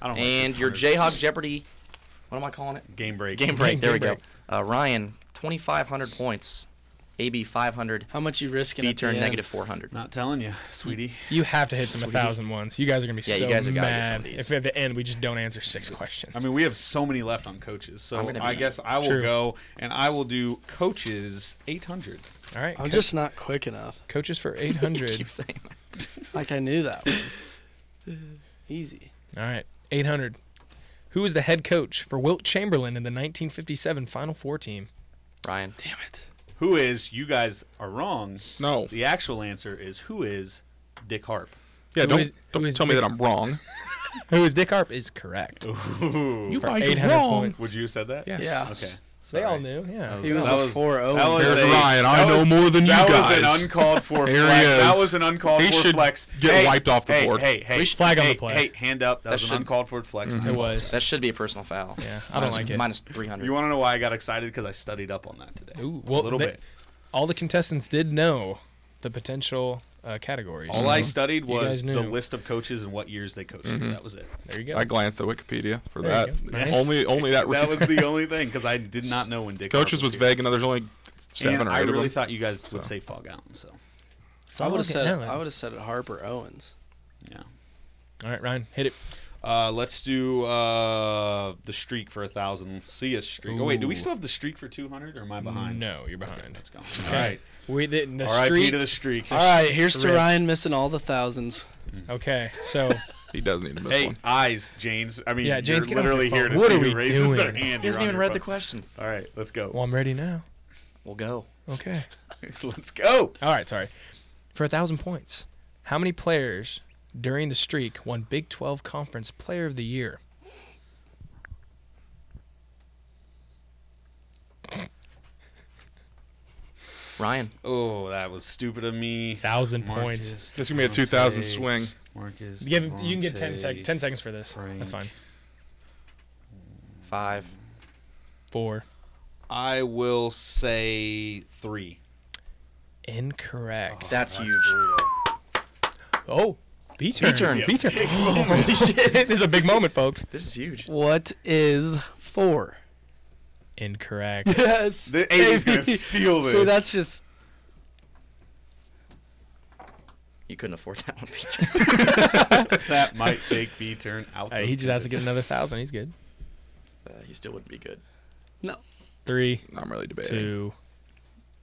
Speaker 2: I don't like
Speaker 6: and
Speaker 2: this
Speaker 6: your
Speaker 2: hundred.
Speaker 6: Jayhawk Jeopardy. What am I calling it?
Speaker 2: game break.
Speaker 6: Game break. There
Speaker 4: Game
Speaker 6: we go. Uh, Ryan, 2,500 points. AB 500.
Speaker 9: How much you risking?
Speaker 6: B
Speaker 9: at the
Speaker 6: turn
Speaker 9: end?
Speaker 6: negative 400.
Speaker 2: Not telling you, sweetie.
Speaker 4: You have to hit some a thousand ones. You guys are gonna be
Speaker 6: Yeah,
Speaker 4: so
Speaker 6: you guys have gotta get some
Speaker 4: mad
Speaker 6: of these.
Speaker 4: if at the end we just don't answer six questions.
Speaker 2: I mean, we have so many left on coaches, so
Speaker 6: I'm gonna
Speaker 2: I
Speaker 6: be-
Speaker 2: guess I will
Speaker 4: True.
Speaker 2: go and I will do coaches 800.
Speaker 4: all right,
Speaker 9: I'm
Speaker 4: co-
Speaker 9: just not quick enough.
Speaker 4: coaches for eight
Speaker 6: You
Speaker 4: hundred.
Speaker 6: keep saying that.
Speaker 9: Like I knew that one. Easy.
Speaker 4: All right, eight hundred. Who was the head coach for Wilt Chamberlain in the 1957 Final Four team?
Speaker 6: Ryan.
Speaker 9: Damn it.
Speaker 2: Who is? You guys are wrong.
Speaker 3: No.
Speaker 2: The actual answer is who is Dick Harp.
Speaker 3: Yeah,
Speaker 4: Who
Speaker 3: don't,
Speaker 4: is-
Speaker 3: don't
Speaker 4: who is
Speaker 3: tell me
Speaker 4: Dick-
Speaker 3: that I'm wrong.
Speaker 4: Who is Dick Arp? Is correct.
Speaker 3: You
Speaker 4: For 800 points.
Speaker 2: Would you have said that?
Speaker 3: Yes.
Speaker 9: Yeah.
Speaker 2: Okay.
Speaker 4: They
Speaker 2: Sorry.
Speaker 4: all knew. Yeah.
Speaker 9: He went
Speaker 2: that was
Speaker 9: with 4-0.
Speaker 3: Oh, There's
Speaker 2: a-
Speaker 3: Ryan. I
Speaker 2: that
Speaker 3: know
Speaker 2: was-
Speaker 3: more than you
Speaker 2: that was
Speaker 3: guys.
Speaker 2: an uncalled for
Speaker 3: There
Speaker 2: flex.
Speaker 3: he
Speaker 2: That
Speaker 3: is.
Speaker 2: was an uncalled
Speaker 3: He
Speaker 2: for
Speaker 3: should
Speaker 2: flex.
Speaker 3: get
Speaker 2: hey,
Speaker 3: wiped off the
Speaker 2: hey,
Speaker 3: board.
Speaker 2: Hey, hey,
Speaker 4: We should flag
Speaker 2: hey,
Speaker 4: on the play.
Speaker 2: Hey, hand up. That, was an
Speaker 6: should-
Speaker 2: uncalled for flex.
Speaker 4: Mm-hmm. It was.
Speaker 6: That should be a personal foul.
Speaker 4: Yeah, I don't
Speaker 6: Minus-
Speaker 4: like it.
Speaker 6: Minus 300.
Speaker 2: You want to know why I got excited? Because I studied up on that today.
Speaker 4: Ooh, well,
Speaker 2: a little
Speaker 4: they-
Speaker 2: bit.
Speaker 4: all the contestants did know the potential uh, categories.
Speaker 2: All I studied
Speaker 4: You
Speaker 2: was
Speaker 4: guys
Speaker 2: the
Speaker 4: knew.
Speaker 2: list of coaches and what years they coached.
Speaker 3: Mm-hmm.
Speaker 2: That was it.
Speaker 4: there you go.
Speaker 3: I glanced at Wikipedia for
Speaker 4: There you
Speaker 3: that.
Speaker 4: go. Nice.
Speaker 3: Only only that
Speaker 2: That was
Speaker 3: reason.
Speaker 2: the only thing because I did not know when Dick
Speaker 3: Coaches was
Speaker 2: Harper here.
Speaker 3: vague, and there's only seven
Speaker 2: And
Speaker 3: or eight
Speaker 2: I
Speaker 3: of
Speaker 2: really
Speaker 3: them.
Speaker 2: thought you guys would say Fog Allen. So
Speaker 9: I would have
Speaker 4: Okay,
Speaker 9: said
Speaker 4: Allen.
Speaker 9: I would have said it Harper Owens.
Speaker 2: yeah.
Speaker 4: All right, Ryan, hit it.
Speaker 2: Uh, let's do uh, the streak for a thousand. See a streak. Oh wait, do we
Speaker 4: Ooh.
Speaker 2: still have the streak for two hundred? Or am I behind?
Speaker 4: No, you're behind.
Speaker 2: Let's go. All right.
Speaker 4: We the, the
Speaker 2: R.I.P.
Speaker 4: streak.
Speaker 2: to the streak.
Speaker 9: All right, here's to
Speaker 4: Rip.
Speaker 9: Ryan missing all the thousands.
Speaker 4: okay, so
Speaker 3: He does need to miss
Speaker 2: Hey,
Speaker 3: one.
Speaker 2: eyes, Janes. I mean,
Speaker 4: Yeah, Janes,
Speaker 2: you're
Speaker 4: get off your
Speaker 2: literally here
Speaker 4: phone.
Speaker 2: to
Speaker 4: What
Speaker 2: see
Speaker 4: are
Speaker 2: who
Speaker 4: we
Speaker 2: raises their
Speaker 4: doing?
Speaker 2: hand.
Speaker 6: He
Speaker 2: You're
Speaker 6: hasn't
Speaker 2: on
Speaker 6: even
Speaker 2: your
Speaker 6: read
Speaker 2: phone.
Speaker 6: the question.
Speaker 2: All right, let's
Speaker 4: well,
Speaker 2: go.
Speaker 4: I'm ready now.
Speaker 6: We'll go.
Speaker 4: Okay.
Speaker 2: let's go.
Speaker 4: All right, sorry. For a thousand points, how many players during the streak won Big 12 Conference Player of the Year?
Speaker 6: Ryan.
Speaker 2: Oh, that was stupid of me.
Speaker 4: Thousand
Speaker 2: Marcus,
Speaker 4: points.
Speaker 3: This is gonna be a 2,000
Speaker 2: Devontae,
Speaker 3: swing.
Speaker 2: Marcus,
Speaker 4: Give, you can get 10, sec-
Speaker 2: Devontae.
Speaker 4: 10 seconds for this.
Speaker 2: Frank.
Speaker 4: That's fine.
Speaker 6: Five.
Speaker 4: Four.
Speaker 2: I will say three.
Speaker 4: Incorrect.
Speaker 6: That's, huge.
Speaker 4: oh, B turn.
Speaker 6: turn.
Speaker 4: B turn. Holy shit. This is a big moment, folks.
Speaker 6: This is huge.
Speaker 9: What is four?
Speaker 4: Incorrect.
Speaker 9: Yes.
Speaker 2: The AB's gonna steal this.
Speaker 9: See, that's just
Speaker 6: You couldn't afford that one, Peter.
Speaker 2: that might take B turn out.
Speaker 4: Hey,
Speaker 2: the
Speaker 4: he just has to
Speaker 2: picture.
Speaker 4: get another thousand. He's good.
Speaker 6: uh, he still wouldn't be good.
Speaker 9: no.
Speaker 4: Three,
Speaker 3: I'm really debating.
Speaker 4: two,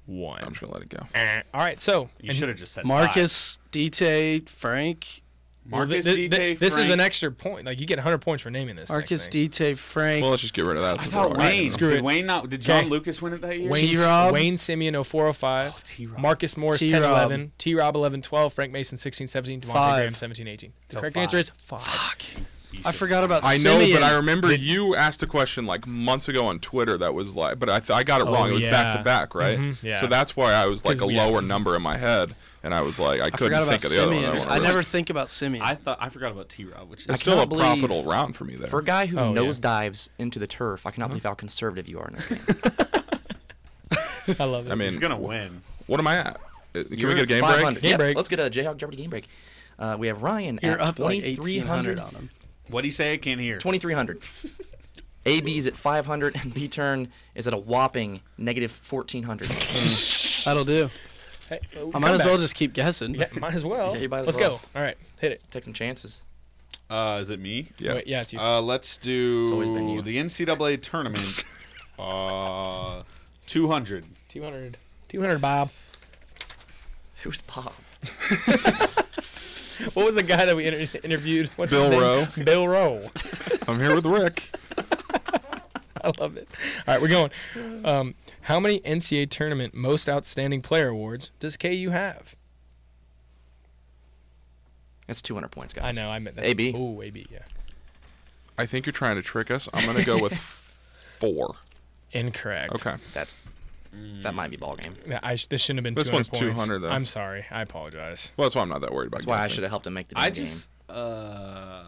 Speaker 3: I'm
Speaker 4: one.
Speaker 3: just gonna let it go.
Speaker 4: Eh. All right, so
Speaker 2: You should have just said
Speaker 9: Marcus, Dite, Frank,
Speaker 2: five.
Speaker 4: Well,
Speaker 2: Marcus
Speaker 4: thi- thi- thi-
Speaker 2: Dite,
Speaker 4: this is an
Speaker 2: Frank-
Speaker 4: extra point. Like you get 100 points for naming this. next
Speaker 9: Marcus,
Speaker 4: thing.
Speaker 9: Dite, Frank.
Speaker 3: Well, let's just get rid of that.
Speaker 2: I
Speaker 3: since
Speaker 2: thought
Speaker 3: we're already-
Speaker 2: Wayne.
Speaker 4: Screw
Speaker 2: did
Speaker 4: it.
Speaker 2: Wayne not? Did John
Speaker 4: Okay.
Speaker 2: Lucas win it that year?
Speaker 4: Wayne,
Speaker 9: T-Rob?
Speaker 4: Wayne Simeon oh, 0405,
Speaker 2: T-Rob.
Speaker 4: Marcus Morris
Speaker 9: T-Rob.
Speaker 4: 1011, T Rob 1112, Frank Mason 1617, Devontae
Speaker 9: Five.
Speaker 4: Graham 1718. The
Speaker 2: So
Speaker 4: correct
Speaker 2: five.
Speaker 4: answer is 5.
Speaker 2: You
Speaker 9: I
Speaker 2: should-
Speaker 9: forgot about
Speaker 3: I know,
Speaker 9: Simeon.
Speaker 3: but I remember you asked a question like months ago on Twitter that was like, but I, th- I got it
Speaker 4: Oh,
Speaker 3: wrong. It was back
Speaker 4: yeah.
Speaker 3: to back, right?
Speaker 4: Mhm, yeah.
Speaker 3: So that's why I was like
Speaker 4: 'Cause
Speaker 3: a
Speaker 4: we-
Speaker 3: lower number in my head, and I was like, I,
Speaker 9: I
Speaker 3: couldn't
Speaker 9: forgot about
Speaker 3: think of the other
Speaker 9: Simeon.
Speaker 3: one.
Speaker 9: I never think about Simeon.
Speaker 2: I thought I forgot about T Rob, which is
Speaker 3: It's still a
Speaker 6: cannot believe-
Speaker 3: profitable round for me there.
Speaker 6: For a guy who
Speaker 4: Oh, yeah. Uh-huh.
Speaker 6: nose dives into the turf, I cannot believe how conservative you are in this game.
Speaker 4: I love it.
Speaker 3: I mean,
Speaker 2: he's gonna win.
Speaker 3: what am I at? Uh, Can
Speaker 6: You're
Speaker 3: we get a game
Speaker 6: 500.
Speaker 3: break?
Speaker 4: Game
Speaker 6: Yeah,
Speaker 4: break.
Speaker 6: Let's get a Jayhawk Jeopardy game break. Uh, we have Ryan
Speaker 9: You're
Speaker 6: at
Speaker 9: up like
Speaker 6: 2300
Speaker 9: 1800 on him.
Speaker 2: What do you say? I can't hear.
Speaker 6: 2300. AB is at 500 and B turn is at a whopping negative 1400.
Speaker 9: That'll do.
Speaker 4: Hey, well,
Speaker 9: I might as
Speaker 4: comeback.
Speaker 9: well just keep guessing.
Speaker 4: Yeah, might as well.
Speaker 6: Yeah, you might as
Speaker 4: let's
Speaker 6: well.
Speaker 4: go. All right, hit it.
Speaker 6: Take some chances.
Speaker 2: Uh, is it me?
Speaker 3: Yeah.
Speaker 4: Wait, yeah, it's you.
Speaker 2: Uh, let's
Speaker 6: always been
Speaker 2: do
Speaker 6: you.
Speaker 2: the NCAA tournament. uh, two hundred.
Speaker 4: 200. 200, Bob.
Speaker 6: Who's Bob?
Speaker 4: What was the guy that we inter- interviewed? What's his
Speaker 3: Bill
Speaker 4: name?
Speaker 3: Rowe.
Speaker 4: Bill Rowe.
Speaker 3: I'm here with Rick.
Speaker 4: I love it. All right, we're going. Um, how many NCAA tournament most outstanding player awards does KU have?
Speaker 6: That's 200 points,
Speaker 4: I
Speaker 6: guys.
Speaker 4: know, I meant that.
Speaker 6: AB.
Speaker 4: Oh, AB, yeah.
Speaker 3: I think you're trying to trick us. I'm gonna go with four.
Speaker 4: Incorrect.
Speaker 3: Okay.
Speaker 6: That's that might be ball game.
Speaker 4: Yeah, I sh- this shouldn't have been.
Speaker 3: This
Speaker 4: 200
Speaker 3: one's
Speaker 4: points.
Speaker 3: 200 though.
Speaker 4: I'm sorry. I apologize.
Speaker 3: Well, that's why I'm not that worried about.
Speaker 6: That's why I
Speaker 3: guessing.
Speaker 6: should have helped him make the damn
Speaker 2: I
Speaker 6: game.
Speaker 2: just uh,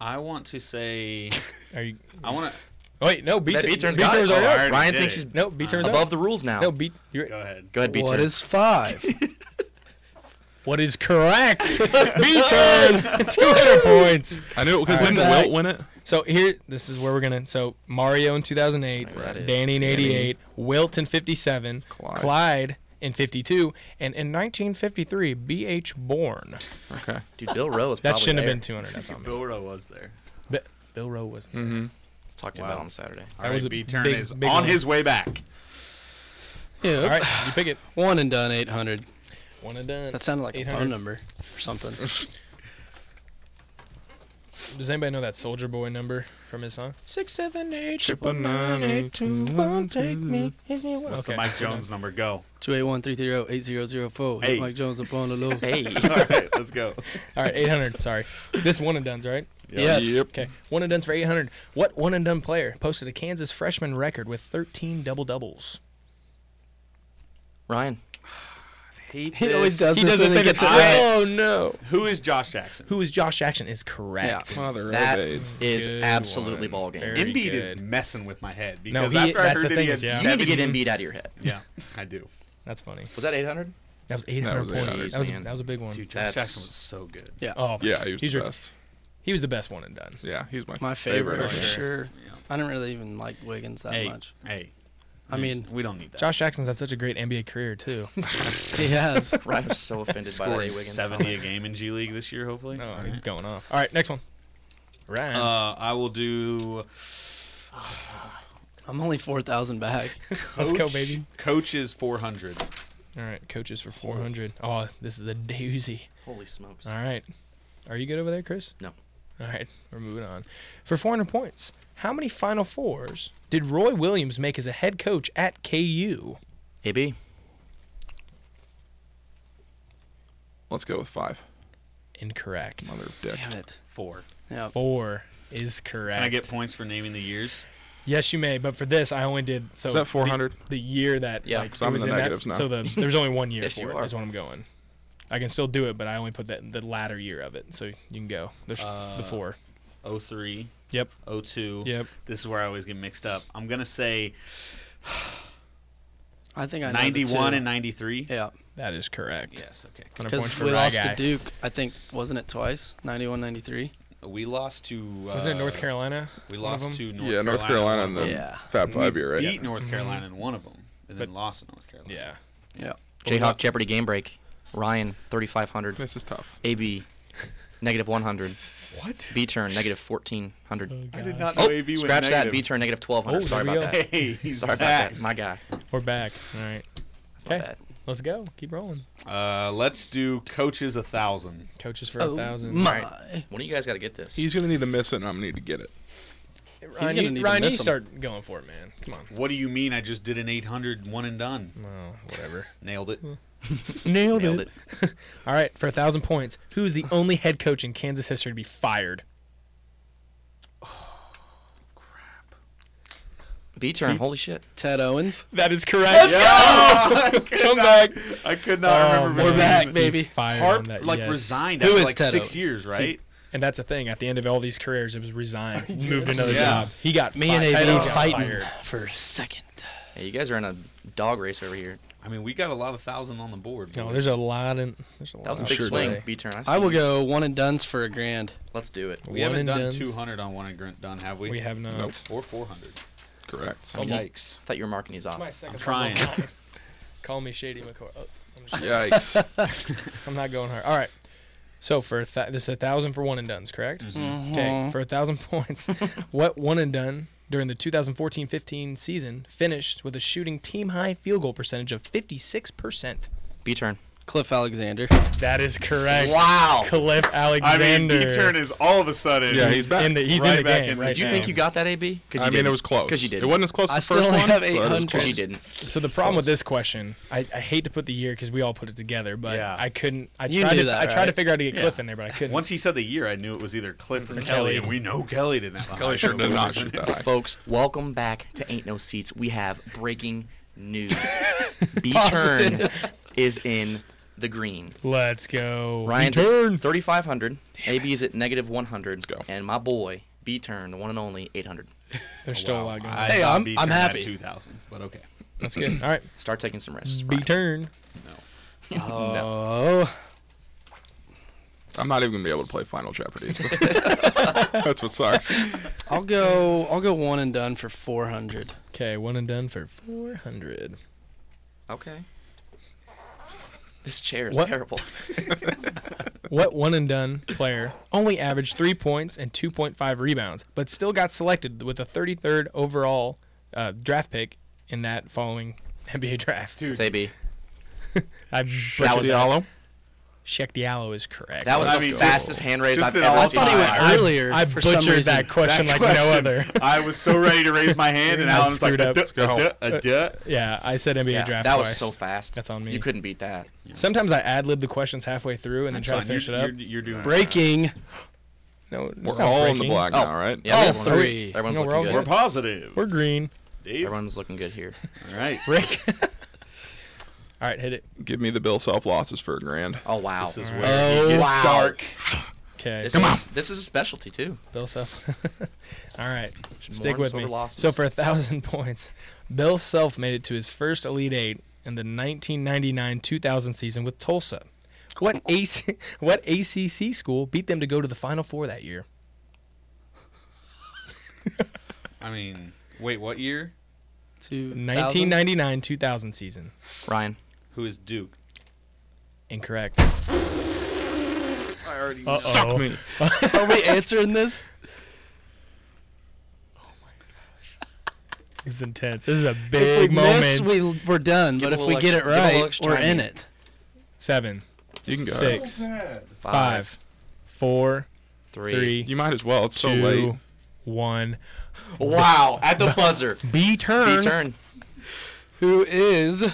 Speaker 2: I want to say.
Speaker 4: Are you?
Speaker 2: I want to.
Speaker 4: Wait, no, B,
Speaker 2: That
Speaker 4: B
Speaker 2: B turn's
Speaker 4: turn's B
Speaker 2: got it.
Speaker 4: turn's
Speaker 2: Oh, I
Speaker 4: already
Speaker 2: already
Speaker 4: out.
Speaker 2: Ryan did thinks it. he's
Speaker 4: no B turn's
Speaker 6: above
Speaker 4: out.
Speaker 6: the rules now.
Speaker 4: No B. You're,
Speaker 2: Go ahead.
Speaker 6: Go ahead, B
Speaker 9: What
Speaker 6: turn.
Speaker 9: is five?
Speaker 4: What is correct? B turn. Two hundred points.
Speaker 3: I knew it because
Speaker 4: Alright.
Speaker 3: didn't Wilt win it?
Speaker 4: So here, this is where we're gonna. So Mario in 2008, Danny in 88, Wilt in 57, Clyde, in 52, and in 1953, B.H. Bourne.
Speaker 3: Okay.
Speaker 6: Dude, Bill Rowe is
Speaker 4: That
Speaker 6: probably
Speaker 4: shouldn't
Speaker 6: there.
Speaker 4: have been 200. That's on me.
Speaker 2: Bill Rowe was there.
Speaker 4: But Bill Rowe was. there.
Speaker 6: Talked to you about on Saturday.
Speaker 2: All right,
Speaker 4: was Mm-hmm. a
Speaker 2: B turn
Speaker 4: big-
Speaker 2: is
Speaker 4: big
Speaker 2: on
Speaker 4: one.
Speaker 2: his way back.
Speaker 9: Yeah.
Speaker 4: All right, you pick it.
Speaker 9: One and done. Eight hundred.
Speaker 4: One and done.
Speaker 9: That sounded like a
Speaker 4: 800.
Speaker 9: phone number or something.
Speaker 4: Does anybody know that Soldier Boy number from his song? Six seven eight triple
Speaker 3: nine,
Speaker 4: nine eight two one. Take me if you want.
Speaker 2: What's the Mike Jones number? Go.
Speaker 9: Two eight one three three zero eight zero zero four.
Speaker 2: Hey.
Speaker 9: Mike Jones upon the low.
Speaker 6: Hey,
Speaker 2: All right, let's go.
Speaker 4: All right, 800. Sorry, this one and done's right.
Speaker 9: Yes.
Speaker 4: Okay, one and done's for 800. What one and done player posted a Kansas freshman record with 13 double doubles?
Speaker 6: Ryan.
Speaker 2: Hate
Speaker 9: He always
Speaker 2: this.
Speaker 9: does this. and then gets it
Speaker 2: I-
Speaker 9: right.
Speaker 4: Oh no!
Speaker 2: Who is Josh Jackson?
Speaker 4: Who is Josh Jackson? Is correct.
Speaker 3: Mother
Speaker 6: That
Speaker 3: of AIDS.
Speaker 6: is
Speaker 4: Good
Speaker 6: absolutely
Speaker 4: one.
Speaker 6: ball game.
Speaker 4: Very
Speaker 2: Embiid is
Speaker 4: good.
Speaker 2: messing with my head
Speaker 4: No,
Speaker 2: because
Speaker 4: he-
Speaker 2: after I
Speaker 4: that's
Speaker 2: heard
Speaker 4: the
Speaker 2: that
Speaker 4: thing
Speaker 2: he had
Speaker 4: is, yeah.
Speaker 6: You need
Speaker 2: seven,
Speaker 6: to get Embiid out of your head.
Speaker 2: yeah, I do.
Speaker 4: That's funny.
Speaker 6: Was that 800?
Speaker 4: That was 800
Speaker 3: was
Speaker 4: points.
Speaker 3: 800.
Speaker 4: That was
Speaker 6: Man.
Speaker 4: that was a big one.
Speaker 2: Dude, Josh
Speaker 6: That's-
Speaker 2: Jackson was so good.
Speaker 9: Yeah.
Speaker 4: Oh my
Speaker 3: Yeah,
Speaker 4: God.
Speaker 3: he was
Speaker 4: He's
Speaker 3: the
Speaker 4: your-
Speaker 3: best.
Speaker 4: He was the best one and done.
Speaker 3: Yeah, he's my,
Speaker 9: My favorite,
Speaker 3: favorite.
Speaker 9: for
Speaker 4: sure.
Speaker 9: sure.
Speaker 2: Yeah.
Speaker 9: I didn't really even like Wiggins that
Speaker 2: Hey,
Speaker 9: much.
Speaker 2: hey,
Speaker 9: I mean,
Speaker 2: we don't need that.
Speaker 4: Josh Jackson's had such a great NBA career too.
Speaker 9: he has.
Speaker 6: Ryan was so offended by that.
Speaker 2: scoring
Speaker 6: A. Wiggins.
Speaker 2: seventy a game in G League this year, hopefully.
Speaker 4: No,
Speaker 2: All
Speaker 4: Oh, he's
Speaker 2: right.
Speaker 4: going off. All right, next one. Ryan.
Speaker 2: Uh, I will do.
Speaker 9: I'm only four thousand back.
Speaker 4: Let's go,
Speaker 2: coach-
Speaker 4: baby.
Speaker 2: Coach is four hundred.
Speaker 4: All right, coaches for 400. Oh, this is a doozy.
Speaker 6: Holy smokes.
Speaker 4: All right. Are you good over there, Chris?
Speaker 6: No.
Speaker 4: All right, we're moving on. For 400 points, how many Final Fours did Roy Williams make as a head coach at KU?
Speaker 6: AB.
Speaker 3: Let's go with five.
Speaker 4: Incorrect.
Speaker 3: Mother of dick.
Speaker 9: Damn it.
Speaker 2: Four.
Speaker 9: Yeah.
Speaker 4: Four is correct.
Speaker 2: Can I get points for naming the years?
Speaker 4: Yes, you may. But for this, I only did so.
Speaker 3: Is that
Speaker 4: the-
Speaker 3: 400?
Speaker 4: The, year that
Speaker 6: Yeah,
Speaker 4: like,
Speaker 3: 'cause
Speaker 4: it
Speaker 3: I'm in
Speaker 4: was
Speaker 3: the
Speaker 4: in that,
Speaker 3: negatives now.
Speaker 4: So the, there's only one year
Speaker 6: Yes,
Speaker 4: for
Speaker 6: you
Speaker 4: it,
Speaker 6: are.
Speaker 4: is what I'm going. I can still do it, but I only put that the latter year of it. So you can go. There's the
Speaker 2: Uh,
Speaker 4: four.
Speaker 2: O three,
Speaker 4: Yep.
Speaker 2: O two.
Speaker 4: Yep.
Speaker 2: This is where I always get mixed up. I'm gonna say
Speaker 9: I think I know the
Speaker 2: ninety one
Speaker 9: two.
Speaker 2: and ninety three.
Speaker 9: yeah,
Speaker 4: That is correct.
Speaker 2: Yes. Okay.
Speaker 4: 100 points
Speaker 9: because
Speaker 4: for
Speaker 9: we
Speaker 4: Rye
Speaker 9: lost
Speaker 4: guy.
Speaker 9: to Duke. I think wasn't it twice? 91, 93?
Speaker 2: We lost to. Uh,
Speaker 4: Was it North Carolina?
Speaker 2: We
Speaker 4: One of
Speaker 2: lost
Speaker 4: them?
Speaker 2: to North
Speaker 3: Yeah, North Carolina and
Speaker 2: one of
Speaker 3: the
Speaker 2: them.
Speaker 9: Yeah.
Speaker 3: Fab Five year, right?
Speaker 2: beat North Carolina in one of them, and then
Speaker 4: Mm-hmm. But-
Speaker 2: lost to North Carolina.
Speaker 4: Yeah.
Speaker 9: Yeah.
Speaker 6: Jayhawk Jeopardy game break. Ryan 3500.
Speaker 3: This is tough.
Speaker 6: AB negative 100. What? B turn negative 1400.
Speaker 2: I did not know
Speaker 6: Oh,
Speaker 2: AB went
Speaker 6: scratch that.
Speaker 2: negative.
Speaker 6: B turn negative
Speaker 4: Oh,
Speaker 6: 1200. Sorry
Speaker 4: there we
Speaker 6: about
Speaker 4: go.
Speaker 6: that.
Speaker 2: Hey, he's
Speaker 6: Sorry about
Speaker 2: back.
Speaker 6: that. My guy.
Speaker 4: We're back. All right.
Speaker 6: My
Speaker 4: Okay.
Speaker 6: bad.
Speaker 4: Let's go. Keep rolling.
Speaker 2: Uh, let's do coaches a thousand.
Speaker 4: Coaches for a thousand.
Speaker 9: My.
Speaker 6: One of you guys got to get this.
Speaker 3: He's gonna need to miss it, and I'm gonna need to get it.
Speaker 4: Ryan,
Speaker 9: gonna
Speaker 4: you,
Speaker 9: need to
Speaker 4: Ryan, you
Speaker 9: miss 'em.
Speaker 4: start going for it, man. Come on.
Speaker 2: What do you mean? I just did an 800 one and done.
Speaker 4: No, Oh, whatever. Hmm.
Speaker 2: Nailed it.
Speaker 4: Nailed,
Speaker 6: Nailed it.
Speaker 4: All right, for a thousand points, who is the only head coach in Kansas history to be fired?
Speaker 6: B turn. Holy shit.
Speaker 9: Ted Owens.
Speaker 4: That is correct.
Speaker 2: Oh, Come back. I could not
Speaker 4: Oh,
Speaker 2: remember.
Speaker 9: We're
Speaker 2: his
Speaker 9: back,
Speaker 2: name.
Speaker 9: baby.
Speaker 4: Fired
Speaker 2: Harp
Speaker 4: on that,
Speaker 2: like
Speaker 4: yes.
Speaker 2: resigned
Speaker 9: Who
Speaker 2: after
Speaker 9: is
Speaker 2: like
Speaker 9: Ted
Speaker 2: six
Speaker 9: Owens?
Speaker 2: years, right?
Speaker 4: And that's the thing. At the end of all these careers, it was resigned, moved to another
Speaker 2: Yeah.
Speaker 4: job. He got
Speaker 9: Me
Speaker 4: fired.
Speaker 9: and
Speaker 4: Ted Owens
Speaker 9: AB
Speaker 4: got
Speaker 9: fighting
Speaker 4: fired.
Speaker 9: for a second.
Speaker 6: Hey, you guys are in a dog race over here.
Speaker 2: I mean, we got a lot of thousand on the board.
Speaker 4: No,
Speaker 2: boys.
Speaker 4: there's a lot in. There's a lot.
Speaker 6: That was a
Speaker 4: of
Speaker 6: big
Speaker 3: sure
Speaker 6: swing.
Speaker 3: do.
Speaker 6: B turn.
Speaker 9: I will
Speaker 6: see you.
Speaker 9: go one and duns for a grand.
Speaker 6: Let's do it.
Speaker 2: We
Speaker 4: one
Speaker 2: haven't
Speaker 4: and
Speaker 2: done
Speaker 4: duns.
Speaker 2: 200 on one and gr- done, have we?
Speaker 4: We have not.
Speaker 3: Nope.
Speaker 2: Or 400.
Speaker 3: Correct.
Speaker 2: Yikes.
Speaker 6: I thought you were marking these off.
Speaker 4: My second
Speaker 2: trying.
Speaker 4: phone. Call me Shady McCoy. Oh, I'm, just-
Speaker 3: Yikes.
Speaker 4: I'm not going hard. All right. So for a th- this is a thousand for one and duns, correct? Okay. For a thousand points, what one and done during the 2014-15 season finished with a shooting team high field goal percentage of 56%?
Speaker 6: B turn.
Speaker 9: Cliff Alexander.
Speaker 4: That is correct.
Speaker 6: Wow.
Speaker 4: Cliff Alexander.
Speaker 2: is all of a sudden.
Speaker 3: Yeah, he's back.
Speaker 4: in the, he's
Speaker 2: Right
Speaker 4: in the
Speaker 2: back
Speaker 4: game.
Speaker 2: in the
Speaker 4: right?
Speaker 6: Did you think you got that AB? Cause you
Speaker 3: I mean,
Speaker 6: didn't.
Speaker 3: it was close.
Speaker 6: Cause you did.
Speaker 3: It wasn't as close
Speaker 9: I
Speaker 3: as the
Speaker 9: still
Speaker 3: first
Speaker 9: only
Speaker 3: one.
Speaker 9: have
Speaker 3: but it was
Speaker 9: 800.
Speaker 3: close.
Speaker 6: She didn't.
Speaker 4: So the problem with this question, I, I hate to put the year because we all put it together, but
Speaker 2: Yeah.
Speaker 4: I couldn't. I
Speaker 9: You
Speaker 4: tried
Speaker 9: knew
Speaker 4: to
Speaker 9: that,
Speaker 4: I tried to
Speaker 9: right?
Speaker 4: figure out to get
Speaker 2: Yeah.
Speaker 4: Cliff in there, but I couldn't.
Speaker 2: Once he said the year, I knew it was either Cliff or Kelly,
Speaker 4: Kelly.
Speaker 2: and we know Kelly didn't have a
Speaker 3: Kelly sure did not shoot that high.
Speaker 6: Folks, welcome back to Ain't No Seats. We have breaking news. B turn is in the green.
Speaker 4: Let's go.
Speaker 6: Ryan's at
Speaker 4: Return.
Speaker 6: 3,500. AB is at negative 100. Let's go. And my boy, B turn, the one and only, 800.
Speaker 4: There's still a lot going on.
Speaker 9: Hey, I'm- I'm happy.
Speaker 2: 2,000, but okay.
Speaker 4: That's good. All right.
Speaker 6: Start taking some risks.
Speaker 4: B turn.
Speaker 6: Ryan. no.
Speaker 9: Oh,
Speaker 3: I'm not even gonna be able to play Final Jeopardy. That's what sucks.
Speaker 9: I'll go. I'll go one and done for four hundred.
Speaker 4: Okay, one and done for 400.
Speaker 6: Okay. This chair is
Speaker 4: What?
Speaker 6: terrible.
Speaker 4: What one and done player only averaged three points and 2.5 rebounds, but still got selected with the 33rd overall uh, draft pick in that following NBA draft?
Speaker 6: It's AB.
Speaker 4: I
Speaker 6: That
Speaker 4: butchered
Speaker 6: was,
Speaker 4: that.
Speaker 6: that
Speaker 4: Sheck Diallo is correct.
Speaker 6: was
Speaker 2: I
Speaker 6: the
Speaker 2: mean, just-
Speaker 6: fastest hand raise
Speaker 2: just
Speaker 6: I've
Speaker 2: in a
Speaker 6: ever
Speaker 2: row.
Speaker 6: seen.
Speaker 9: I thought he went
Speaker 4: I-
Speaker 9: earlier.
Speaker 4: I
Speaker 9: for some
Speaker 4: butchered
Speaker 9: reason.
Speaker 4: that question
Speaker 2: That
Speaker 4: like no
Speaker 2: question,
Speaker 4: other.
Speaker 2: I was so ready to raise my hand, and
Speaker 4: I
Speaker 2: Alan was like,
Speaker 4: screwed up.
Speaker 2: "Duh,
Speaker 4: Let's
Speaker 3: go.
Speaker 2: duh, uh, duh."
Speaker 4: yeah, I said NBA
Speaker 6: Yeah,
Speaker 4: draft
Speaker 6: that was
Speaker 4: twice.
Speaker 6: so fast.
Speaker 4: That's on me.
Speaker 6: You couldn't beat that.
Speaker 4: Sometimes I ad lib the questions halfway through and then
Speaker 2: That's
Speaker 4: try
Speaker 2: fine.
Speaker 4: to finish
Speaker 2: you're,
Speaker 4: it up.
Speaker 2: You're, you're doing it.
Speaker 9: breaking.
Speaker 4: no, it's
Speaker 3: We're
Speaker 4: not
Speaker 3: all in the
Speaker 4: breaking.
Speaker 3: black now, right?
Speaker 6: Yeah,
Speaker 9: All
Speaker 6: everyone's-
Speaker 9: three.
Speaker 6: Everyone's
Speaker 4: No, we're all
Speaker 6: looking
Speaker 2: We're
Speaker 6: good.
Speaker 2: positive.
Speaker 4: We're green.
Speaker 2: Dave.
Speaker 6: Everyone's looking good here.
Speaker 2: All right.
Speaker 4: Rick. all right, hit it.
Speaker 3: Give me the Bill Self losses for a grand.
Speaker 6: Oh wow.
Speaker 2: This is
Speaker 6: All
Speaker 2: where
Speaker 6: right.
Speaker 4: Oh,
Speaker 2: it gets
Speaker 9: wow.
Speaker 2: dark.
Speaker 4: Okay.
Speaker 6: This is, This is a specialty too.
Speaker 4: Bill Self. All right,
Speaker 6: Should
Speaker 4: stick
Speaker 6: mourn
Speaker 4: with
Speaker 6: silver
Speaker 4: me.
Speaker 6: losses.
Speaker 4: So for a thousand points, Bill Self made it to his first Elite Eight in the 1999-2000 season with Tulsa. What AC, what ACC school beat them to go to the Final Four that year?
Speaker 2: I mean, wait, what year?
Speaker 9: Two
Speaker 4: 1999-2000 season.
Speaker 6: Ryan.
Speaker 2: Who is Duke?
Speaker 4: Incorrect.
Speaker 2: I already
Speaker 4: Suck me.
Speaker 9: Are we answering this?
Speaker 4: This is intense. This is a
Speaker 9: If
Speaker 4: big
Speaker 9: we
Speaker 4: moment.
Speaker 9: miss, we, we're done.
Speaker 6: Give
Speaker 9: But
Speaker 6: a
Speaker 9: if
Speaker 6: little
Speaker 9: we get
Speaker 6: extra- give
Speaker 9: it
Speaker 6: a little
Speaker 9: right,
Speaker 6: extra
Speaker 9: we're
Speaker 6: time
Speaker 9: in
Speaker 6: here.
Speaker 9: it.
Speaker 4: Seven,
Speaker 3: You can go.
Speaker 4: six, five, four,
Speaker 6: three.
Speaker 4: three,
Speaker 3: You might as well. It's so late.
Speaker 4: two, one.
Speaker 6: Wow! At the buzzer.
Speaker 4: B turn.
Speaker 6: B turn.
Speaker 9: Who is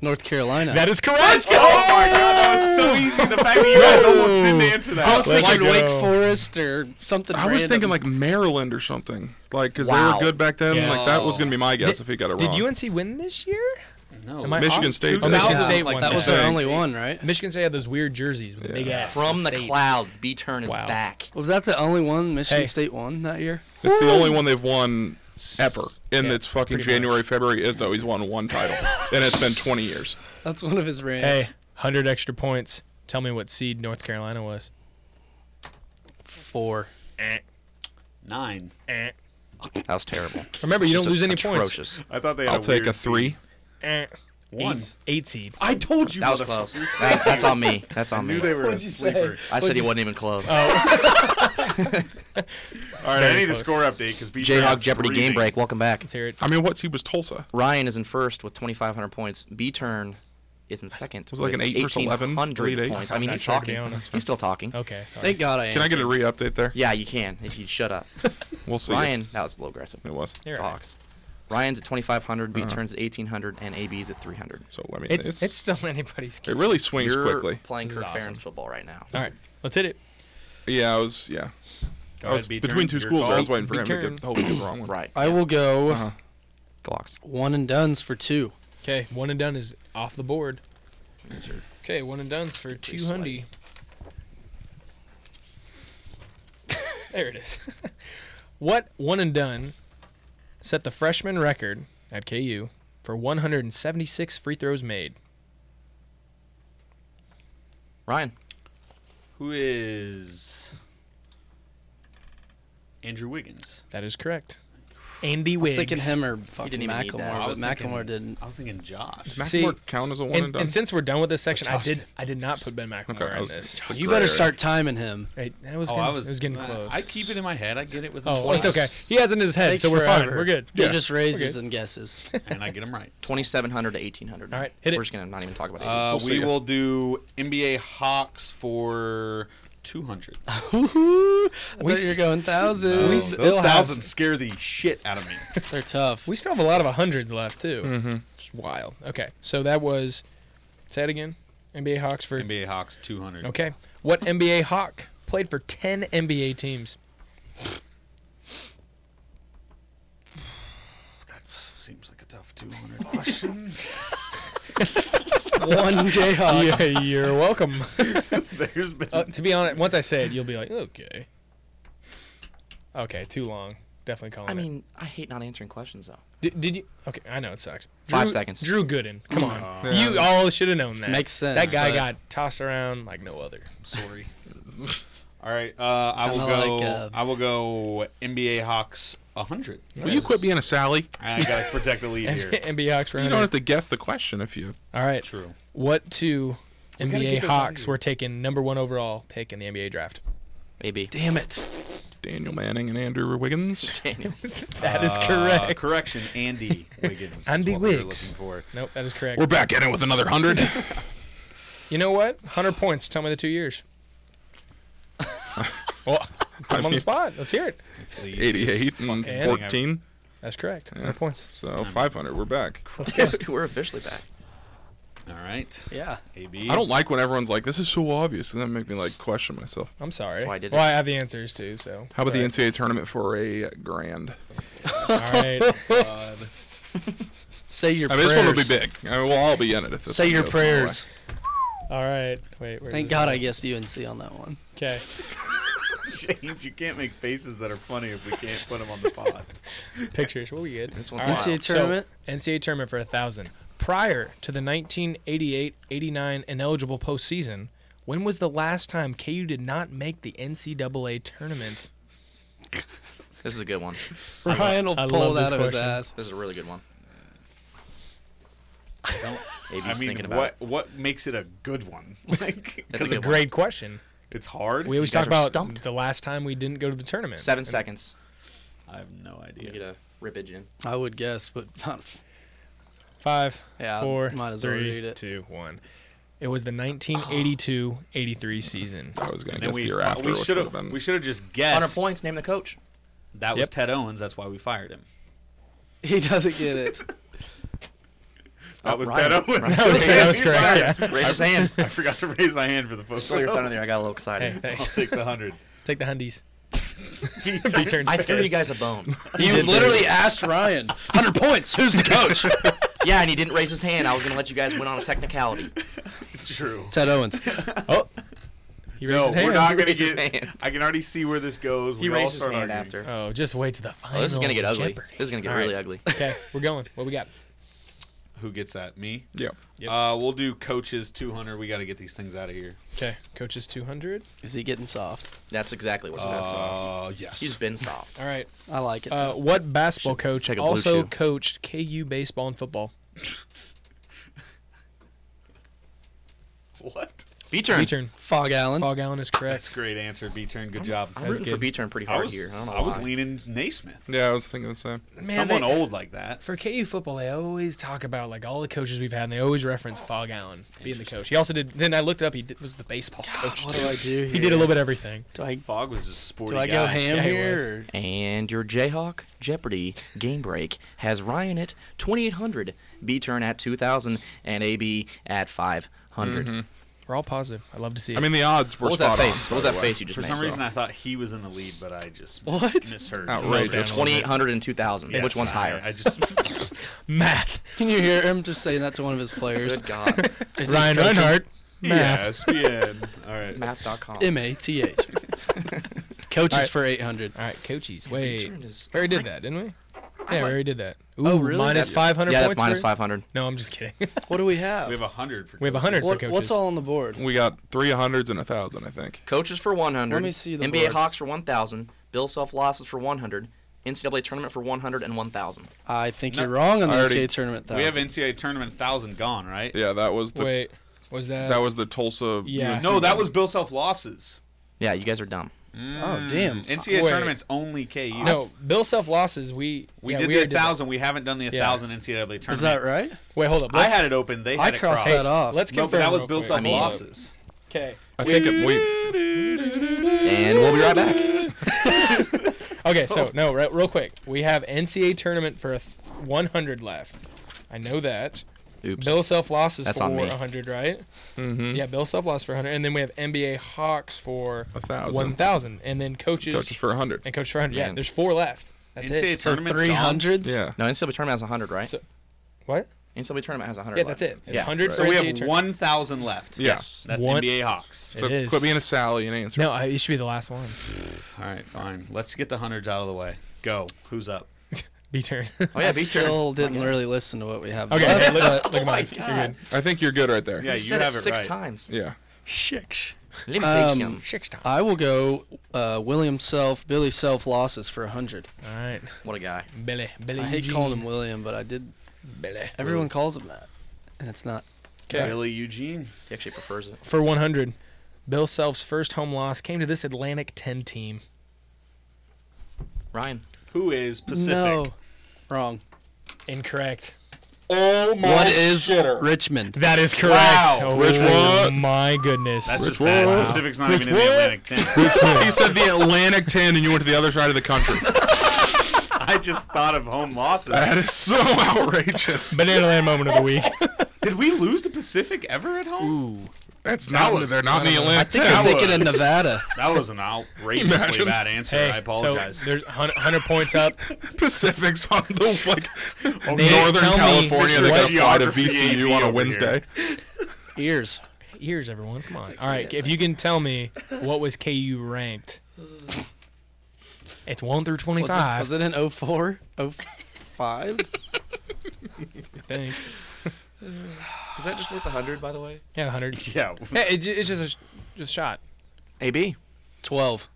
Speaker 9: North Carolina?
Speaker 4: That is correct.
Speaker 2: Oh my god, that was so easy. The fact that you guys almost didn't answer that.
Speaker 9: I was
Speaker 4: Let's
Speaker 9: thinking
Speaker 4: go.
Speaker 9: Wake Forest or something.
Speaker 3: I was
Speaker 9: random.
Speaker 3: thinking like Maryland or something, like because they
Speaker 6: Wow.
Speaker 3: were good back then.
Speaker 4: Yeah.
Speaker 3: Like that was gonna be my guess
Speaker 4: Did-
Speaker 3: if he got it
Speaker 4: Did
Speaker 3: wrong.
Speaker 4: UNC win this year?
Speaker 2: no,
Speaker 4: Am I
Speaker 3: Michigan
Speaker 4: off?
Speaker 3: State
Speaker 4: Oh,
Speaker 3: did.
Speaker 4: Michigan
Speaker 3: Yeah.
Speaker 4: State
Speaker 6: Like,
Speaker 4: won.
Speaker 9: that was
Speaker 4: yeah.
Speaker 9: their only one, right?
Speaker 4: Michigan State had those weird jerseys with the big ass.
Speaker 6: From the
Speaker 4: state.
Speaker 6: clouds, B turn is
Speaker 4: Wow.
Speaker 6: back.
Speaker 9: Was that the only one Michigan
Speaker 4: Hey.
Speaker 9: State won that year?
Speaker 3: it's the only one they've won ever, and
Speaker 4: Yeah,
Speaker 3: it's fucking
Speaker 4: pretty much.
Speaker 3: January, February. Izzo, he's won one title, and it's been 20 years.
Speaker 9: That's one of his rants.
Speaker 4: Hey, hundred extra points. Tell me what seed North Carolina was.
Speaker 9: Four.
Speaker 2: nine.
Speaker 6: That was terrible.
Speaker 4: Remember, you don't lose any points.
Speaker 6: Atrocious.
Speaker 2: I thought they. Had
Speaker 3: I'll take a three.
Speaker 4: Eh.
Speaker 2: One.
Speaker 4: Eight, eight seed.
Speaker 2: I told you.
Speaker 6: That was close. That- that's on me. That's on
Speaker 2: I knew
Speaker 6: me.
Speaker 2: they were a sleeper.
Speaker 6: I said he wasn't even close.
Speaker 2: All right, I need a
Speaker 4: close.
Speaker 2: score update because
Speaker 6: Jayhawk Jeopardy game break. Welcome back.
Speaker 4: Let's hear it.
Speaker 3: I mean, what's he was Tulsa?
Speaker 6: Ryan is in first with 2,500 points. B turn is in second.
Speaker 3: Was it like
Speaker 6: with
Speaker 3: an eight versus 11?
Speaker 6: 1,800
Speaker 3: Eight, eight?
Speaker 6: points. I mean,
Speaker 4: I'm
Speaker 6: he's
Speaker 4: not sure, to be
Speaker 6: talking.
Speaker 4: honest. Oh.
Speaker 6: He's still talking.
Speaker 4: Okay, sorry.
Speaker 9: Thank God I
Speaker 3: Can I
Speaker 9: answered.
Speaker 3: get a re-update there?
Speaker 6: Yeah, you can if you shut up.
Speaker 3: We'll see.
Speaker 6: Ryan, that was a little aggressive.
Speaker 3: It was.
Speaker 4: You're right. Uh-huh.
Speaker 6: Fox. Ryan's at 2,500. B turns at 1,800, and AB's at 300.
Speaker 3: So I mean,
Speaker 4: It's, it's still anybody's
Speaker 3: it
Speaker 4: game.
Speaker 3: really swings
Speaker 6: You're
Speaker 3: quickly.
Speaker 6: playing
Speaker 4: This
Speaker 6: Kirk
Speaker 4: is awesome.
Speaker 6: Ferentz football right now.
Speaker 4: All right, let's hit it.
Speaker 3: Yeah, I was. Yeah, I
Speaker 2: ahead,
Speaker 3: was
Speaker 2: B-turn.
Speaker 3: between two
Speaker 2: Your
Speaker 3: schools.
Speaker 2: call.
Speaker 3: I was waiting for him to
Speaker 4: B-turn.
Speaker 3: get hopefully get the wrong one.
Speaker 6: Right.
Speaker 9: I will go
Speaker 4: Uh-huh.
Speaker 6: Go Ox.
Speaker 9: one and duns for two.
Speaker 4: Okay, one and done is off the board. Okay, one and done's for two hundy. There it is. what one and done set the freshman record at KU for 176 free throws made?
Speaker 6: Ryan.
Speaker 2: Who is Andrew Wiggins?
Speaker 4: That is correct. Andy
Speaker 9: I was thinking
Speaker 4: Wiggs.
Speaker 9: him or fucking
Speaker 6: didn't even need that. I
Speaker 9: Macklemore, but
Speaker 2: was
Speaker 9: Macklemore
Speaker 2: thinking-
Speaker 9: didn't.
Speaker 2: I was thinking Josh.
Speaker 3: Does
Speaker 4: See,
Speaker 3: Macklemore count as a one and,
Speaker 4: And,
Speaker 3: done?
Speaker 4: and since we're done with this section, I did
Speaker 3: Justin.
Speaker 4: I did not put Ben McLemore
Speaker 3: Okay, I
Speaker 4: in
Speaker 3: was-
Speaker 4: this.
Speaker 3: it's a
Speaker 9: You
Speaker 3: gray
Speaker 9: better
Speaker 3: area.
Speaker 9: start timing him.
Speaker 4: Right, that was
Speaker 2: Oh,
Speaker 4: getting,
Speaker 2: I was,
Speaker 4: it was getting
Speaker 2: I-
Speaker 4: close.
Speaker 2: I keep it in my head. I get it with
Speaker 4: oh,
Speaker 2: the
Speaker 4: it's okay. He has it in his head,
Speaker 9: Takes
Speaker 4: so we're
Speaker 9: forever.
Speaker 4: fine. We're good.
Speaker 9: He just raises and guesses.
Speaker 2: and I get them right.
Speaker 6: 2,700 to 1,800.
Speaker 4: All right, hit it.
Speaker 6: We're just going to not even talk about it.
Speaker 2: Uh,
Speaker 3: We'll
Speaker 2: we
Speaker 3: see.
Speaker 2: will do NBA Hawks for 200.
Speaker 9: Woo-hoo. I
Speaker 4: We
Speaker 9: thought you were
Speaker 4: st-
Speaker 9: going thousand.
Speaker 4: we
Speaker 2: Those
Speaker 4: still have
Speaker 2: thousands scare the shit out of me.
Speaker 9: They're tough.
Speaker 4: We still have a lot of hundreds left too. Mm-hmm. It's wild. Okay, so that was. Say it again. NBA Hawks for.
Speaker 2: NBA Hawks 200.
Speaker 4: Okay, what NBA Hawk played for ten NBA teams?
Speaker 2: Seems like a tough 200 question.
Speaker 9: One Jayhawk.
Speaker 4: Yeah, you're welcome.
Speaker 2: There's been
Speaker 4: Uh, to be honest, once I say it, you'll be like, okay. Okay, too long. Definitely calling
Speaker 6: I
Speaker 4: it.
Speaker 6: mean, I hate not answering questions though.
Speaker 4: Did, did you? Okay, I know it sucks.
Speaker 6: Five
Speaker 4: Drew-
Speaker 6: seconds.
Speaker 4: Drew Gooden. Come on.
Speaker 3: Yeah.
Speaker 4: You all should have known that.
Speaker 9: Makes sense,
Speaker 4: That guy
Speaker 9: but-
Speaker 4: got tossed around like no other. Sorry.
Speaker 2: all right. Uh, I will
Speaker 9: Kinda
Speaker 2: go.
Speaker 9: like, uh,
Speaker 2: I will go NBA Hawks 100.
Speaker 3: Will you quit being a Sally?
Speaker 2: I gotta protect the lead here.
Speaker 4: NBA Hawks
Speaker 3: You
Speaker 4: round.
Speaker 3: don't have to guess the question if you.
Speaker 4: All right.
Speaker 2: True.
Speaker 4: What two
Speaker 2: gotta
Speaker 4: NBA
Speaker 2: get those out of
Speaker 4: Hawks
Speaker 2: here.
Speaker 4: were taking number one overall pick in the NBA draft?
Speaker 6: Maybe.
Speaker 9: Damn it.
Speaker 3: Daniel Manning and Andrew Wiggins.
Speaker 6: Daniel.
Speaker 4: That is
Speaker 2: Uh,
Speaker 4: Ah, correct.
Speaker 2: correction, Andy Wiggins. is
Speaker 4: Andy
Speaker 2: what we were
Speaker 4: Wiggs.
Speaker 2: looking for.
Speaker 4: Nope, that is correct.
Speaker 3: We're back at it with another hundred.
Speaker 4: You know what? 100 points. Tell me the two years. well, put 'em on the spot. Let's hear it.
Speaker 2: It's the
Speaker 3: Eighty-eight and
Speaker 4: Fucking-
Speaker 3: fourteen.
Speaker 4: That's correct. 100 points.
Speaker 3: So five hundred. We're back.
Speaker 4: Let's go.
Speaker 6: We're officially back.
Speaker 2: All right.
Speaker 9: Yeah.
Speaker 2: AB.
Speaker 3: I don't like when everyone's like, "This is so obvious," and that make me like question myself.
Speaker 4: I'm sorry.
Speaker 6: why I did
Speaker 4: well,
Speaker 6: it.
Speaker 4: I have the answers too, so.
Speaker 3: How about the NCAA tournament for a grand?
Speaker 4: All right.
Speaker 9: Say your
Speaker 3: I mean, this
Speaker 9: prayers.
Speaker 3: one will be big. I mean, we'll all be in it if this.
Speaker 9: Say
Speaker 3: one
Speaker 9: your
Speaker 3: goes my way.
Speaker 9: prayers.
Speaker 4: All right. Wait, where
Speaker 9: Thank God I guessed UNC on that one.
Speaker 4: Okay.
Speaker 2: James, you can't make faces that are funny if we can't put them on the pod.
Speaker 4: Pictures. We'll be good.
Speaker 6: This one's
Speaker 4: All right.
Speaker 6: wild.
Speaker 9: NCAA tournament.
Speaker 4: So, NCAA tournament for a thousand. Prior to the 1988-89 ineligible postseason, when was the last time KU did not make the NCAA tournament?
Speaker 6: This is a good one.
Speaker 9: Ryan will
Speaker 4: I
Speaker 9: pull
Speaker 4: love
Speaker 9: it
Speaker 4: this
Speaker 9: out of his
Speaker 4: question.
Speaker 9: ass.
Speaker 6: This is a really good one. Maybe
Speaker 2: I
Speaker 6: he's
Speaker 2: mean,
Speaker 6: thinking about
Speaker 2: what
Speaker 6: it.
Speaker 2: what makes it a good one? Like,
Speaker 6: That's a
Speaker 2: because
Speaker 6: good one.
Speaker 4: Great question.
Speaker 2: it's hard.
Speaker 4: We always
Speaker 6: guys
Speaker 4: talk
Speaker 6: are
Speaker 4: about
Speaker 6: stumped.
Speaker 4: the last time we didn't go to the tournament.
Speaker 6: Seven seconds.
Speaker 2: I have no
Speaker 6: You
Speaker 2: idea.
Speaker 6: get a rippage in.
Speaker 9: I would guess, but not.
Speaker 4: Five,
Speaker 9: Yeah,
Speaker 4: four,
Speaker 9: might as well
Speaker 4: three,
Speaker 9: read it.
Speaker 4: two, one. It was the 1982-83 season.
Speaker 3: I was gonna
Speaker 2: And
Speaker 3: guess the
Speaker 2: we,
Speaker 3: year after.
Speaker 2: we
Speaker 3: which
Speaker 2: should
Speaker 3: would've
Speaker 2: have
Speaker 3: been-
Speaker 2: we should have just guessed.
Speaker 6: 100 points. Name the coach.
Speaker 2: That was
Speaker 4: Yep.
Speaker 2: Ted Owens. That's why we fired him.
Speaker 9: He doesn't get it.
Speaker 2: That was
Speaker 6: Ryan.
Speaker 2: Ted Owens.
Speaker 6: Ryan.
Speaker 4: That was- that was correct, yeah.
Speaker 6: Raise his hand.
Speaker 2: I forgot to raise my hand for the folks.
Speaker 6: Stole your thunder there. I got a little excited.
Speaker 4: Hey,
Speaker 2: I'll
Speaker 4: thanks.
Speaker 2: take the hundred.
Speaker 4: Take the hundies.
Speaker 2: Peter
Speaker 6: I threw you guys a bone.
Speaker 9: You literally asked Ryan. 100 points. Who's the coach?
Speaker 6: yeah, and he didn't raise his hand. I was gonna let you guys win on a technicality.
Speaker 2: True.
Speaker 9: Ted Owens.
Speaker 4: He Oh. raised
Speaker 2: No,
Speaker 4: his hand.
Speaker 2: we're not
Speaker 6: He
Speaker 2: gonna
Speaker 6: raised his
Speaker 2: get.
Speaker 6: hand.
Speaker 2: I can already see where this goes.
Speaker 6: He
Speaker 2: We all
Speaker 6: raised his
Speaker 2: start
Speaker 6: hand
Speaker 2: arguing.
Speaker 6: after.
Speaker 4: Oh, just wait to the final.
Speaker 6: Oh, this is gonna get ugly.
Speaker 4: Jeopardy.
Speaker 6: This is gonna get
Speaker 4: All
Speaker 6: really
Speaker 4: right.
Speaker 6: ugly.
Speaker 4: Okay, we're going. What we got?
Speaker 2: Who gets that? Me.
Speaker 3: Yeah.
Speaker 4: Yep.
Speaker 2: Uh, we'll do coaches 200. We got to get these things out of here.
Speaker 4: Okay, coaches 200.
Speaker 9: Is he getting soft?
Speaker 6: That's exactly what it's about.
Speaker 2: Uh, yes.
Speaker 6: He's been soft.
Speaker 4: All right.
Speaker 9: I like it.
Speaker 4: Uh, what basketball coach
Speaker 6: take a blue
Speaker 4: also
Speaker 6: shoe.
Speaker 4: coached KU baseball and football?
Speaker 2: what?
Speaker 6: B turn.
Speaker 4: B-turn.
Speaker 9: Fog Allen.
Speaker 4: Fog Allen is
Speaker 2: That's a
Speaker 4: correct.
Speaker 2: great answer, B turn. Good job.
Speaker 6: I'm rooting for
Speaker 4: good.
Speaker 6: B turn pretty
Speaker 2: I
Speaker 6: hard
Speaker 2: was,
Speaker 6: here. I
Speaker 2: I
Speaker 6: don't know
Speaker 2: was
Speaker 6: why.
Speaker 2: leaning Naismith.
Speaker 3: Yeah, I was thinking the same.
Speaker 4: Man,
Speaker 2: Someone
Speaker 4: they-
Speaker 2: old like that.
Speaker 4: For KU football, they always talk about like all the coaches we've had, and they always reference Fog Allen being the coach. He also did. Then I looked it up. He did, was the baseball coach.
Speaker 9: What
Speaker 4: too.
Speaker 9: do I do here?
Speaker 4: He did a little bit of everything.
Speaker 9: Do I,
Speaker 2: Fog was just sporty.
Speaker 9: do I go
Speaker 2: guy.
Speaker 9: ham
Speaker 4: Yeah, he was.
Speaker 9: here? Or?
Speaker 6: And your Jayhawk Jeopardy game break has Ryan at 2800, B turn at 2000, and AB at 500.
Speaker 4: We're all positive. I love to see it.
Speaker 3: I mean, the odds were
Speaker 6: What was that
Speaker 3: spot
Speaker 6: face?
Speaker 3: on.
Speaker 6: What was that face you just
Speaker 2: For
Speaker 6: made?
Speaker 2: some reason, I thought he was in the lead, but I just mis-
Speaker 9: What?
Speaker 2: misheard.
Speaker 3: Outrageous.
Speaker 6: 2800 and 2000.
Speaker 2: Yes,
Speaker 6: Which one's
Speaker 2: I-
Speaker 6: higher?
Speaker 2: I just
Speaker 4: math.
Speaker 9: Can you hear him just saying that to one of his players?
Speaker 6: Good God.
Speaker 9: Is he
Speaker 4: Ryan
Speaker 9: coaching?
Speaker 4: Reinhardt. Math.
Speaker 2: ESPN. All right.
Speaker 6: Math.com.
Speaker 9: M A T H. Coaches
Speaker 4: Alright.
Speaker 9: for 800.
Speaker 4: All right, coaches.
Speaker 6: B
Speaker 4: Wait,
Speaker 6: turn is-
Speaker 4: we already did that, didn't we? Yeah, we already did that. Ooh,
Speaker 9: Oh, really?
Speaker 4: Minus
Speaker 9: That's-
Speaker 4: 500
Speaker 6: yeah, that's
Speaker 4: points
Speaker 6: minus
Speaker 4: for-
Speaker 6: 500.
Speaker 4: No, I'm just kidding.
Speaker 9: What do we have?
Speaker 2: We have a hundred for.
Speaker 4: we have 100
Speaker 9: What-
Speaker 4: for coaches.
Speaker 9: what's all on the board?
Speaker 3: We got three hundreds and a thousand, I think.
Speaker 6: Coaches for 100.
Speaker 9: Let me see the
Speaker 6: NBA
Speaker 9: board.
Speaker 6: Hawks for 1000. Bill Self losses for 100. NCAA tournament for 100 and 1000.
Speaker 9: I think
Speaker 2: No,
Speaker 9: you're wrong on the
Speaker 3: I already-
Speaker 9: NCAA tournament, though.
Speaker 2: We have NCAA tournament thousand gone, right?
Speaker 3: Yeah, that was the
Speaker 4: Wait, was that?
Speaker 3: that was the Tulsa.
Speaker 4: Yeah.
Speaker 3: UNC
Speaker 2: No, that
Speaker 3: one.
Speaker 2: was Bill Self losses.
Speaker 6: Yeah, you guys are dumb.
Speaker 9: oh, damn.
Speaker 2: NCAA
Speaker 4: Wait.
Speaker 2: tournaments only KU.
Speaker 4: No, Bill Self losses. We
Speaker 2: we
Speaker 4: yeah,
Speaker 2: did
Speaker 4: we
Speaker 2: the
Speaker 4: already that.
Speaker 2: thousand. We haven't done the
Speaker 4: Yeah.
Speaker 2: thousand NCAA tournament.
Speaker 9: Is that right?
Speaker 4: Wait, hold up.
Speaker 2: I
Speaker 4: Let's,
Speaker 2: had it open. They had
Speaker 9: I
Speaker 2: it
Speaker 9: crossed
Speaker 2: crossed.
Speaker 9: that off.
Speaker 4: Let's
Speaker 2: No,
Speaker 4: confirm.
Speaker 2: but that was
Speaker 4: real
Speaker 2: Bill
Speaker 4: quick.
Speaker 2: Self
Speaker 6: mean-
Speaker 2: losses.
Speaker 4: Okay.
Speaker 3: I think it, we.
Speaker 6: And we'll be right back.
Speaker 4: Okay,
Speaker 2: Oh.
Speaker 4: so no, re- real quick. We have NCAA tournament for a th- 100 left. I know that.
Speaker 6: Oops.
Speaker 4: Bill Self losses
Speaker 6: That's
Speaker 4: for
Speaker 6: on me.
Speaker 4: 100, right? Mm-hmm. Yeah, Bill Self lost for 100, and then we have NBA Hawks for
Speaker 3: A thousand.
Speaker 4: 1,000, and then coaches,
Speaker 3: Coaches for a hundred.
Speaker 4: and coach for 100. Yeah,
Speaker 6: Man.
Speaker 4: there's four left. That's
Speaker 2: NCAA
Speaker 4: it.
Speaker 9: So
Speaker 2: tournament's gone.
Speaker 9: 300s?
Speaker 3: Yeah.
Speaker 6: No, NCAA tournament has 100, right?
Speaker 4: So- What?
Speaker 6: NCAA tournament has 100.
Speaker 4: Yeah,
Speaker 6: left.
Speaker 4: that's it. It's 100
Speaker 2: So we have one thousand left.
Speaker 3: Yeah.
Speaker 2: Yes, that's
Speaker 4: One-
Speaker 2: NBA Hawks.
Speaker 4: It is.
Speaker 3: quit being a Sally and answer.
Speaker 4: No, I, it should be the last one.
Speaker 2: All right, fine. Let's get the hundreds out of the way. Go. Who's up?
Speaker 4: B turn.
Speaker 6: Oh yeah,
Speaker 9: I
Speaker 6: B
Speaker 9: still
Speaker 6: turn.
Speaker 9: didn't really listen to what we have. Oh,
Speaker 4: Okay,
Speaker 9: left,
Speaker 4: look,
Speaker 9: but-
Speaker 4: look at mine. You're good.
Speaker 3: I think you're good right there.
Speaker 2: Yeah,
Speaker 6: You
Speaker 2: you
Speaker 6: said
Speaker 2: have
Speaker 6: it
Speaker 2: it
Speaker 6: six
Speaker 2: right.
Speaker 6: times.
Speaker 3: Yeah.
Speaker 9: Shit.
Speaker 6: Limitation.
Speaker 9: Um,
Speaker 4: Six times.
Speaker 9: I will go uh, William Self, Billy Self losses for 100.
Speaker 4: All right,
Speaker 6: what a guy.
Speaker 4: Billy. Billy.
Speaker 9: I hate
Speaker 4: Eugene.
Speaker 9: calling him William, but I did.
Speaker 4: Billy.
Speaker 9: Everyone calls him that, and it's not.
Speaker 2: Billy Eugene.
Speaker 6: He actually prefers it.
Speaker 4: For 100, Bill Self's first home loss came to this Atlantic 10 team.
Speaker 6: Ryan.
Speaker 2: Who is Pacific?
Speaker 9: No, wrong.
Speaker 4: Incorrect.
Speaker 3: Oh my
Speaker 9: What is Richmond?
Speaker 4: That is correct.
Speaker 3: Wow.
Speaker 4: Oh,
Speaker 3: Which one?
Speaker 4: My goodness.
Speaker 2: That's
Speaker 3: Which
Speaker 2: just bad.
Speaker 3: one?
Speaker 2: Pacific's not
Speaker 3: Which
Speaker 2: even in the
Speaker 3: one?
Speaker 2: Atlantic Ten.
Speaker 3: you said the Atlantic 10 and you went to the other side of the country.
Speaker 2: I just thought of home losses.
Speaker 3: That is so outrageous.
Speaker 4: Banana Land moment of the week.
Speaker 2: Did we lose to Pacific ever at home?
Speaker 3: That's not what they're not in the Atlantic
Speaker 9: I think
Speaker 3: 10.
Speaker 9: I'm thinking of
Speaker 2: was.
Speaker 9: Nevada.
Speaker 2: That was an outrageously
Speaker 3: Imagine.
Speaker 2: bad answer. I apologize.
Speaker 4: So there's 100, 100 points up.
Speaker 3: Pacific's on the like
Speaker 4: Nick,
Speaker 3: Northern
Speaker 4: tell me,
Speaker 3: California.
Speaker 4: Mr.
Speaker 3: They got to
Speaker 2: White
Speaker 3: fly to
Speaker 2: Geography
Speaker 3: VCU
Speaker 2: AD
Speaker 3: on a
Speaker 2: over
Speaker 3: Wednesday.
Speaker 9: Ears.
Speaker 4: Ears, everyone. Come on. All right. If you can tell me what was KU ranked, it's 1 through
Speaker 9: Was it,
Speaker 4: 25.
Speaker 9: was it in 04? 05?
Speaker 4: I think.
Speaker 6: Is that just worth 100, by the way?
Speaker 4: Yeah, 100.
Speaker 2: yeah,
Speaker 4: Hey, it's, ju- it's just a sh- just shot.
Speaker 6: AB.
Speaker 9: 12.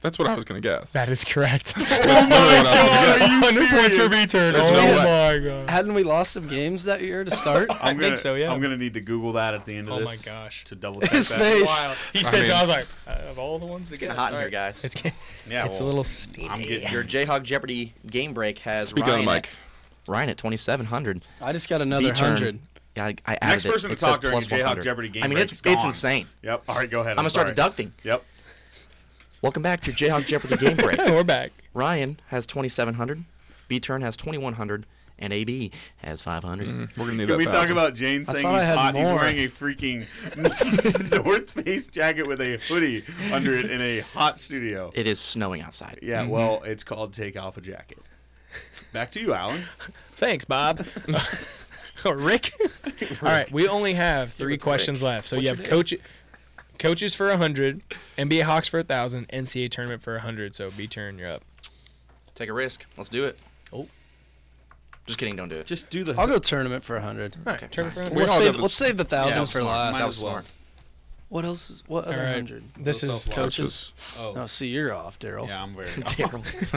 Speaker 3: That's what I was gonna guess.
Speaker 4: That is correct.
Speaker 3: That's literally what I was gonna guess.
Speaker 4: 100 points for B turn.
Speaker 3: There's
Speaker 4: oh
Speaker 3: no
Speaker 4: my god.
Speaker 9: Hadn't we lost some games that year to start?
Speaker 2: I'm
Speaker 4: think so, yeah.
Speaker 2: I'm gonna need to Google that at the end of
Speaker 4: Oh my
Speaker 2: this.
Speaker 4: gosh.
Speaker 2: To double check
Speaker 9: His
Speaker 2: that.
Speaker 9: face.
Speaker 4: Wow. He
Speaker 3: I
Speaker 4: said,
Speaker 3: mean-
Speaker 4: I was like, out of all the ones to
Speaker 6: Getting
Speaker 4: guess,
Speaker 6: hot in
Speaker 4: all
Speaker 6: here,
Speaker 4: right.
Speaker 6: guys.
Speaker 4: It's, get-
Speaker 2: Yeah,
Speaker 4: it's a
Speaker 2: well,
Speaker 4: little steamy.
Speaker 2: I'm getting
Speaker 6: Your Jayhawk Jeopardy game break has
Speaker 3: Speak
Speaker 6: Ryan.
Speaker 3: on Mike.
Speaker 6: At, Ryan at 2,700.
Speaker 9: I just got another
Speaker 6: B-turn.
Speaker 9: 100.
Speaker 6: Yeah, I, I added
Speaker 2: Next
Speaker 6: it.
Speaker 2: person to
Speaker 6: It says
Speaker 2: talk during
Speaker 6: plus
Speaker 2: a Jayhawk
Speaker 6: 100.
Speaker 2: Jeopardy game
Speaker 6: I mean,
Speaker 2: break
Speaker 6: it's
Speaker 2: is gone.
Speaker 6: it's insane.
Speaker 2: Yep. All right, go ahead.
Speaker 6: I'm gonna start
Speaker 2: sorry.
Speaker 6: deducting.
Speaker 2: Yep.
Speaker 6: Welcome back to Jayhawk Jeopardy game break.
Speaker 4: We're back.
Speaker 6: Ryan has 2,700. B turn has 2,100. And AB has
Speaker 3: We're
Speaker 6: 500.
Speaker 3: gonna need
Speaker 2: Can
Speaker 3: that.
Speaker 2: we talk
Speaker 3: 1,000.
Speaker 2: about Jane saying
Speaker 9: thought I
Speaker 2: he's
Speaker 9: had
Speaker 2: hot? He's
Speaker 9: more.
Speaker 2: wearing a freaking North Face jacket with a hoodie under it in a hot studio.
Speaker 6: It is snowing outside.
Speaker 2: Yeah, well, it's called take off a jacket. Back to you, Alan.
Speaker 4: Thanks, Bob. or Rick. All right, we only have three questions left. So you have coach, coaches for 100, NBA Hawks for 1,000, NCAA tournament for 100. So B turn, you're up.
Speaker 6: Take a risk. Let's do it.
Speaker 4: Oh.
Speaker 6: Just kidding. Don't do it.
Speaker 2: Just do the.
Speaker 9: I'll go tournament for 100.
Speaker 4: All right, turn it for
Speaker 6: nice.
Speaker 4: 100.
Speaker 9: We'll
Speaker 3: all got
Speaker 9: save,
Speaker 3: this-
Speaker 9: let's save the 1,000 for last.
Speaker 2: Might as well.
Speaker 9: What else is what other
Speaker 4: All right.
Speaker 9: 100?
Speaker 4: This is
Speaker 9: Coaches?
Speaker 2: Oh.
Speaker 9: No, see, you're off, Daryl.
Speaker 2: Yeah, I'm very.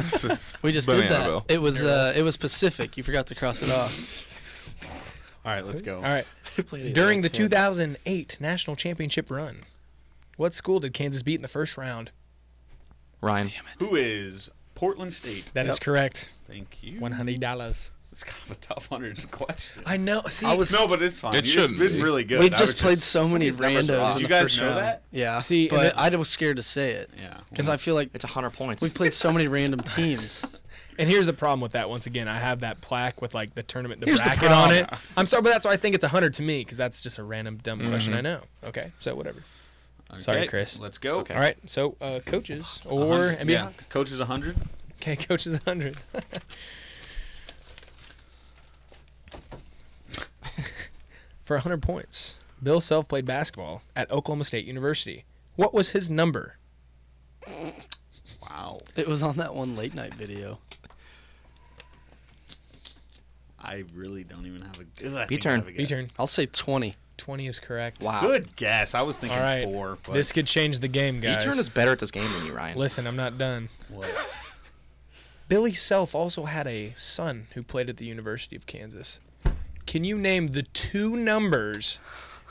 Speaker 3: This is-
Speaker 9: We just
Speaker 3: Banana
Speaker 9: did that.
Speaker 3: Bill.
Speaker 9: It was uh, it was Pacific. You forgot to cross it off.
Speaker 2: All right, let's go.
Speaker 4: All right. During the 2008 national championship run, what school did Kansas beat in the first round?
Speaker 6: Ryan.
Speaker 2: Who is Portland State?
Speaker 4: That is correct.
Speaker 2: Thank you.
Speaker 4: $100.
Speaker 2: It's kind of a tough hundred question.
Speaker 4: I know. See,
Speaker 9: I was-
Speaker 2: no, but it's fine.
Speaker 3: It
Speaker 2: you just
Speaker 3: shouldn't
Speaker 2: been
Speaker 3: be.
Speaker 2: really good.
Speaker 9: we
Speaker 2: I
Speaker 9: just
Speaker 2: was
Speaker 9: played so many
Speaker 6: of these numbers are
Speaker 9: randos.
Speaker 6: off.
Speaker 9: in
Speaker 2: Did you
Speaker 9: the
Speaker 2: guys
Speaker 9: first
Speaker 2: know
Speaker 9: round.
Speaker 2: that?
Speaker 9: Yeah.
Speaker 4: See, and
Speaker 9: but
Speaker 4: it-
Speaker 9: I was scared to say it
Speaker 2: Yeah.
Speaker 9: because I feel like
Speaker 6: It's 100 points.
Speaker 9: we played so many random teams.
Speaker 4: And here's the problem with that. Once again, I have that plaque with like the tournament, the
Speaker 9: Here's the
Speaker 4: bracket on it. I'm sorry, but that's why I think it's 100 to me because that's just a random dumb
Speaker 9: Mm-hmm.
Speaker 4: question. I know. Okay, so whatever. Sorry,
Speaker 2: Okay,
Speaker 4: Chris.
Speaker 2: Let's go.
Speaker 4: All right, so uh, coaches or NBA
Speaker 2: yeah.
Speaker 4: Hawks.
Speaker 2: Coach is hundred.
Speaker 4: Okay, coaches 100. For 100 points, Bill Self played basketball at Oklahoma State University. What was his number?
Speaker 2: Wow.
Speaker 9: It was on that one late night video.
Speaker 2: I really don't even have a good. I
Speaker 6: B
Speaker 2: think I have
Speaker 6: turn.
Speaker 2: a
Speaker 4: B
Speaker 2: guess.
Speaker 4: turn.
Speaker 9: I'll say 20.
Speaker 4: 20 is correct.
Speaker 6: wow.
Speaker 2: Good guess. I was thinking
Speaker 4: All right.
Speaker 2: four. But
Speaker 4: This could change the game,
Speaker 6: You
Speaker 4: guys.
Speaker 6: turn is better at this game than you, Ryan.
Speaker 4: Listen, I'm not done.
Speaker 2: What?
Speaker 4: Billy Self also had a son who played at the University of Kansas. Can you name the two numbers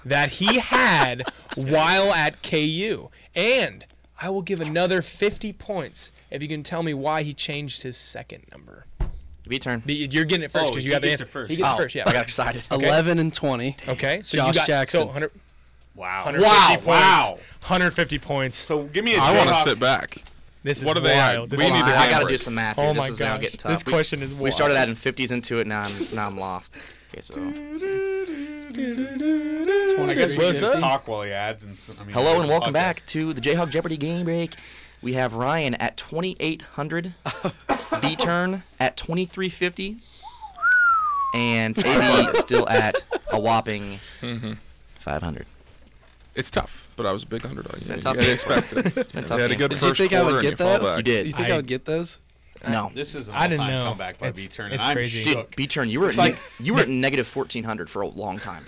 Speaker 4: that he had while at KU? And I will give another 50 points if you can tell me why he changed his second number.
Speaker 6: B turn.
Speaker 4: But you- You're getting it first
Speaker 2: Oh,
Speaker 4: because
Speaker 2: he
Speaker 4: you got the
Speaker 2: gets
Speaker 4: answer
Speaker 2: it first.
Speaker 4: He gets it
Speaker 6: Oh,
Speaker 4: first, yeah.
Speaker 6: I got excited.
Speaker 9: 11 and 20.
Speaker 4: Okay, so
Speaker 9: Josh
Speaker 4: you got so
Speaker 9: Jackson.
Speaker 4: 100,
Speaker 2: Wow.
Speaker 4: 150 points.
Speaker 2: Wow.
Speaker 4: 150 points. So
Speaker 2: So give me a.
Speaker 3: I want to
Speaker 2: Jayhawk-
Speaker 3: sit back.
Speaker 4: this is
Speaker 3: What are they at?
Speaker 4: wild. This
Speaker 3: We
Speaker 4: is
Speaker 6: Well,
Speaker 3: need
Speaker 4: wild.
Speaker 3: to
Speaker 6: I, I
Speaker 3: game
Speaker 6: gotta
Speaker 3: break.
Speaker 6: do some math.
Speaker 4: Oh
Speaker 6: Dude.
Speaker 4: my
Speaker 6: this is now
Speaker 4: gosh.
Speaker 6: getting tough.
Speaker 4: This
Speaker 6: we,
Speaker 4: question is
Speaker 6: We started
Speaker 4: wild.
Speaker 6: adding 50s into it. Now I'm now I'm lost. Okay, so
Speaker 9: 20
Speaker 2: I guess we
Speaker 4: What's
Speaker 2: should
Speaker 4: up?
Speaker 2: just talk while he adds. And some, I mean,
Speaker 6: hello
Speaker 2: there's
Speaker 6: and
Speaker 2: a
Speaker 6: welcome
Speaker 2: podcast.
Speaker 6: back to the Jayhawk Jeopardy game break. We have Ryan at 2800, B turn at 2350, and AB is still at a whopping
Speaker 3: Mhm.
Speaker 6: 500.
Speaker 3: It's tough, but I was a big underdog. You,
Speaker 6: been
Speaker 3: you
Speaker 6: tough
Speaker 3: had
Speaker 6: game.
Speaker 3: to expect it.
Speaker 6: It's been a
Speaker 3: You
Speaker 6: tough
Speaker 3: had a
Speaker 6: game.
Speaker 3: good
Speaker 6: Did
Speaker 3: first quarter and you fall back.
Speaker 6: You did.
Speaker 9: You think I, would get those?
Speaker 6: No.
Speaker 2: This is an
Speaker 4: I didn't
Speaker 2: all-time
Speaker 4: know.
Speaker 2: comeback by
Speaker 4: It's-
Speaker 2: B turn.
Speaker 4: it's
Speaker 2: I'm
Speaker 4: crazy.
Speaker 2: shook.
Speaker 6: Dude, B turn, you were
Speaker 2: It's
Speaker 6: at ne-
Speaker 2: like-
Speaker 6: you were at negative 1400 for a long time.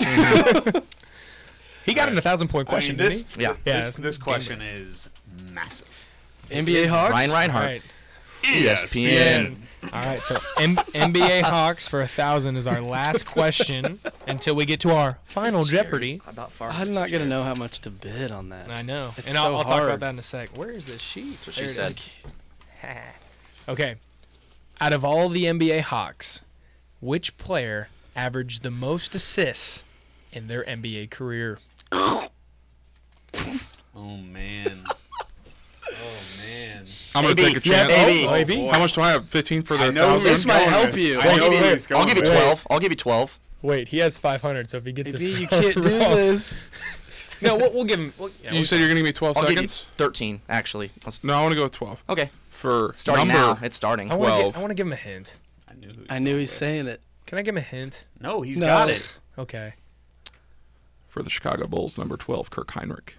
Speaker 4: He got in a thousand point
Speaker 2: I mean,
Speaker 4: question.
Speaker 2: this,
Speaker 4: didn't
Speaker 6: he? Yeah.
Speaker 2: this,
Speaker 4: Yeah,
Speaker 2: this,
Speaker 4: it's game
Speaker 2: question is massive.
Speaker 9: NBA Hawks.
Speaker 6: Ryan
Speaker 4: he? All
Speaker 6: Reinhardt,
Speaker 4: right.
Speaker 6: E ESPN.
Speaker 4: All right. So M- NBA Hawks for a thousand is our last question until we get to our final Jeopardy.
Speaker 6: About far.
Speaker 9: I'm not gonna know how much to bid on that.
Speaker 4: I know,
Speaker 9: It's
Speaker 4: and I'll,
Speaker 9: so
Speaker 4: I'll talk about
Speaker 9: hard.
Speaker 4: that in a sec. Where is this sheet?
Speaker 6: That's what she
Speaker 4: There it
Speaker 6: said.
Speaker 4: is. Okay. Out of all the NBA Hawks, which player averaged the most assists in their NBA career?
Speaker 2: Oh man. oh man.
Speaker 3: I'm going to take a chance.
Speaker 6: AB.
Speaker 3: Oh,
Speaker 4: AB.
Speaker 3: How much do I have? 15 for the
Speaker 2: I know who
Speaker 3: thousand?
Speaker 2: he's
Speaker 9: This might
Speaker 2: going
Speaker 9: help
Speaker 2: with.
Speaker 9: you.
Speaker 2: I
Speaker 9: I'll
Speaker 2: know
Speaker 6: give
Speaker 2: who
Speaker 6: you-
Speaker 2: he's going
Speaker 6: I'll give you
Speaker 2: with.
Speaker 6: 12. I'll give you 12.
Speaker 4: Wait, he has 500. So if he gets
Speaker 9: AB,
Speaker 4: this,
Speaker 9: you
Speaker 4: far
Speaker 9: can't do
Speaker 4: wrong-
Speaker 9: this.
Speaker 4: No, we'll, we'll give him. We'll, yeah,
Speaker 3: You
Speaker 4: we'll-
Speaker 3: said you're going to give me 12
Speaker 6: I'll give you
Speaker 3: seconds?
Speaker 6: 13 actually. Let's-
Speaker 3: No, I want to go with 12.
Speaker 6: Okay.
Speaker 3: For
Speaker 6: Starting
Speaker 3: number.
Speaker 6: now. It's starting.
Speaker 4: I want to.
Speaker 3: 12.
Speaker 4: I want to give him a hint.
Speaker 2: I knew. Who
Speaker 9: I knew he's saying it.
Speaker 4: Can I give him a hint?
Speaker 2: No, he's
Speaker 9: No.
Speaker 2: got it.
Speaker 4: Okay.
Speaker 3: For the Chicago Bulls, number 12, Kirk Heinrich.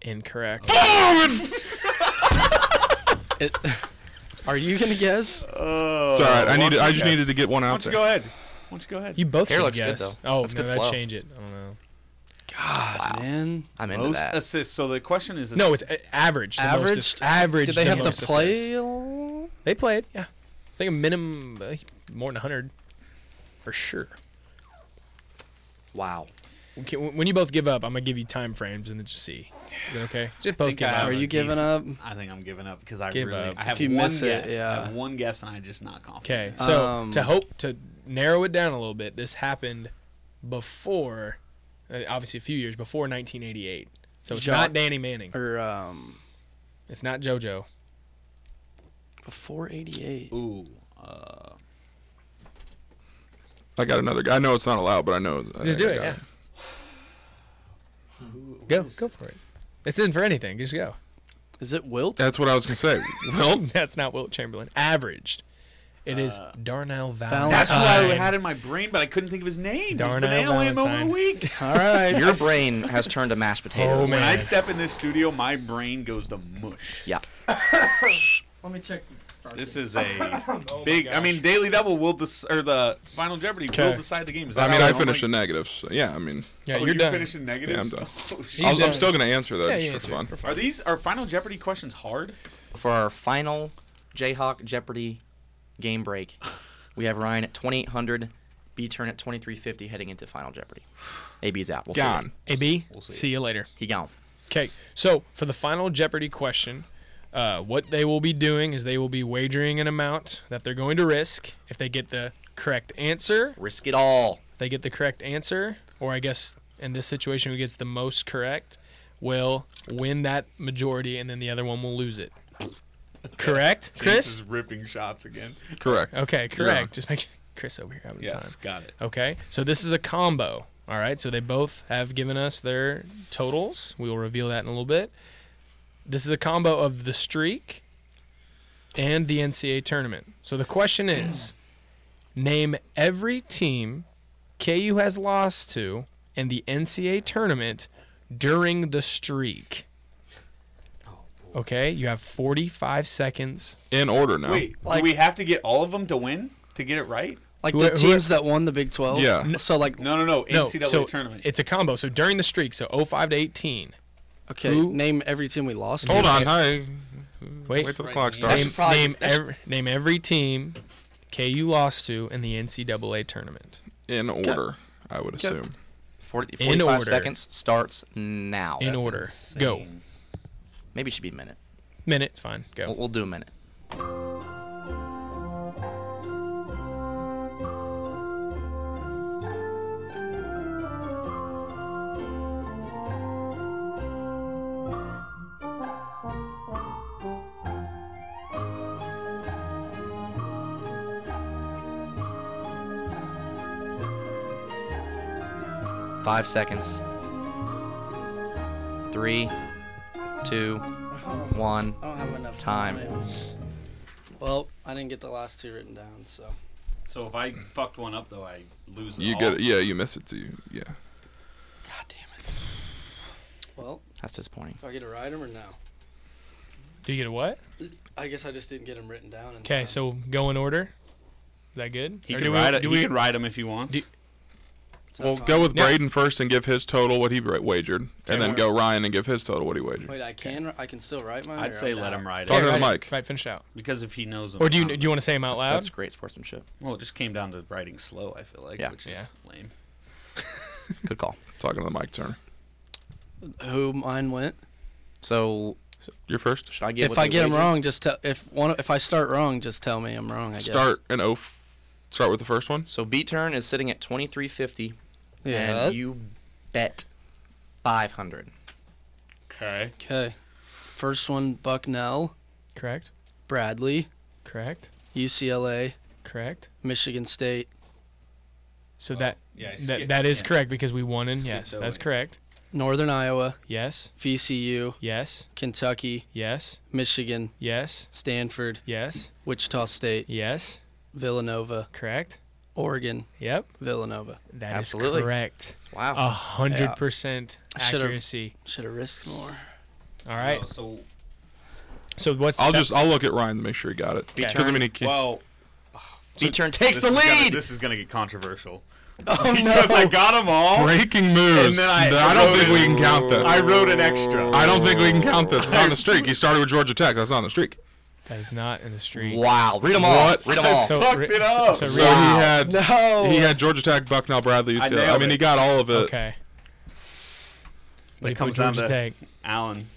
Speaker 4: Incorrect.
Speaker 9: it are you gonna guess?
Speaker 3: it's all right. I
Speaker 2: Oh, why
Speaker 3: needed.
Speaker 2: don't
Speaker 3: I
Speaker 2: you
Speaker 3: just
Speaker 2: guess?
Speaker 3: needed to get one
Speaker 2: Why
Speaker 3: out
Speaker 2: don't you
Speaker 3: there.
Speaker 2: go ahead? Why don't you go ahead?
Speaker 4: You both
Speaker 6: Hair
Speaker 4: should
Speaker 6: looks good,
Speaker 4: guess.
Speaker 6: though.
Speaker 4: Oh
Speaker 6: That's
Speaker 4: no,
Speaker 6: good
Speaker 4: that
Speaker 6: flow.
Speaker 4: change it. I don't know.
Speaker 9: God, ah, man.
Speaker 6: I'm into
Speaker 2: Most
Speaker 6: that.
Speaker 2: assists. So the question is.
Speaker 4: No, it's a- average. the most
Speaker 9: Average.
Speaker 4: ass- average.
Speaker 9: Did they
Speaker 4: the
Speaker 9: have to
Speaker 4: most
Speaker 9: play?
Speaker 4: assists. They played. Yeah, I think a minimum uh, more than hundred for sure.
Speaker 6: wow.
Speaker 4: Okay, wh- when you both give up, I'm gonna give you time frames and then just see. Is that okay? Just both
Speaker 2: think
Speaker 4: give
Speaker 2: I
Speaker 4: up.
Speaker 2: have
Speaker 9: Are
Speaker 2: a
Speaker 9: you giving
Speaker 2: decent-
Speaker 9: up?
Speaker 2: I think I'm giving up because I
Speaker 4: Give
Speaker 2: really.
Speaker 4: up.
Speaker 2: I have
Speaker 9: If you
Speaker 2: one
Speaker 9: miss it,
Speaker 2: guess. I
Speaker 9: yeah.
Speaker 2: have one guess, and I'm just not confident.
Speaker 4: Okay, so to
Speaker 9: Um,
Speaker 4: hope to narrow it down a little bit, this happened before, uh, obviously a few years before 1988. So it's
Speaker 9: Jo-
Speaker 4: not Danny Manning.
Speaker 9: Or um,
Speaker 4: It's not JoJo.
Speaker 9: before '88.
Speaker 2: Ooh. Uh,
Speaker 3: I got another guy. I know it's not allowed, but I know. I think
Speaker 4: Just do
Speaker 3: I
Speaker 4: it.
Speaker 3: got
Speaker 4: Yeah. Go, go for it. This isn't for anything. Just go.
Speaker 9: Is it
Speaker 6: Uh,
Speaker 9: Wilt?
Speaker 3: That's what I was gonna say.
Speaker 4: Well, that's not Wilt Chamberlain. Averaged. It is Darnell Valentine.
Speaker 2: that's what I had in my brain, but I couldn't think of his name.
Speaker 4: Darnell
Speaker 2: Darn he's been alien over a
Speaker 4: Valentine.
Speaker 2: week.
Speaker 9: All right.
Speaker 6: Your brain has turned to mashed potatoes.
Speaker 4: Oh,
Speaker 2: When I
Speaker 4: man.
Speaker 2: step in this studio, my brain goes to mush.
Speaker 6: Yeah.
Speaker 9: Let me check. Oh
Speaker 2: This is a big. I mean, Daily Double will dis- or the Final Jeopardy will
Speaker 4: Okay.
Speaker 2: decide the game. Is that
Speaker 3: I mean,
Speaker 2: how
Speaker 3: I
Speaker 2: it- oh
Speaker 3: finished
Speaker 2: my-
Speaker 3: in negatives. So yeah, I mean,
Speaker 4: Yeah,
Speaker 2: oh,
Speaker 4: you're
Speaker 2: you
Speaker 4: done.
Speaker 2: finished in negatives.
Speaker 3: Yeah, I'm done.
Speaker 2: Oh, shit.
Speaker 3: I was,
Speaker 4: done.
Speaker 3: I'm still gonna answer though,
Speaker 4: Yeah, you
Speaker 3: just for fun.
Speaker 4: answered it for fun.
Speaker 2: Are these are Final Jeopardy questions hard?
Speaker 6: For our final Jayhawk Jeopardy game break, we have Ryan at 2800, B turn at 2350 heading into final Jeopardy. AB's out. We'll see.
Speaker 3: Gone.
Speaker 4: AB, see. you later.
Speaker 6: He gone.
Speaker 4: Okay, so for the final Jeopardy question, uh, what they will be doing is they will be wagering an amount that they're going to risk. If they get the correct answer,
Speaker 6: Risk it all.
Speaker 4: if they get the correct answer, or I guess in this situation, who gets the most correct will win that majority, and then the other one will lose it. Correct,
Speaker 2: This
Speaker 4: Chris?
Speaker 2: is ripping shots again.
Speaker 3: Correct.
Speaker 4: Okay, correct. Just make Chris over here having
Speaker 2: Yes,
Speaker 4: time.
Speaker 2: got it.
Speaker 4: Okay, so this is a combo. All right, so they both have given us their totals. We will reveal that in a little bit. This is a combo of the streak and the NCAA tournament. So the question is name every team KU has lost to in the NCAA tournament during the streak. Okay, you have 45 seconds.
Speaker 3: In order
Speaker 4: Um,
Speaker 3: now.
Speaker 2: Wait,
Speaker 9: Like-
Speaker 2: do we have to get all of them to win to get it right?
Speaker 9: Like
Speaker 4: Who-
Speaker 9: the
Speaker 4: who-
Speaker 9: teams that won the Big 12.
Speaker 3: Yeah. N-
Speaker 9: So like,
Speaker 2: No, no, no. NCAA
Speaker 4: so
Speaker 2: tournament.
Speaker 4: It's a combo. So during the streak, so 05 to 18.
Speaker 9: okay,
Speaker 4: who-
Speaker 9: name every team we lost.
Speaker 3: Hold
Speaker 9: to.
Speaker 3: on. Hi.
Speaker 4: Wait,
Speaker 3: Wait till the clock
Speaker 4: name,
Speaker 3: starts.
Speaker 6: probably-
Speaker 4: name, every, name every team KU lost to in the NCAA tournament.
Speaker 3: In order, I would assume.
Speaker 6: 40,
Speaker 4: In
Speaker 6: 45
Speaker 4: order.
Speaker 6: seconds starts
Speaker 2: Oh,
Speaker 6: now.
Speaker 4: in order. Go.
Speaker 6: Maybe it should be a minute.
Speaker 4: Minute. It's fine.
Speaker 2: Oh,
Speaker 4: Go.
Speaker 6: We'll, we'll do a minute. Five seconds. Three, two, one.
Speaker 9: I don't have enough
Speaker 6: Time.
Speaker 9: Well, I didn't get the last two written down, so
Speaker 2: So if I fucked one up though, I lose. It
Speaker 3: You
Speaker 2: all.
Speaker 3: get it. Yeah, you miss it too. Yeah.
Speaker 9: Well,
Speaker 6: That's disappointing.
Speaker 9: do I get to ride him or no?
Speaker 2: oh.
Speaker 4: Do you get a what?
Speaker 9: I guess I just didn't get him written down. in
Speaker 4: Okay,
Speaker 9: time.
Speaker 4: so go in order. Is that good?
Speaker 2: He
Speaker 4: Or
Speaker 2: can
Speaker 4: do
Speaker 2: ride it-
Speaker 4: do
Speaker 2: he can ride him if he wants.
Speaker 3: Well, go with
Speaker 4: Yeah.
Speaker 3: Braden first and give his total what he ra- wagered, and then go Ryan and give his total what he wagered.
Speaker 9: Wait, I can. I can still write mine.
Speaker 2: I'd say let him ride it.
Speaker 3: Talk to the mic.
Speaker 4: Right, finish it out.
Speaker 2: Because if he knows them,
Speaker 4: Or do you
Speaker 2: I
Speaker 4: do
Speaker 2: don't
Speaker 4: you
Speaker 2: know.
Speaker 4: want to say them out loud?
Speaker 6: That's great sportsmanship.
Speaker 2: Well, it just came down to riding slow. I feel like,
Speaker 6: Yeah.
Speaker 2: which
Speaker 4: Yeah.
Speaker 2: is lame.
Speaker 6: Good call.
Speaker 3: Talking to the mic, Turner.
Speaker 9: Who mine went?
Speaker 6: So
Speaker 3: You're first.
Speaker 6: should I get?
Speaker 9: if I get him wrong, just tell. If one, if I start wrong, just tell me I'm wrong. I guess.
Speaker 3: Start an O. F- start with the first one.
Speaker 6: So B turn is sitting at twenty three fifty,
Speaker 9: Yeah.
Speaker 6: and you bet five hundred.
Speaker 2: Okay.
Speaker 9: Okay. First one: Bucknell,
Speaker 4: Correct.
Speaker 9: Bradley,
Speaker 4: Correct.
Speaker 9: UCLA,
Speaker 4: Correct.
Speaker 9: Michigan State.
Speaker 4: So that
Speaker 2: Oh, yeah, I
Speaker 4: that,
Speaker 2: skipped-
Speaker 4: that is
Speaker 2: yeah.
Speaker 4: correct because we won in
Speaker 2: Skipped
Speaker 4: yes.
Speaker 2: that
Speaker 4: That's
Speaker 2: one.
Speaker 4: correct.
Speaker 9: Northern Iowa,
Speaker 4: Yes.
Speaker 9: VCU,
Speaker 4: Yes.
Speaker 9: Kentucky,
Speaker 4: Yes.
Speaker 9: Michigan,
Speaker 4: Yes.
Speaker 9: Stanford,
Speaker 4: Yes.
Speaker 9: Wichita State,
Speaker 4: Yes.
Speaker 9: Villanova,
Speaker 4: Correct.
Speaker 9: Oregon,
Speaker 4: Yep.
Speaker 9: Villanova.
Speaker 4: That is
Speaker 6: Absolutely.
Speaker 4: correct.
Speaker 6: Wow.
Speaker 4: A hundred percent
Speaker 9: I should've-
Speaker 4: accuracy.
Speaker 9: Should have risked more.
Speaker 4: All right.
Speaker 2: Oh, so
Speaker 4: So what's
Speaker 3: I'll
Speaker 4: that-
Speaker 3: just I'll look at Ryan to make sure he got it. Because I mean, he can't.
Speaker 2: well,
Speaker 6: B turn takes
Speaker 2: this
Speaker 6: the
Speaker 2: is gonna-
Speaker 6: lead.
Speaker 2: this is gonna get controversial
Speaker 9: Oh
Speaker 2: because I got them all.
Speaker 3: breaking
Speaker 2: And
Speaker 3: moves.
Speaker 2: then I,
Speaker 3: No, I don't
Speaker 2: wrote
Speaker 3: think we
Speaker 2: an-
Speaker 3: can count this.
Speaker 2: I wrote an extra.
Speaker 3: I don't think we can count this. It's on the streak. He started with Georgia Tech. That's on the streak.
Speaker 4: that is not in the street.
Speaker 6: Wow. Read them all.
Speaker 3: What?
Speaker 6: Read them all.
Speaker 4: So,
Speaker 2: Fucked
Speaker 4: re-
Speaker 2: it up.
Speaker 4: So,
Speaker 3: So
Speaker 4: re-
Speaker 3: he had
Speaker 9: No.
Speaker 3: he had Georgia Tech, Bucknell, Bradley,
Speaker 2: I
Speaker 3: UCLA. I,
Speaker 2: nailed
Speaker 3: mean,
Speaker 2: it.
Speaker 3: he got all of it.
Speaker 4: okay.
Speaker 2: It
Speaker 4: But
Speaker 2: comes down to
Speaker 4: Tech.
Speaker 2: Allen.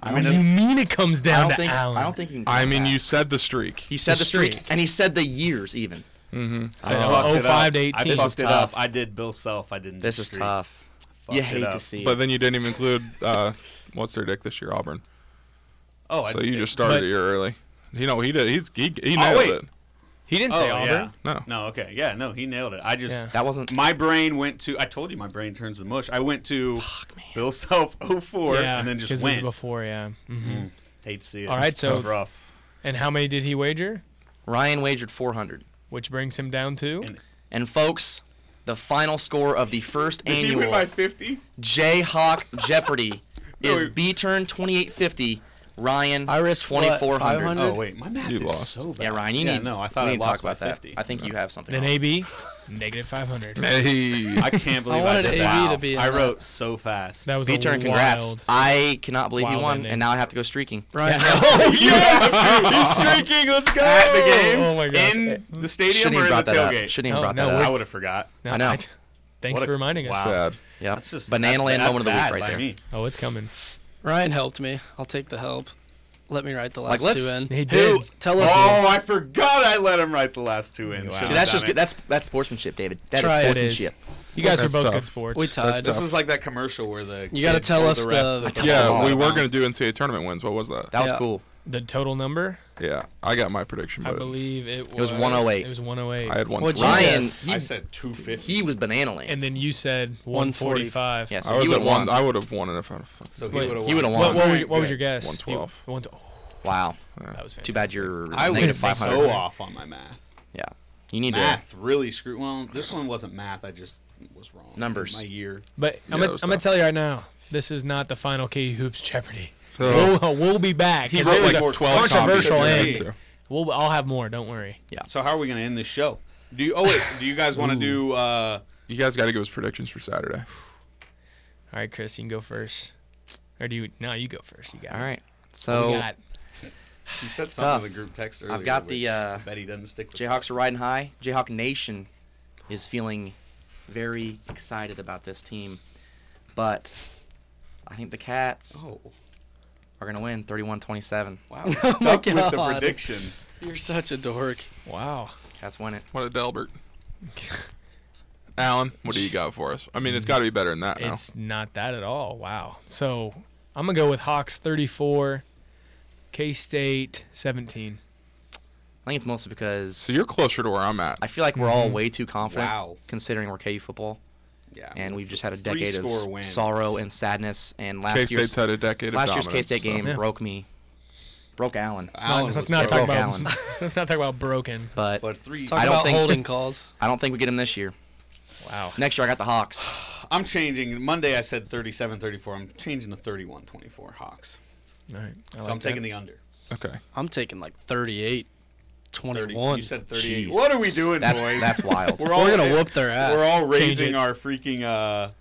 Speaker 2: I
Speaker 4: What
Speaker 2: mean,
Speaker 4: do you
Speaker 2: it's,
Speaker 4: mean it comes
Speaker 6: I
Speaker 4: down
Speaker 6: don't
Speaker 4: to
Speaker 6: think.
Speaker 4: Allen?
Speaker 6: I don't think you. Can
Speaker 3: I
Speaker 6: count
Speaker 3: mean,
Speaker 6: that.
Speaker 3: you said the streak.
Speaker 6: He said the,
Speaker 4: the
Speaker 6: streak.
Speaker 4: streak.
Speaker 6: and he said the years even.
Speaker 4: so,
Speaker 2: fucked it
Speaker 4: 05
Speaker 2: up.
Speaker 4: to 18.
Speaker 2: I
Speaker 6: This is
Speaker 2: fucked it up.
Speaker 6: tough.
Speaker 2: I did Bill Self. I didn't.
Speaker 6: This is
Speaker 2: disagree.
Speaker 6: tough.
Speaker 2: Fucked
Speaker 6: you
Speaker 2: it
Speaker 6: hate to
Speaker 2: up.
Speaker 6: see.
Speaker 3: But
Speaker 6: it.
Speaker 3: then you didn't even include uh, what's their dick this year, Auburn.
Speaker 2: Oh, I
Speaker 3: So
Speaker 2: did-
Speaker 3: you just started
Speaker 4: But-
Speaker 3: a year early. You know he did. He's he, he nailed
Speaker 2: wait.
Speaker 3: it.
Speaker 4: he didn't
Speaker 2: Oh
Speaker 4: say
Speaker 2: yeah.
Speaker 4: Auburn.
Speaker 3: No.
Speaker 2: No. Okay. Yeah. No. He nailed it. I just.
Speaker 4: Yeah.
Speaker 6: that wasn't.
Speaker 2: My brain went to. I told you my brain turns to mush. I went to Bill Self 04
Speaker 4: Yeah,
Speaker 2: and then just
Speaker 4: because this is
Speaker 2: went.
Speaker 4: before, yeah. hmm
Speaker 2: Hate to see it.
Speaker 4: All right,
Speaker 2: It's
Speaker 4: so-
Speaker 2: rough.
Speaker 4: And how many did he wager?
Speaker 6: Ryan wagered 400.
Speaker 4: Which brings him down to
Speaker 2: And-
Speaker 6: And folks, the final score of the first
Speaker 2: Did he win
Speaker 6: annual
Speaker 2: by 50?
Speaker 6: Jayhawk Jeopardy
Speaker 2: No,
Speaker 6: is
Speaker 2: he-
Speaker 6: B turn 2850. Ryan
Speaker 9: I risked what,
Speaker 6: 2400.
Speaker 9: 500?
Speaker 2: Oh wait, my math
Speaker 3: You
Speaker 2: is
Speaker 3: lost.
Speaker 2: so bad.
Speaker 6: Yeah, Ryan, you need.
Speaker 2: no, I thought
Speaker 6: we
Speaker 2: I
Speaker 6: need to
Speaker 2: lost
Speaker 6: talk about
Speaker 2: by
Speaker 6: that.
Speaker 2: 50.
Speaker 6: I think you have something.
Speaker 4: then
Speaker 6: wrong.
Speaker 4: AB, negative 500.
Speaker 3: Hey.
Speaker 2: I can't believe I,
Speaker 9: wanted
Speaker 2: did
Speaker 9: AB
Speaker 2: that.
Speaker 9: to be in
Speaker 2: I
Speaker 9: that.
Speaker 2: wrote so fast.
Speaker 4: That was
Speaker 6: B
Speaker 4: a
Speaker 6: turn,
Speaker 4: wild.
Speaker 6: congrats. I cannot believe you
Speaker 4: wild
Speaker 6: won,
Speaker 4: ending.
Speaker 6: and now I have to go streaking.
Speaker 9: Brian,
Speaker 2: yes, he's streaking. Let's go at the game.
Speaker 4: Oh, my gosh.
Speaker 2: In the stadium
Speaker 6: Shouldn't
Speaker 2: or in
Speaker 6: even
Speaker 2: the
Speaker 6: brought that up.
Speaker 2: tailgate?
Speaker 6: Shouldn't even
Speaker 4: No,
Speaker 6: brought
Speaker 4: Oh, no,
Speaker 6: that
Speaker 4: we-
Speaker 6: up.
Speaker 2: I would have forgot.
Speaker 4: No,
Speaker 6: I know.
Speaker 4: thanks
Speaker 2: What a-
Speaker 4: for reminding us.
Speaker 2: wow.
Speaker 3: Sad.
Speaker 6: Yeah,
Speaker 2: That's just
Speaker 6: uh, banana
Speaker 2: that's-
Speaker 6: land
Speaker 2: that's
Speaker 6: moment of the
Speaker 2: bad
Speaker 6: week right
Speaker 2: by
Speaker 6: there.
Speaker 2: Me.
Speaker 4: Oh, it's coming.
Speaker 9: Ryan helped me. I'll take the help. Let me write the
Speaker 6: Like,
Speaker 9: last
Speaker 6: let's-
Speaker 9: two
Speaker 4: He
Speaker 9: in.
Speaker 4: did.
Speaker 9: Tell us.
Speaker 2: Oh, I forgot I let him write the last two in. Should've
Speaker 6: See, that's
Speaker 2: done
Speaker 6: just
Speaker 2: it.
Speaker 6: good. That's that's sportsmanship, David. That is
Speaker 9: Try it. It
Speaker 4: is.
Speaker 6: sportsmanship.
Speaker 4: You guys are
Speaker 3: That's
Speaker 4: both
Speaker 3: tough.
Speaker 4: good sports.
Speaker 9: we
Speaker 3: tough.
Speaker 9: tied.
Speaker 2: This is like that commercial where the
Speaker 9: You gotta
Speaker 2: kid
Speaker 9: tell
Speaker 2: told
Speaker 9: us
Speaker 2: ref
Speaker 9: the-
Speaker 2: that
Speaker 9: I
Speaker 2: the ball
Speaker 6: Yeah,
Speaker 2: was
Speaker 3: Yeah,
Speaker 6: all
Speaker 3: we
Speaker 2: out of
Speaker 3: were
Speaker 2: bounds.
Speaker 3: gonna do NCAA tournament wins. What was that?
Speaker 6: That was
Speaker 9: Yeah.
Speaker 6: cool.
Speaker 4: The total number,
Speaker 3: Yeah, I got my prediction.
Speaker 4: I
Speaker 3: But
Speaker 4: believe it was.
Speaker 6: was 108.
Speaker 4: It was 108.
Speaker 3: I had one.
Speaker 9: What'd
Speaker 3: three.
Speaker 9: you get?
Speaker 6: Ryan,
Speaker 9: Yes.
Speaker 6: he,
Speaker 2: I said 250.
Speaker 6: he was banana land.
Speaker 4: and then you said 145.
Speaker 6: yeah,
Speaker 3: I
Speaker 6: so
Speaker 3: was
Speaker 6: he would
Speaker 3: at
Speaker 6: have
Speaker 3: one.
Speaker 6: won.
Speaker 3: I would have won it if I. would have
Speaker 2: So he
Speaker 4: Wait,
Speaker 2: would have
Speaker 6: he would've won.
Speaker 4: What, what, was,
Speaker 6: Alright,
Speaker 4: your, what was your
Speaker 2: good.
Speaker 4: guess?
Speaker 3: 112.
Speaker 4: You- one tw- oh,
Speaker 6: Wow.
Speaker 4: that was fantastic.
Speaker 6: Too bad you're
Speaker 2: I
Speaker 6: negative
Speaker 2: was
Speaker 6: 500.
Speaker 2: so off on my math.
Speaker 6: Yeah. You need to.
Speaker 2: Math really screwed. Well, this one wasn't math. I just was wrong.
Speaker 6: Numbers.
Speaker 2: My year.
Speaker 4: But I'm
Speaker 3: Yeah,
Speaker 4: gonna
Speaker 3: it was
Speaker 4: I'm gonna
Speaker 3: tough.
Speaker 4: tell you right now, this is not the final KU hoops Jeopardy.
Speaker 3: Oh.
Speaker 4: We'll, uh, we'll be back.
Speaker 3: He
Speaker 4: 'cause
Speaker 3: wrote
Speaker 4: there's
Speaker 3: like
Speaker 4: a
Speaker 3: twelve
Speaker 4: controversial
Speaker 3: copies.
Speaker 4: end. We'll I'll have more. Don't worry.
Speaker 2: So how are we gonna end this show? Do you? Oh wait. Do you guys want to do? uh
Speaker 3: You guys got to give us predictions for Saturday.
Speaker 4: All right, Chris, you can go first. Or do you? No, you go first. You got. it.
Speaker 6: All right.
Speaker 4: What do
Speaker 6: So
Speaker 4: you got?
Speaker 2: You said
Speaker 6: Tough.
Speaker 2: something in the group text earlier.
Speaker 6: got the,
Speaker 2: which
Speaker 6: uh,
Speaker 2: I bet he doesn't stick with.
Speaker 6: Jayhawks are riding high. Jayhawk Nation is feeling very excited about this team, but I think the Cats
Speaker 2: Oh
Speaker 6: are gonna win 31-27.
Speaker 2: wow. Stuck with the
Speaker 9: God.
Speaker 2: prediction.
Speaker 9: You're such a dork.
Speaker 4: Wow.
Speaker 6: Cats win it.
Speaker 3: What a Delbert. Alan, what do you got for us? I mean, it's got to be better than that now.
Speaker 4: It's not that at all. Wow. So I'm gonna go with Hawks 34, K State 17.
Speaker 6: I think it's mostly because
Speaker 3: So you're closer to where I'm at.
Speaker 6: I feel like we're all way too confident,
Speaker 2: Wow.
Speaker 6: considering we're KU football,
Speaker 2: Yeah.
Speaker 6: and we've just had a
Speaker 2: Three
Speaker 6: decade
Speaker 2: score
Speaker 6: of
Speaker 2: wins.
Speaker 6: sorrow and sadness. And last
Speaker 3: K State's
Speaker 6: year's
Speaker 3: had a decade of
Speaker 6: last year's
Speaker 3: dominance,
Speaker 6: K State
Speaker 3: so-
Speaker 6: game
Speaker 4: Yeah.
Speaker 6: broke me Broke Allen.
Speaker 4: Let's not, let's not
Speaker 6: Yeah,
Speaker 4: talk
Speaker 6: broke
Speaker 4: about
Speaker 6: Allen.
Speaker 4: let's not talk about broken.
Speaker 6: But,
Speaker 2: three-
Speaker 9: Let's talk about holding calls.
Speaker 6: I don't think we get him this year.
Speaker 4: Wow.
Speaker 6: Next year I got the Hawks.
Speaker 2: I'm changing. Monday I said 37 34. I'm changing to 31 24 Hawks.
Speaker 4: All right. I
Speaker 2: So
Speaker 9: like
Speaker 2: I'm taking
Speaker 9: that.
Speaker 2: the under.
Speaker 3: Okay.
Speaker 9: I'm taking like 38, 21.
Speaker 2: 30. You said 38.
Speaker 9: Jeez.
Speaker 2: What are we doing,
Speaker 6: That's-
Speaker 2: boys?
Speaker 6: that's wild.
Speaker 9: We're gonna whoop their ass.
Speaker 2: We're all
Speaker 4: Change
Speaker 2: raising
Speaker 4: it.
Speaker 2: our freaking. uh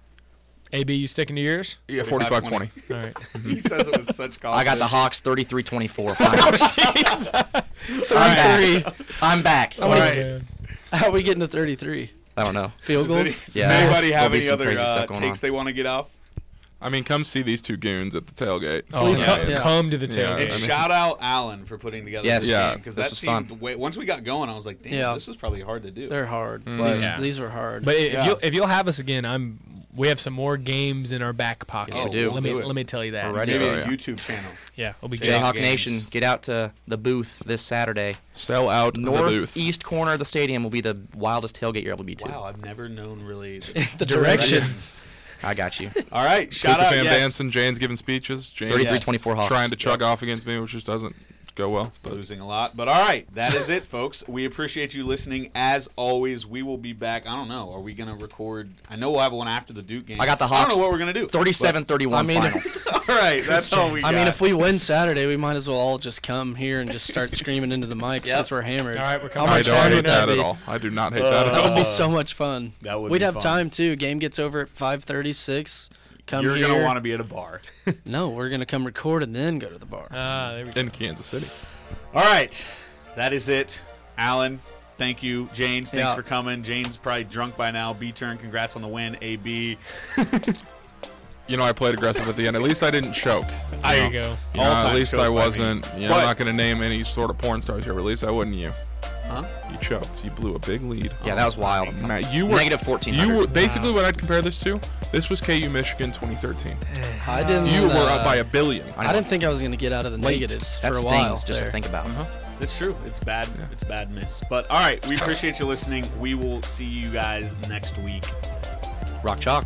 Speaker 4: AB, you sticking to yours?
Speaker 3: Yeah,
Speaker 2: 45,
Speaker 3: 45-20.
Speaker 4: All right.
Speaker 2: He says it with such
Speaker 6: I
Speaker 2: confidence.
Speaker 6: got the Hawks Oh, 33-24. finals. I'm back. I'm back.
Speaker 9: How many-
Speaker 4: Yeah.
Speaker 9: How are we getting to 33?
Speaker 6: I don't know.
Speaker 9: Field
Speaker 2: Does, any,
Speaker 9: goals?
Speaker 2: does
Speaker 6: Yeah.
Speaker 2: anybody
Speaker 6: There'll
Speaker 2: have
Speaker 6: be
Speaker 2: any
Speaker 6: some
Speaker 2: other
Speaker 6: crazy
Speaker 2: uh,
Speaker 6: stuff going
Speaker 2: takes
Speaker 6: on.
Speaker 2: they want to get off?
Speaker 3: I mean, come see these two goons at the tailgate.
Speaker 4: Oh,
Speaker 9: Please
Speaker 4: yeah.
Speaker 9: come- yeah.
Speaker 4: come to the
Speaker 3: Yeah.
Speaker 4: tailgate.
Speaker 2: And
Speaker 3: mean-
Speaker 2: shout out Alan for putting together
Speaker 6: Yes.
Speaker 2: this
Speaker 3: Yeah,
Speaker 2: because
Speaker 6: this
Speaker 2: that
Speaker 6: was
Speaker 2: seemed
Speaker 6: fun.
Speaker 2: way, once we got going, I was like, damn,
Speaker 9: Yeah.
Speaker 2: this was probably hard to do.
Speaker 9: They're hard.
Speaker 3: Mm.
Speaker 9: These,
Speaker 4: Yeah.
Speaker 9: these were hard.
Speaker 4: But if
Speaker 2: Yeah.
Speaker 4: you'll if you'll have us again, I'm we have some more games in our back pocket.
Speaker 2: Yes, we do.
Speaker 4: Let me
Speaker 2: Do it.
Speaker 4: let me tell you that.
Speaker 6: Alrighty.
Speaker 2: Maybe
Speaker 3: Oh,
Speaker 2: a
Speaker 3: yeah.
Speaker 2: YouTube channel.
Speaker 4: Yeah, we'll be
Speaker 6: Jayhawk
Speaker 2: games.
Speaker 6: Nation, get out to the booth this Saturday.
Speaker 3: Sell out the booth.
Speaker 6: Northeast corner of the stadium will be the wildest tailgate you'll ever be to.
Speaker 2: Wow, I've never known really.
Speaker 9: the directions.
Speaker 6: I got you.
Speaker 2: All right, shout
Speaker 3: Cooper
Speaker 2: out.
Speaker 3: Van
Speaker 2: yes.
Speaker 3: dancing. Jane's giving speeches. Jane's
Speaker 6: 33-24 Hawks.
Speaker 3: Trying to chug off against me, which just doesn't go well. But
Speaker 2: losing a lot. But all right, that is it, folks. We appreciate you listening. As always, we will be back. I don't know. Are we going to record? I know we'll have one after the Duke game.
Speaker 6: I got the
Speaker 2: I
Speaker 6: Hawks.
Speaker 2: don't know what we're going to do.
Speaker 6: 37-31
Speaker 9: I mean,
Speaker 6: final.
Speaker 2: But- all right, that's all we got.
Speaker 9: I mean, if we win Saturday, we might as well all just come here and just start screaming into the mic since we're hammered.
Speaker 4: All right, we're
Speaker 9: How
Speaker 4: coming.
Speaker 3: I
Speaker 9: much
Speaker 3: don't
Speaker 9: fun
Speaker 3: hate
Speaker 9: would that
Speaker 3: that at
Speaker 9: be?
Speaker 3: all. I do not hate that at
Speaker 9: That
Speaker 6: Uh,
Speaker 3: all.
Speaker 9: would be so much fun.
Speaker 2: that would
Speaker 9: We'd
Speaker 2: be
Speaker 9: have
Speaker 2: fun.
Speaker 9: time too. Game gets over at 5:30, 6. Come
Speaker 2: you're
Speaker 9: here.
Speaker 2: going to want to be at a bar.
Speaker 9: No, we're gonna come record and then go to the bar.
Speaker 4: Ah, there we go.
Speaker 3: In Kansas City.
Speaker 2: All right, that is it. Alan, thank you. James, thanks
Speaker 9: Yeah.
Speaker 2: for coming. James probably drunk by now. B turn, congrats on the win. A B.
Speaker 3: You know, I played aggressive at the end. At least I didn't choke.
Speaker 4: There you go.
Speaker 3: You know, at
Speaker 2: All-time
Speaker 3: least
Speaker 2: choke by
Speaker 3: I
Speaker 2: me.
Speaker 3: wasn't. You know,
Speaker 2: But-
Speaker 3: I'm not going to name any sort of porn stars here, but at least I wouldn't you.
Speaker 2: Huh?
Speaker 3: You choked. You blew a big lead.
Speaker 6: Yeah, that was wild.
Speaker 3: Nah, you were
Speaker 6: Negative 1400.
Speaker 3: You were basically what I'd compare this to. This was KU Michigan 2013.
Speaker 9: I didn't.
Speaker 3: You were
Speaker 9: uh,
Speaker 3: up by a billion.
Speaker 9: I didn't think I was gonna get out of the negatives
Speaker 6: That
Speaker 9: for a
Speaker 6: stings
Speaker 9: while.
Speaker 6: just
Speaker 9: there. Mm-hmm.
Speaker 6: to think about.
Speaker 2: It's true. It's bad. It's bad miss. But all right, we appreciate you listening. We will see you guys next week.
Speaker 6: Rock chalk.